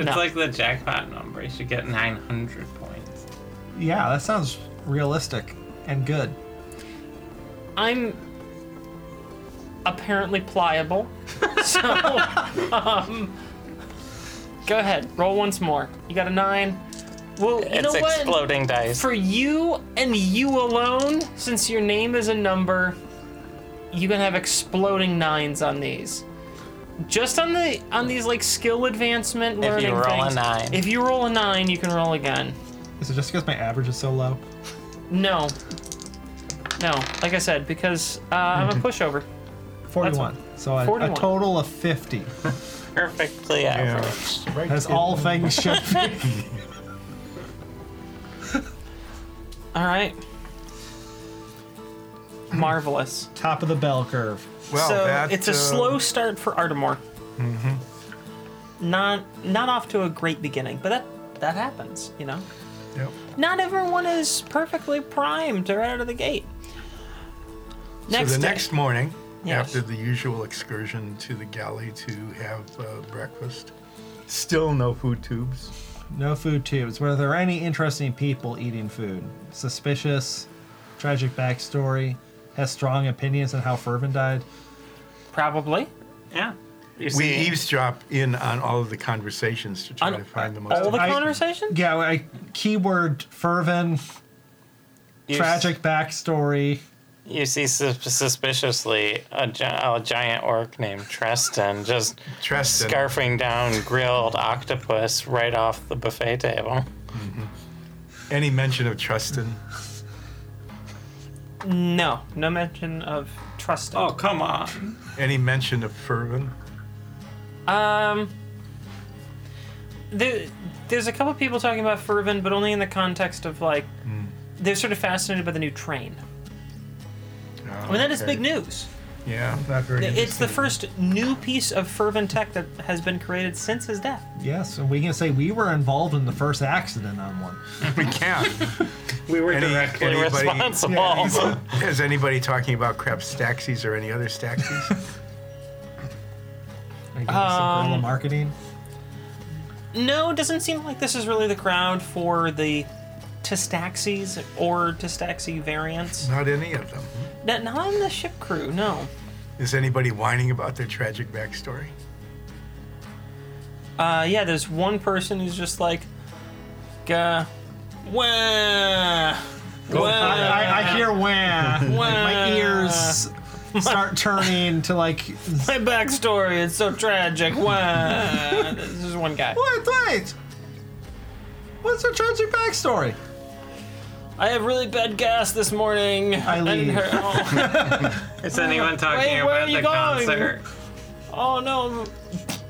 it's
No.
like the jackpot number. You should get 900 points.
Yeah, that sounds realistic and good.
I'm apparently pliable. So, um, go ahead, roll once more. You got a nine. Well, you
It's
know what?
exploding dice.
For you and you alone, since your name is a number, you can have exploding nines on these. Just on the on these like skill advancement
you
learning
roll a
things,
nine.
If you roll a nine, you can roll again.
Is it just because my average is so low?
No. No, like I said, because uh, I'm a pushover.
Forty-one. So a, a
41.
total of fifty.
Perfectly
Yeah.
average.
Right
That's
in-
all things should be.
All right. Marvelous.
Top of the bell curve.
Well,
so
that,
it's a
uh,
slow start for Artemore. Mm-hmm.
Mm-hmm.
Not not off to a great beginning, but that that happens, you know.
Yep.
Not everyone is perfectly primed or out of the gate. Next,
so the
day-
next morning,
Yes.
after the usual excursion to the galley to have uh, breakfast, still no food tubes.
No food tubes. Were there any interesting people eating food? Suspicious, tragic backstory, has strong opinions on how Fervin died.
probably
Yeah. You
We
see-
eavesdrop in on all of the conversations to try
On
to find the most.
all the
I-
conversations.
Yeah, I, keyword Fervin,
you
tragic backstory.
You see sus- suspiciously a, gi- a giant orc named Treston just
Treston.
scarfing down grilled octopus right off the buffet table.
Any mention of Tristan?
No, no mention of trust.
Oh,
Oh.
come on.
Any mention of Fervin?
Um, there, there's a couple people talking about Fervin, but only in the context of like
Mm.
they're sort of fascinated by the new train. I mean, that is big news.
Yeah, not very.
It's
interesting.
the first new piece of Fervin tech that has been created since his death.
Yes, and we can say we were involved in the first accident on one.
we can.
We were
Any-
directly
anybody-
responsible.
Is anybody talking about crap staxies or any other staxies?
I guess some guerrilla
Um,
marketing.
No, it doesn't seem like this is really the crowd for the Testaxis or Testaxi variants.
not any of them.
Not, not on the ship crew, no.
Is anybody whining about their tragic backstory?
Uh, yeah, there's one person who's just like, uh, wah, wah.
I, I, I hear wham. My ears start turning to like.
my backstory. It's so tragic. Wah. this is one guy.
What? Wait. What's her tragic backstory?
I have really bad gas this morning.
I
didn't
leave.
hurt- oh,
Is anyone talking
Wait, where are
about
you
the
going?
concert?
oh no.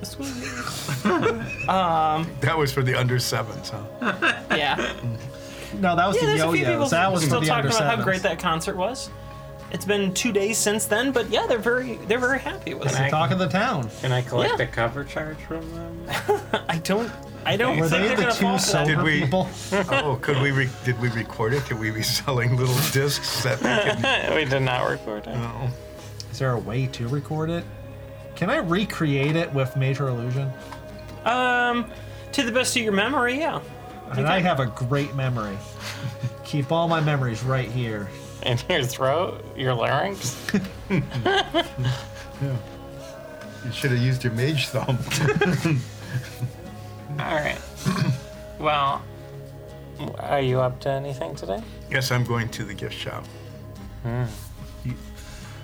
Excuse me.
That was for the under sevens, huh?
Yeah.
No, that was
Yeah,
the
there's a few people
yo-yos. That was
still
for the
talking
under
about how
sevens.
great that concert was. It's been two days since then, but yeah, they're very they're very happy with
Can
it.
I-
Talk of the town.
Can I collect
Yeah.
a cover charge from them?
I don't I don't
Were
think
they
are
the
gonna fall
two
for that.
sober
we-
people?
Oh, could we? Re- did we record it? Could we be selling little discs that we could?
we did not record it.
Oh,
Is there a way to record it? Can I recreate it with Major Illusion?
Um, to the best of your memory, yeah.
And I have a great memory. Keep all my memories right here.
In your throat, your larynx.
You should have used your mage thumb.
All right. well, are you up to anything today?
Yes, I'm going to the gift shop.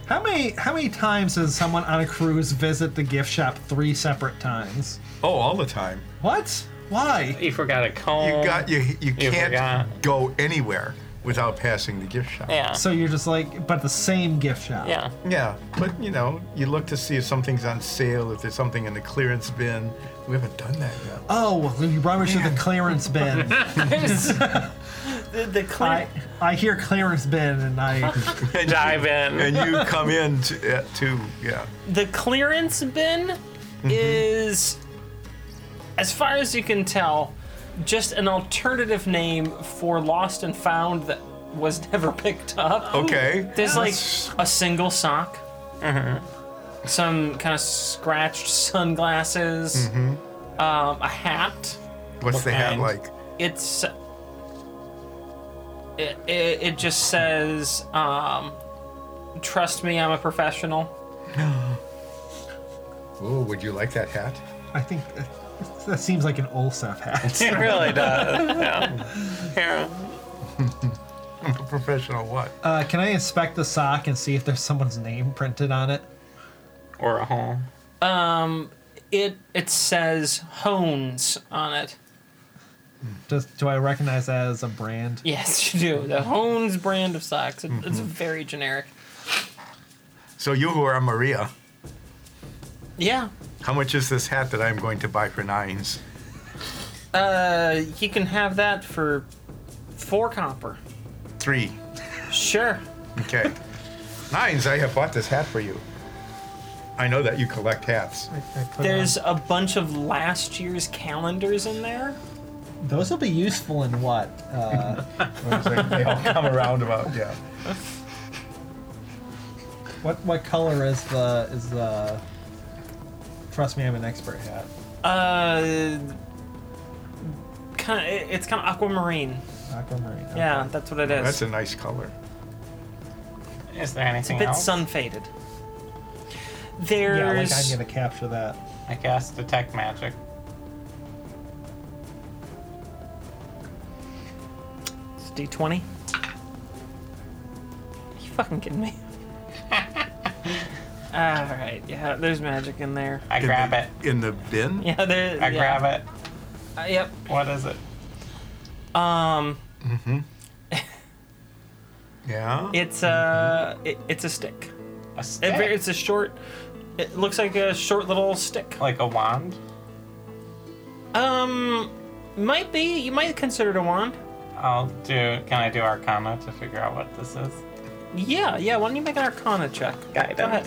How many how many times does someone on a cruise visit the gift shop three separate times?
Oh, all the time.
What? Why?
You forgot a comb.
You got you. You can't
forgot.
go anywhere without passing the gift shop.
Yeah.
So you're just like, but the same gift shop.
yeah.
Yeah, but you know, you look to see if something's on sale, if there's something in the clearance bin. We haven't done that yet.
Oh, the rubbish of the clearance bin.
the, the clear.
I I hear clearance bin and I
And you-
Dive in.
and you come in to, uh, to yeah.
the clearance bin Mm-hmm. is as far as you can tell just an alternative name for lost and found that was never picked up
Okay.
there's
That's-
like a single sock some kind of scratched sunglasses um, a hat
What's the hat
and-
like?
it's it, it, it just says um, trust me i'm a professional
Oh, would you like that hat?
I think that, that seems like an Olsef hat.
It really does. Yeah. Here.
Professional what?
Uh, can I inspect the sock and see if there's someone's name printed on it?
Or a home.
It it says Hones on it.
Does do I recognize that as a brand?
Yes, you do. The Hones brand of socks. It, It's very generic.
So you who are Maria,
Yeah.
how much is this hat that I'm going to buy for nines?
Uh, you can have that for four copper.
Three.
Sure.
Okay. nines, I have bought this hat for you. I know that you collect hats.
I, I put
There's a bunch of last year's calendars in there.
on- those will be useful in what? Uh,
they all come around about yeah.
what what color is the is the? Trust me, I'm an expert hat.
Uh, kind of, it's kind of aquamarine.
Aquamarine. okay.
Yeah, that's what it is.
That's a nice color.
Is there anything
a bit
else?
sun faded.
Yeah,
There's
like I'm gonna capture that.
I guess detect magic.
It's D20. Are you fucking kidding me? Alright, yeah, there's magic in there.
I
In
grab
the,
it.
In the bin?
Yeah, there.
I
yeah.
grab
Uh, yep.
it. What is it?
Um,
Yeah.
it's a it, it's a stick.
A
It,
stick?
ver- It's a short. It looks like a short little stick.
like a wand?
Um, might be. You might consider it a wand.
I'll do. Can I do Arcana to figure out what this is?
Yeah, yeah. Why don't you make an Arcana check? Go ahead.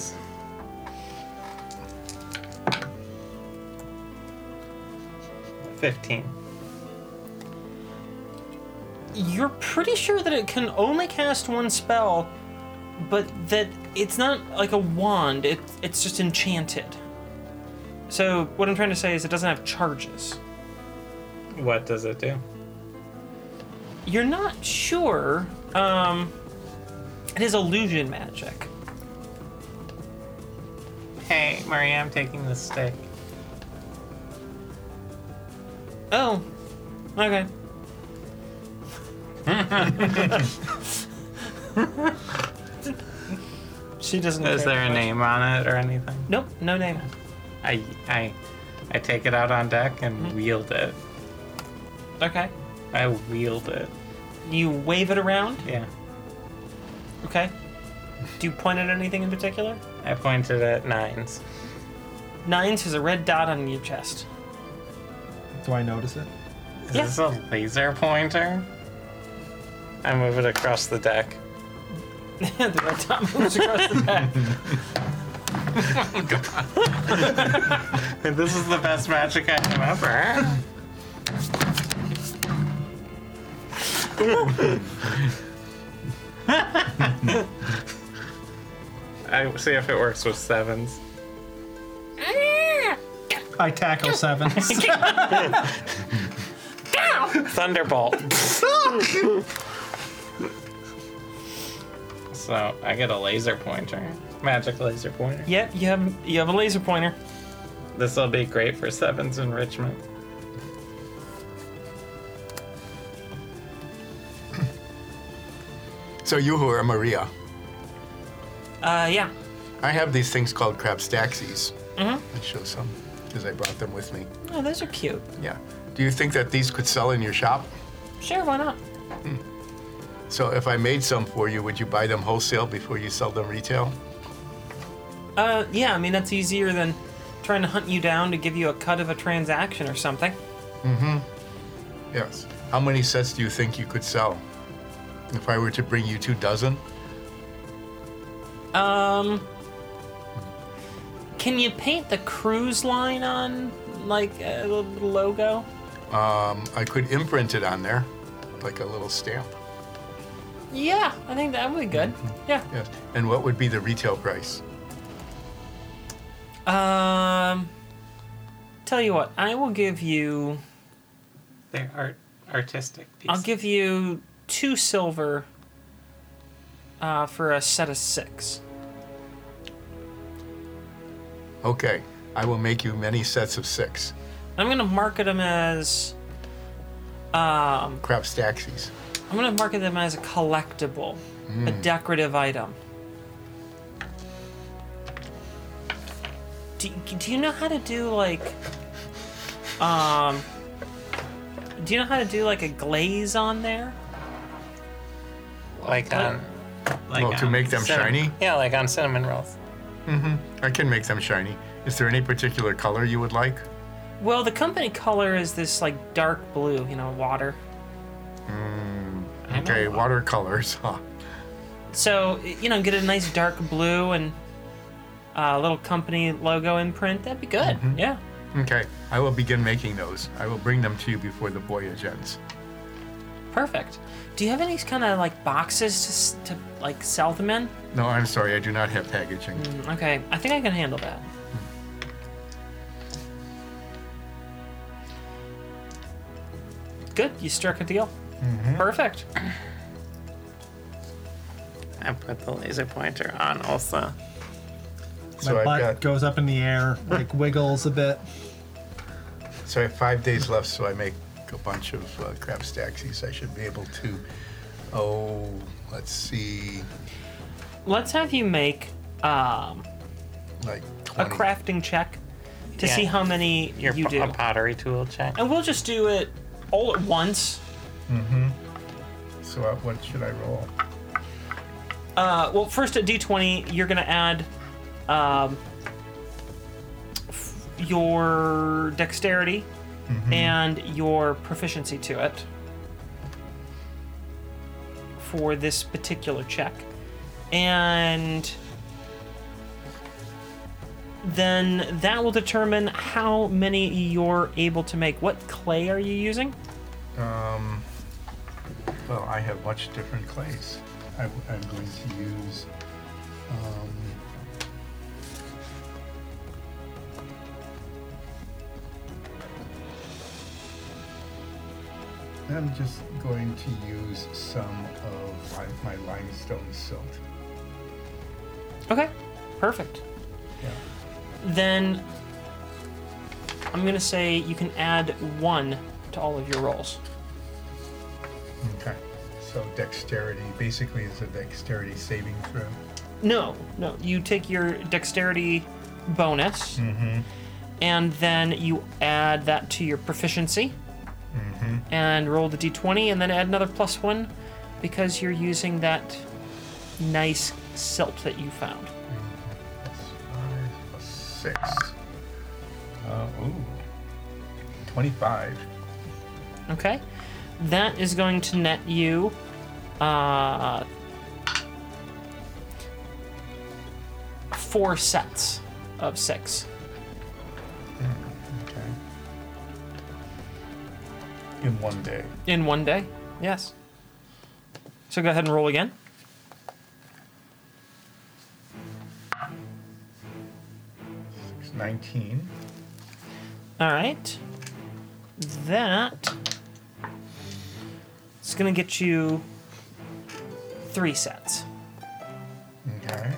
Fifteen.
you're pretty sure that it can only cast one spell, but that it's not like a wand. It, it's just enchanted. So what I'm trying to say is it doesn't have charges.
What does it do?
You're not sure. Um, it is illusion magic.
Hey, Maria, I'm taking the stick.
Oh, okay. she doesn't.
Is
care
there a
much.
name on it or anything?
Nope, no name.
I, I, I take it out on deck and wield it.
Okay.
I wield it.
You wave it around.
Yeah.
Okay. Do you point at anything in particular?
I pointed at nines.
Nines has a red dot on your chest.
Do I notice it?
Is
Yeah.
this a laser pointer? I move it across the deck.
the red dot moves across the back.
This is the best magic I have ever. I see if it works with sevens.
I tackle seven.
Thunderbolt. so I get a laser pointer, magic laser pointer.
Yep, you have you have a laser pointer.
This will be great for sevens enrichment.
So you who are Maria,
Uh, yeah.
I have these things called crab staxies. Mm-hmm. I show some because I brought them with me.
Oh, those are cute.
Yeah. Do you think that these could sell in your shop?
Sure, why not?
So if I made some for you, would you buy them wholesale before you sell them retail?
Uh, yeah. I mean, that's easier than trying to hunt you down to give you a cut of a transaction or something.
Yes. How many sets do you think you could sell? If I were to bring you two dozen?
Um, can you paint the cruise line on like a little logo?
Um, I could imprint it on there, like a little stamp.
Yeah, I think that would be good. Yeah.
Yes. And what would be the retail price?
Um, tell you what, I will give you.
They're art, artistic pieces.
I'll give you two silver. Uh, for a set of six.
Okay. I will make you many sets of six
I'm gonna market them as. Um,
crab staxies.
I'm gonna market them as a collectible, a decorative item. Do, do you know how to do like, um, do you know how to do like a glaze on there?
like on, like um,
Well, to
on
make them
cinnamon-
shiny?
Yeah, like on cinnamon rolls.
I can make them shiny. Is there any particular color you would like?
Well, the company color is this like dark blue, you know, water.
Okay, watercolors. Huh.
So you know, get a nice dark blue and a little company logo imprint. That'd be good. Yeah.
Okay, I will begin making those. I will bring them to you before the voyage ends.
Perfect. Do you have any kind of like boxes to, s- to like sell them in?
No, I'm sorry, I do not have packaging.
Mm.
Okay, I think I can handle that. Good, you struck a deal. Perfect.
I put the laser pointer on also.
So
My
I've
butt
got-
goes up in the air, like wiggles a bit.
So I have five days left, so I make a bunch of uh, crab staxies. I should be able to. Oh, let's see,
Let's have you make um,
like
a
20.
crafting check to
Yeah.
see how many
Your
you
po-
do,
a pottery tool check.
and we'll just do it all at once.
So uh, what should I roll?
Uh, well, first at D20, you're gonna add um, f- your dexterity and your proficiency to it for this particular check, and then that will determine how many you're able to make. What clay are you using?
Um, well, I have much different clays. I, am going to use. Um, I'm just going to use some of li- my limestone silt.
Okay, perfect.
Yeah.
Then I'm gonna say you can add one to all of your rolls.
Okay. So dexterity basically is a dexterity saving throw.
No, no, you take your dexterity bonus, and then you add that to your proficiency, and roll the d20, and then add another plus one because you're using that nice silt that you found.
Plus five, plus six. Uh, ooh. 25.
Okay. That is going to net you uh, four sets of six.
Okay. In one day.
In one day? Yes. So go ahead and roll again.
It's 19.
All right. That is going to get you three sets.
Okay.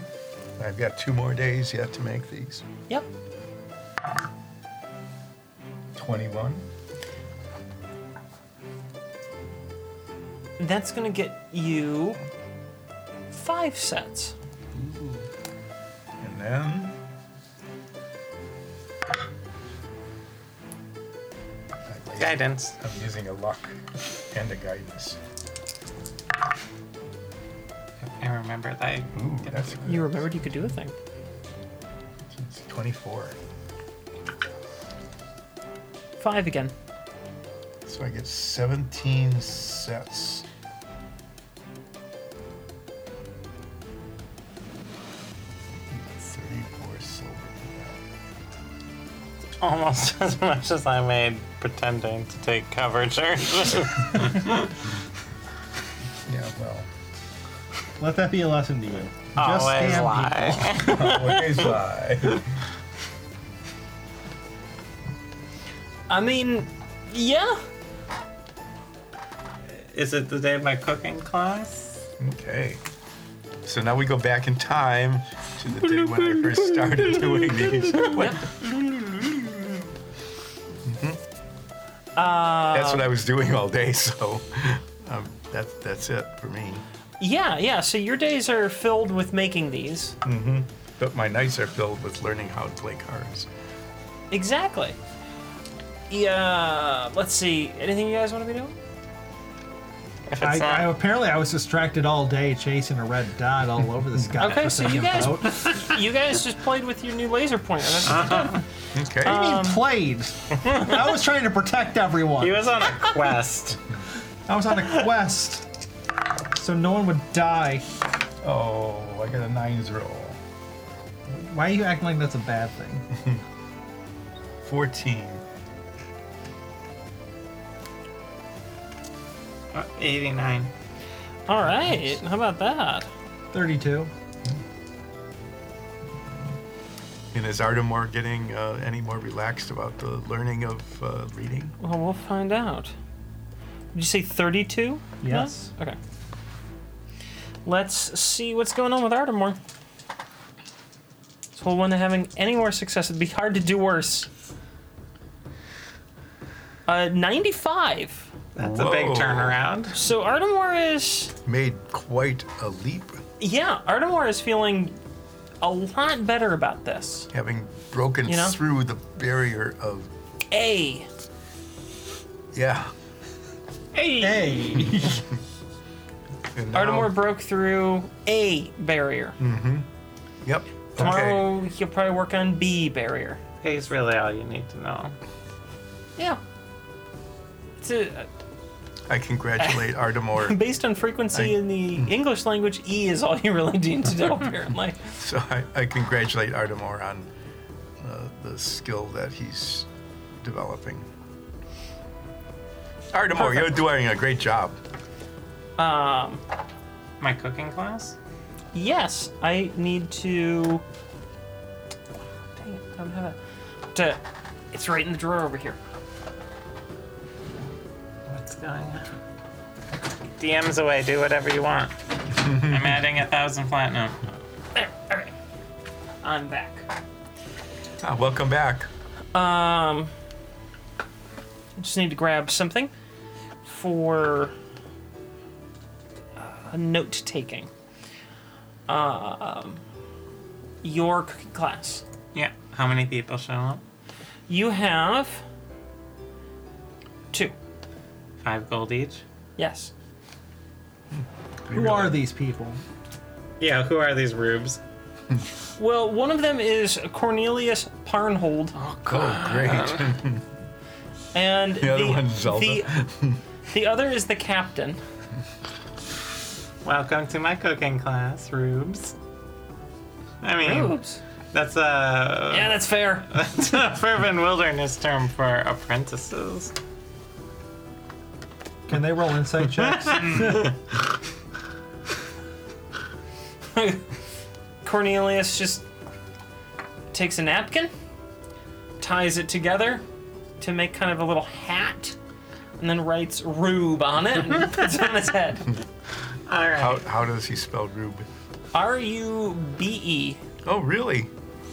I've got two more days yet to make these.
Yep.
21.
That's going to get you five sets.
And then.
I'm using-
Guidance.
I'm using a luck and a guidance.
I remember that.
Ooh, that's good.
You remembered you could do a thing.
It's 24.
Five again.
So I get 17 sets. Thirty-four silver.
Almost as much as I made pretending to take cover charge.
Yeah, well.
Let that be a lesson to you.
Oh,
Always
scam
lie.
Always lie.
I mean, yeah.
Is it the day of my cooking class?
Okay. So now we go back in time to the day when I first started doing these. What? Mhm. that's what I was doing all day, so um, that, that's it for me.
Yeah, yeah. So your days are filled with making these.
But my nights are filled with learning how to play cards.
Exactly. Yeah. Let's see. Anything you guys want to be doing?
If it's
I,
not,
I, apparently, I was distracted all day chasing a red dot all over this guy.
Okay, so you guys-
Boat.
You guys just played with your new laser pointer. That's
Okay.
Uh,
um,
played. I was trying to protect everyone.
he was on a quest.
I was on a quest, so no one would die.
Oh, I got a nines roll.
Why are you acting like that's a bad thing?
14.
89.
All right. How about that?
Thirty-two.
And is Artemore getting uh, any more relaxed about the learning of uh, reading?
Well, we'll find out. Did you say 32?
Yes.
Okay. Let's see what's going on with Artemore. This whole one having any more success. It'd be hard to do worse. Uh, 95.
That's a big
Whoa.
turnaround.
So Artemore is.
Made quite a leap,
Yeah, Artemore is feeling a lot better about this.
having broken
You know?
through the barrier of,
A.
yeah.
Hey.
And now-
Artemore broke through A barrier.
Yep. Okay.
Tomorrow he'll probably work on B barrier.
He's really all you need to know.
Yeah. It's a,
I congratulate Artemore.
based on frequency
I-
in the English language, E is all you really need to know, apparently.
So I, I congratulate Artemore on uh, the skill that he's developing. Artemore, you're doing a great job.
Um,
My cooking class?
yes, I need to. Dang it, I don't have it. To, it's right in the drawer over here.
What's going on? DM's away. Do whatever you want. I'm adding a thousand platinum.
There, all right. I'm back.
Ah, welcome back.
Um, just need to grab something for uh, note taking. Um, your cooking class.
Yeah. How many people show up?
You have two.
Five gold each.
Yes.
Who are these people?
Yeah. Who are these rubes?
Well, one of them is Cornelius Parnhold,
Oh, great.
and the
other one's Zelda.
the- the other is the captain.
Welcome to my cooking class, rubes. I mean,
Oops.
that's a
Yeah, that's fair.
that's a urban wilderness term for apprentices.
Can they roll insight checks? Cornelius
Cornelius just takes a napkin, ties it together, to make kind of a little hat, and then writes Rube on it and puts it on his head.
All right.
How, how does he spell Rube?
R U B E.
Oh, really?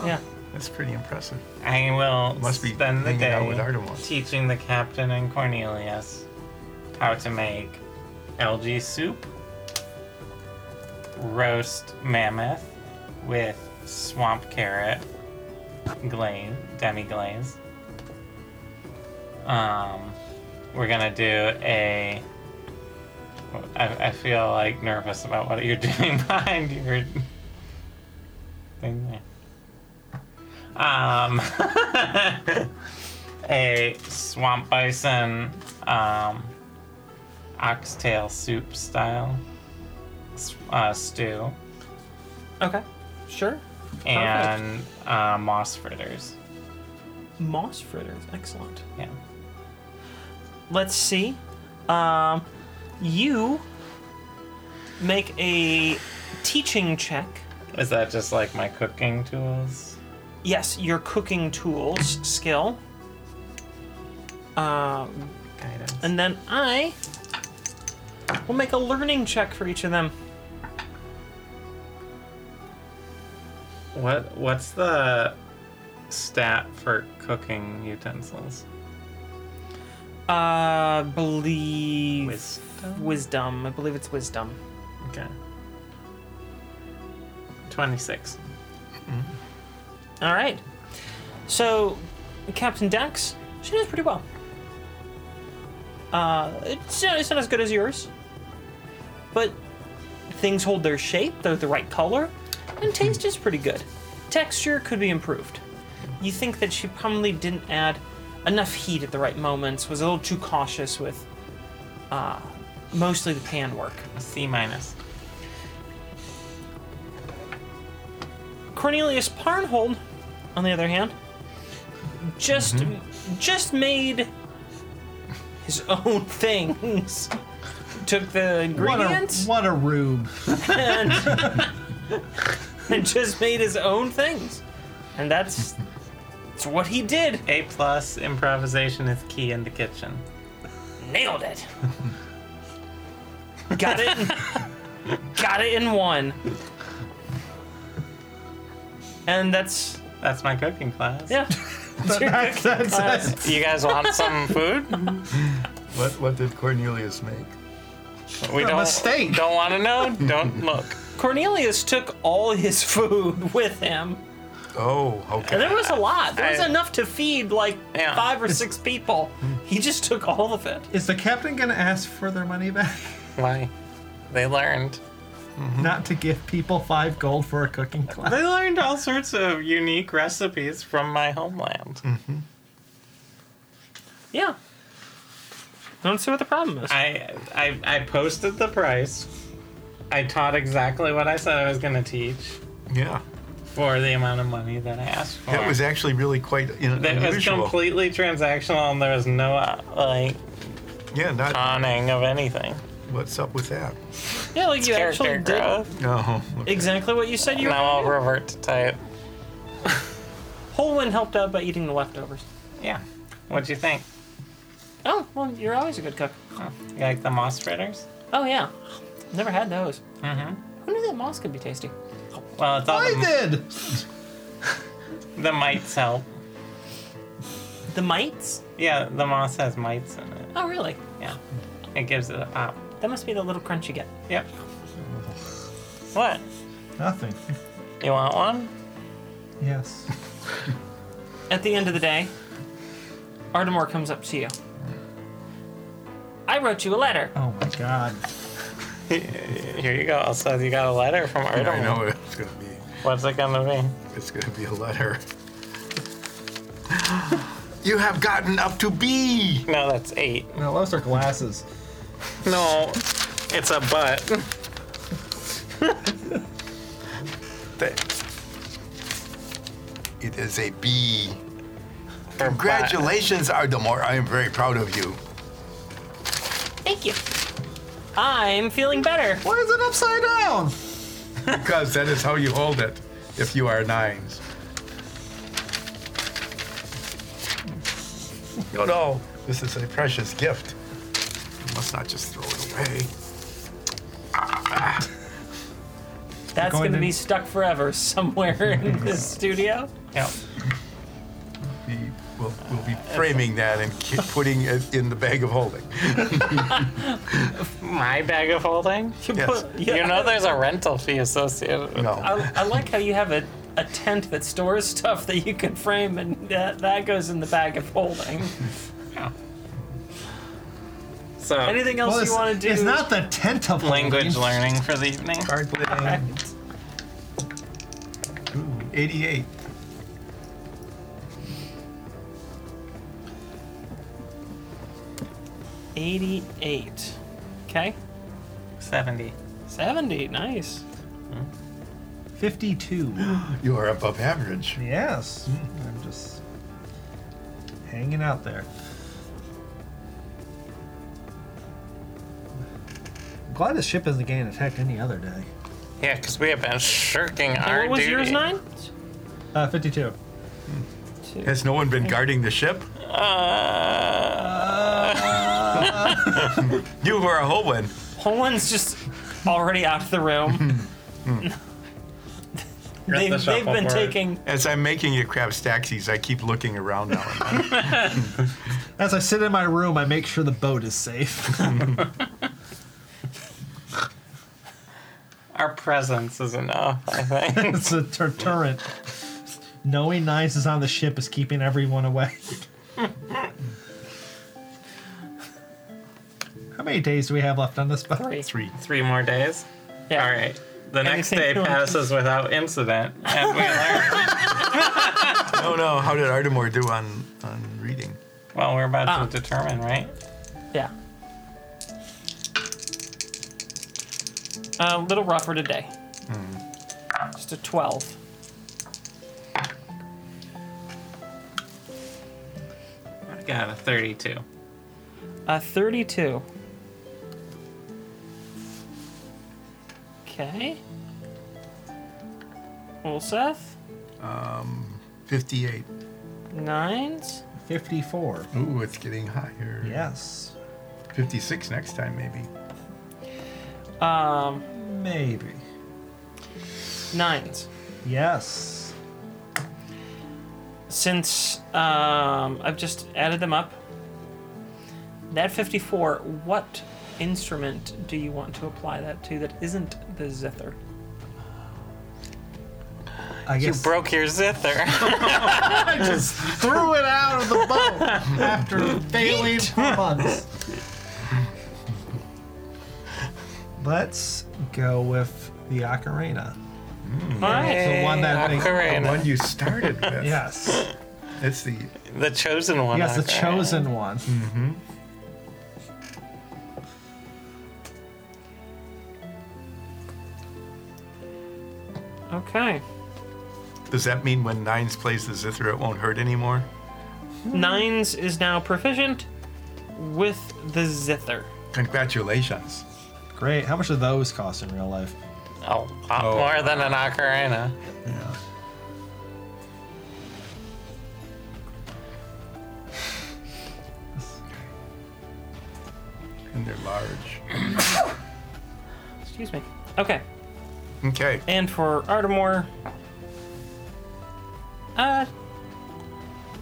Yeah.
That's pretty impressive.
I will
Must be
spend the
hanging out
day
with Artemis.
teaching the captain and Cornelius how to make algae soup, roast mammoth with swamp carrot glaze, demi glaze. Um, we're gonna do a. I, I feel like nervous about what you're doing behind your thing there um, a swamp bison um, oxtail soup style s- uh, stew
Okay. Sure.
and uh, moss fritters.
Moss fritters. Excellent.
Yeah.
Let's see. Um, you make a teaching check.
Is that just like my cooking tools?
Yes, your cooking tools skill. Um,
Guidance.
and then I will make a learning check for each of them.
What What's the stat for cooking utensils?
Uh, believe
Wisdom?
wisdom. I believe it's wisdom.
Okay. Twenty six.
All right. So, Captain Dax, she does pretty well. Uh, it's, not- it's not as good as yours, but things hold their shape, they're the right color, and taste is pretty good. Texture could be improved. You think that she probably didn't add enough heat at the right moments, was a little too cautious with uh, mostly the pan work.
C minus.
Cornelius Parnhold, on the other hand, just
Mm-hmm.
just made his own things. Took the
What a,
ingredients
what a rube.
and, and just made his own things, and that's that's what he did.
A plus improvisation is key in the kitchen.
Nailed it. Got it. in- Got it in one. And that's
That's my cooking class.
yeah. That's your
That's-
cooking
that's-
class.
You guys want some food?
What, what did Cornelius make?
We
A mistake.
Don't want to know. Don't look.
Cornelius took all his food with him.
Oh,
And there
okay.
was a lot. There was
I-
enough to feed like
Yeah.
five or six people. He just took all of it.
Is the captain going to ask for their money back?
Why? They learned.
Not to give people five gold for a cooking class.
They learned all sorts of unique recipes from my homeland.
Yeah. I don't see what the problem is.
I, I I posted the price. I taught exactly what I said I was going to teach
Yeah.
for the amount of money that I asked for.
That was actually really quite un-
That was
unusual.
completely transactional, and there was no uh, like
Yeah, not,
awning of anything.
what's up with that?
yeah, like you actually
Character
did
growth.
No.
exactly what you said you were
Now I'll revert to type.
Holwyn helped out by eating the leftovers.
Yeah. What'd you think?
Oh, well, you're always a good cook.
You like the moss fritters?
Oh yeah. Never had those. Mm-hmm. Who knew that moss could be tasty?
Well, it's all
I
the,
did!
the mites help.
The mites?
Yeah, the moss has mites in it.
Oh really?
Yeah, it gives it a pop.
That must be the little crunch you get.
Yep. What?
Nothing.
You want one?
Yes.
At the end of the day, Artemore comes up to you. I wrote you a letter.
Oh my god.
Here you go. Also, you got a letter from Artem.
I know it's going to be.
What's it gonna be?
It's going to be a letter. you have gotten up to B.
No, that's eight.
Now, those are glasses.
No, it's a butt.
That- It is a B.
For
Congratulations, Ardamore. I am very proud of you.
Thank you. I'm feeling better.
Why is it upside down?
Because that is how you hold it if you are nines.
No, no. This is a precious gift.
Let's not just throw it away.
That's
Going
going to
in-
be stuck forever somewhere in this studio. Yeah.
We will
We'll be framing that and ki- putting it in the bag of holding.
My bag of holding?
Yes.
yeah,
You know there's a rental fee associated with
No.
I, I like how you have a, a tent that stores stuff that you can frame, and that, that goes in the bag of holding.
So,
Anything else
Well,
you
it's-
want to do?
It's not the tent of
language
holding.
learning for the evening.
card playing. Ooh, 88.
eighty-eight. Okay,
70.
seventy. Nice.
52.
You are above average.
yes. I'm just hanging out there. Glad the ship isn't getting attacked any other day.
Yeah, because we have been shirking
And
our
what was
duty.
yours? Nine.
Uh, 52.
Has no one been guarding the ship?
Uh,
You were a whole one.
Poland's just already out of the room. they,
the
they've been
shuffleboard.
taking.
As I'm making your crab stacksies, I keep looking around now. and then.
As I sit in my room, I make sure the boat is safe.
Our presence is enough, I think.
it's a deterrent. Knowing Nines is on the ship is keeping everyone away. How many days do we have left on this boat?
Three.
Three.
Three more days.
Yeah.
All right. The next
Anything
day
you want to-
passes without incident, and we learn.
No, no. How did Artemore do on, on reading?
well, we're about
Ah.
to determine, right?
Yeah. A little rougher today. Just a 12.
I got a 32.
A 32. Okay. Ulseth,
58.
nines.
54.
Ooh, it's getting higher.
Yes.
56 next time, maybe.
Um,
Maybe.
nines.
Yes.
Since um, I've just added them up, that 54, what instrument do you want to apply that to that isn't the zither?
I
You
guess
broke your zither.
I just threw it out of the boat after failing for months. Let's go with the ocarina.
All right.
The one that makes-
Ocarina.
One you started with.
Yes.
It's the
The chosen one.
Yes, the
Ocarina.
chosen one.
Okay.
Does that mean when Nines plays the zither, it won't hurt anymore?
Nines is now proficient with the zither.
Congratulations.
Great. How much do those cost in real life?
A lot
Oh.
more than an ocarina.
And they're large.
Excuse me. Okay.
Okay.
And for Artemore, uh,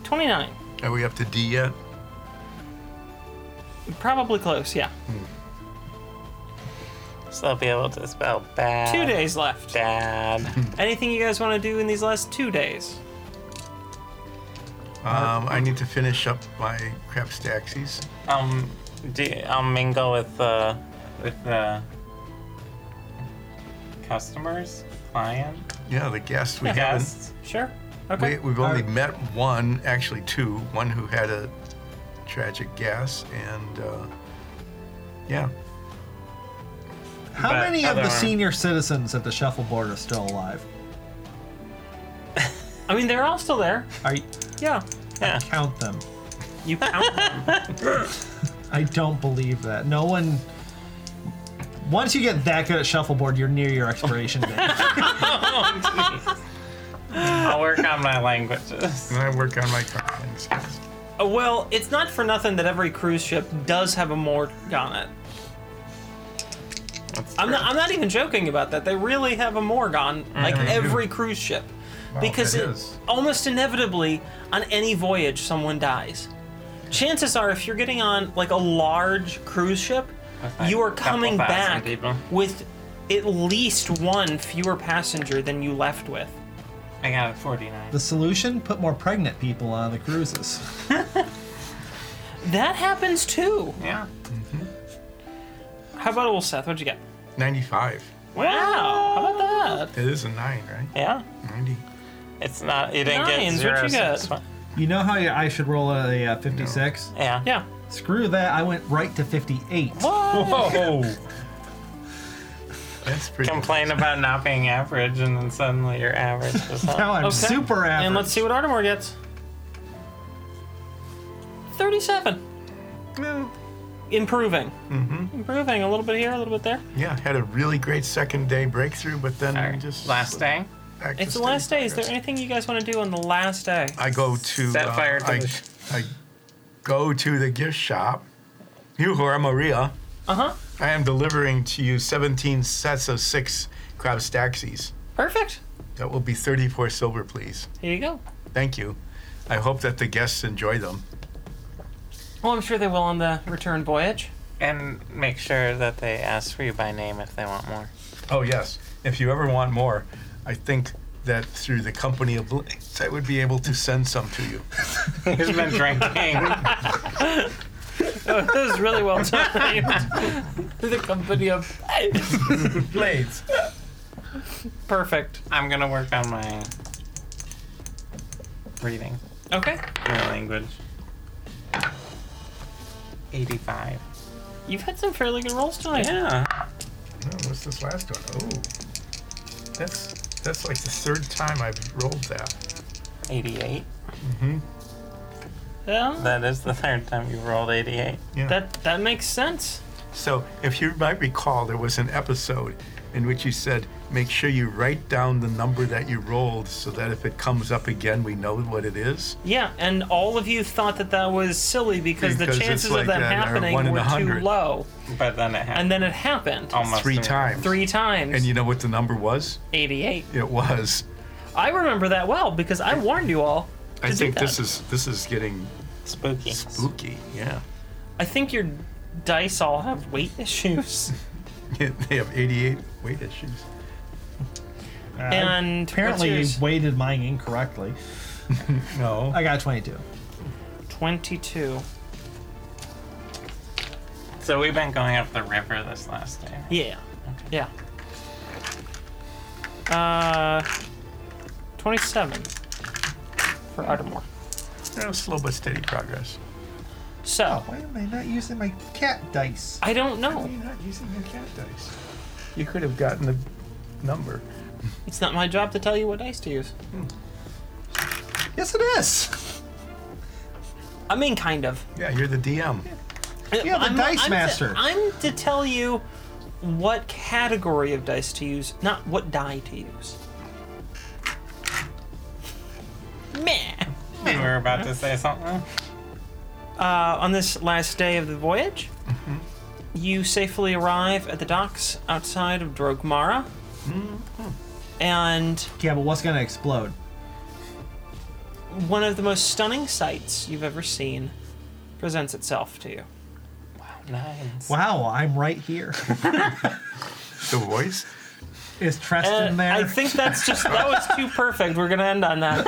29.
Are we up to D yet?
Probably close, yeah.
So they'll be able to spell bad.
Two days left.
Dad.
Anything you guys want to do in these last two days?
Um, I need to finish up my crab staxies.
um, do, I'll mingle with the with the customers, client,
Yeah, the guests we haven't.
guests.
Sure.
We,
Okay.
we've only
Alright.
met one, actually two. One who had a tragic gas, and uh, yeah,
How
But
many of
other
the
one-
senior citizens at the shuffleboard are still alive?
I mean, they're all still there.
Are you,
Yeah.
Yeah.
count them?
You count them.
I don't believe that. No one. Once you get that good at shuffleboard, you're near your expiration date.
I'll work on my languages.
and I work on my crab staxies.
Uh, Well, it's not for nothing that every cruise ship does have a morgue on it. I'm not, I'm not even joking about that. They really have a morgue on like
Mm-hmm.
they do.
every cruise ship. because
it
it-
is.
almost inevitably, on any voyage, someone dies. Chances are, if you're getting on like a large cruise ship,
like
you
a
are
couple
coming
thousand
back
people.
with at least one fewer passenger than you left with.
I got a 49.
The solution? Put more pregnant people on the cruises.
That happens too.
Yeah.
How about old Seth? What'd you get?
95.
Wow. How about that?
It is a nine, right?
Yeah.
90.
It's not. You didn't
Nines,
get zero.
what you
so it's
got?
fine.
You know how you- I should roll a uh, 56?
Yeah.
Yeah.
Screw that, I went right to 58.
What?
Whoa!
Oh.
That's pretty
Complain about not being average, and then suddenly you're average. or something.
Now I'm
Okay.
super average.
And let's see what Artemore gets. 37. Mm. Improving. Mm-hmm. Improving a little bit here, a little bit there.
Yeah, had a really great second day breakthrough, but then
Sorry.
just
Last day.
back to
It's the last
state
day. Is there anything you guys want to do on the last day?
I go to uh,
Set fire to
I,
the sh-
I go to the gift shop. You, Hora Maria,
Uh huh.
I am delivering to you 17 sets of six Kravstaxis.
Perfect.
That will be 34 silver, please.
Here you go.
Thank you. I hope that the guests enjoy them.
Well, I'm sure they will on the return voyage.
And make sure that they ask for you by name if they want more.
Oh yes, if you ever want more, I think that through the company of links, I would be able to send some to you.
He's been drinking.
Oh, that was really well timed. the company of
Blades.
perfect.
I'm gonna work on my reading,
Okay,
my language. 85.
you've had some fairly good rolls tonight.
Yeah.
Oh, what's this last one? Oh, that's that's like the third time I've rolled that.
88.
Yeah,
That is the third time you rolled 88.
Yeah.
that that makes sense.
so if you might recall, there was an episode in which you said, "Make sure you write down the number that you rolled, so that if it comes up again, we know what it is."
Yeah, and all of you thought that that was silly because, the
Because it's
chances
like
of that
that are
happening
one in
were
a
too
hundred.
low.
But then it happened.
And then it happened
Almost
Three
immediately.
times.
three times.
And you know what the number was?
88.
It was.
I remember that well because I warned you all.
I
to do
think this
that.
is this is getting
Spooky.
spooky. Yeah.
I think your dice all have weight issues.
they have 88 weight issues.
Uh,
and
apparently
what's
you
yours?
weighted mine incorrectly.
No.
I got 22.
22.
So we've been going up the river this last day.
Yeah. Yeah. Uh, 27 for Artemore.
Yeah, slow but steady progress.
So,
Oh, Why am I not using my cat dice?
I don't know.
You're not using your cat dice. You could have gotten a number.
It's not my job to tell you what dice to use.
Yes, it is.
I mean, kind of.
Yeah, you're the DM.
Yeah, the dice
I'm
master.
To, I'm to tell you what category of dice to use, not what die to use. Meh.
You were about to say something?
uh, on this last day of the voyage,
Mm-hmm.
you safely arrive at the docks outside of Drogmara.
Mm-hmm.
And
Yeah, but what's gonna explode?
one of the most stunning sights you've ever seen presents itself to you.
Nines.
Wow, I'm right here.
The voice?
Is Treston
And
there?
Uh, I think that's just, that was too perfect. We're going to end on that.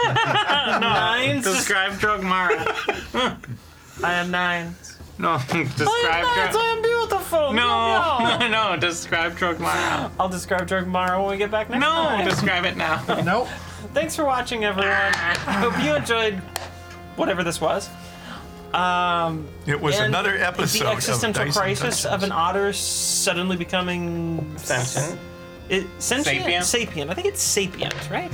nines.
Describe Drogmara.
I am nines.
No,
I
describe
am nines.
Drog-
I am beautiful.
No, no, no, describe Drogmara.
I'll describe Drogmara when we get back next
No,
time.
describe it now.
nope.
Thanks for watching, everyone. I hope you enjoyed whatever this was. Um,
It was
and
another episode
The existential
of Dice and
crisis of an
Dungeons.
otter suddenly becoming
Sentient.
It, sentient,
Sapient?
sapient. I think it's sapient, right?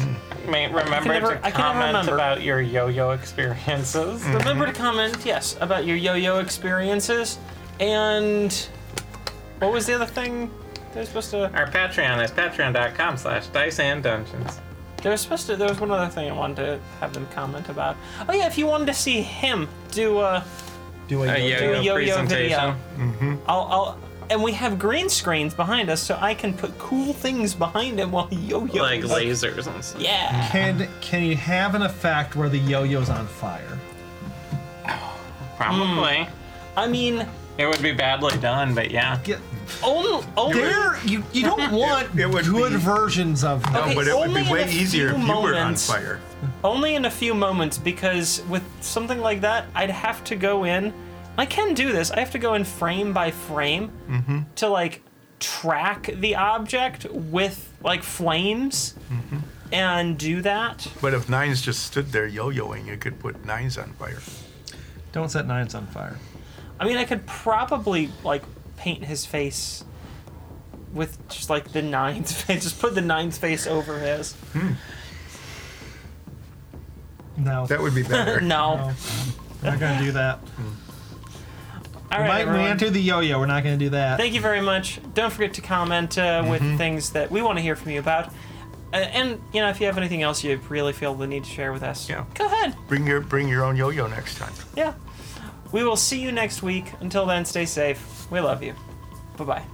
May remember
never-
to
I can never
comment
remember.
about your yo-yo experiences.
Remember to comment, yes, about your yo-yo experiences, and what was the other thing they're supposed to?
Our Patreon is patreon.com slash dice and dungeons.
There was supposed to. There was one other thing I wanted to have them comment about. Oh yeah, if you wanted to see him do a
Do I?
Uh,
yo-
yeah.
do a
yo-yo
yo-yo video,
presentation.
I'll, I'll. And we have green screens behind us, so I can put cool things behind him while he yo-yos.
like lasers and stuff.
yeah.
Can can you have an effect where the yo-yo's on fire?
Probably.
I mean,
It would be badly done, but yeah.
Get
only only.
there. You you don't want
It- it would
good
be-
versions of them.
Okay,
Oh, but it would
only
be
in
way
a
easier if
few
you were on
moments.
fire.
Only in a few moments, because with something like that, I'd have to go in. I can do this. I have to go in frame by frame to like track the object with like flames and do that.
But if nines just stood there yo-yoing, you could put nines on fire.
Don't set nines on fire.
I mean, I could probably like paint his face with just like the ninth face. Just put the ninth face over his.
No,
That would be
no.
better.
we're not gonna do that.
All
We
right,
might we
everyone.
enter the yo-yo. We're not gonna do that.
Thank you very much. Don't forget to comment uh, with things that we want to hear from you about. Uh, and, you know, if you have anything else you really feel the need to share with us,
Yeah.
go ahead.
Bring your bring your own yo-yo next time.
Yeah. We will see you next week. Until then, stay safe. We love you. Bye bye.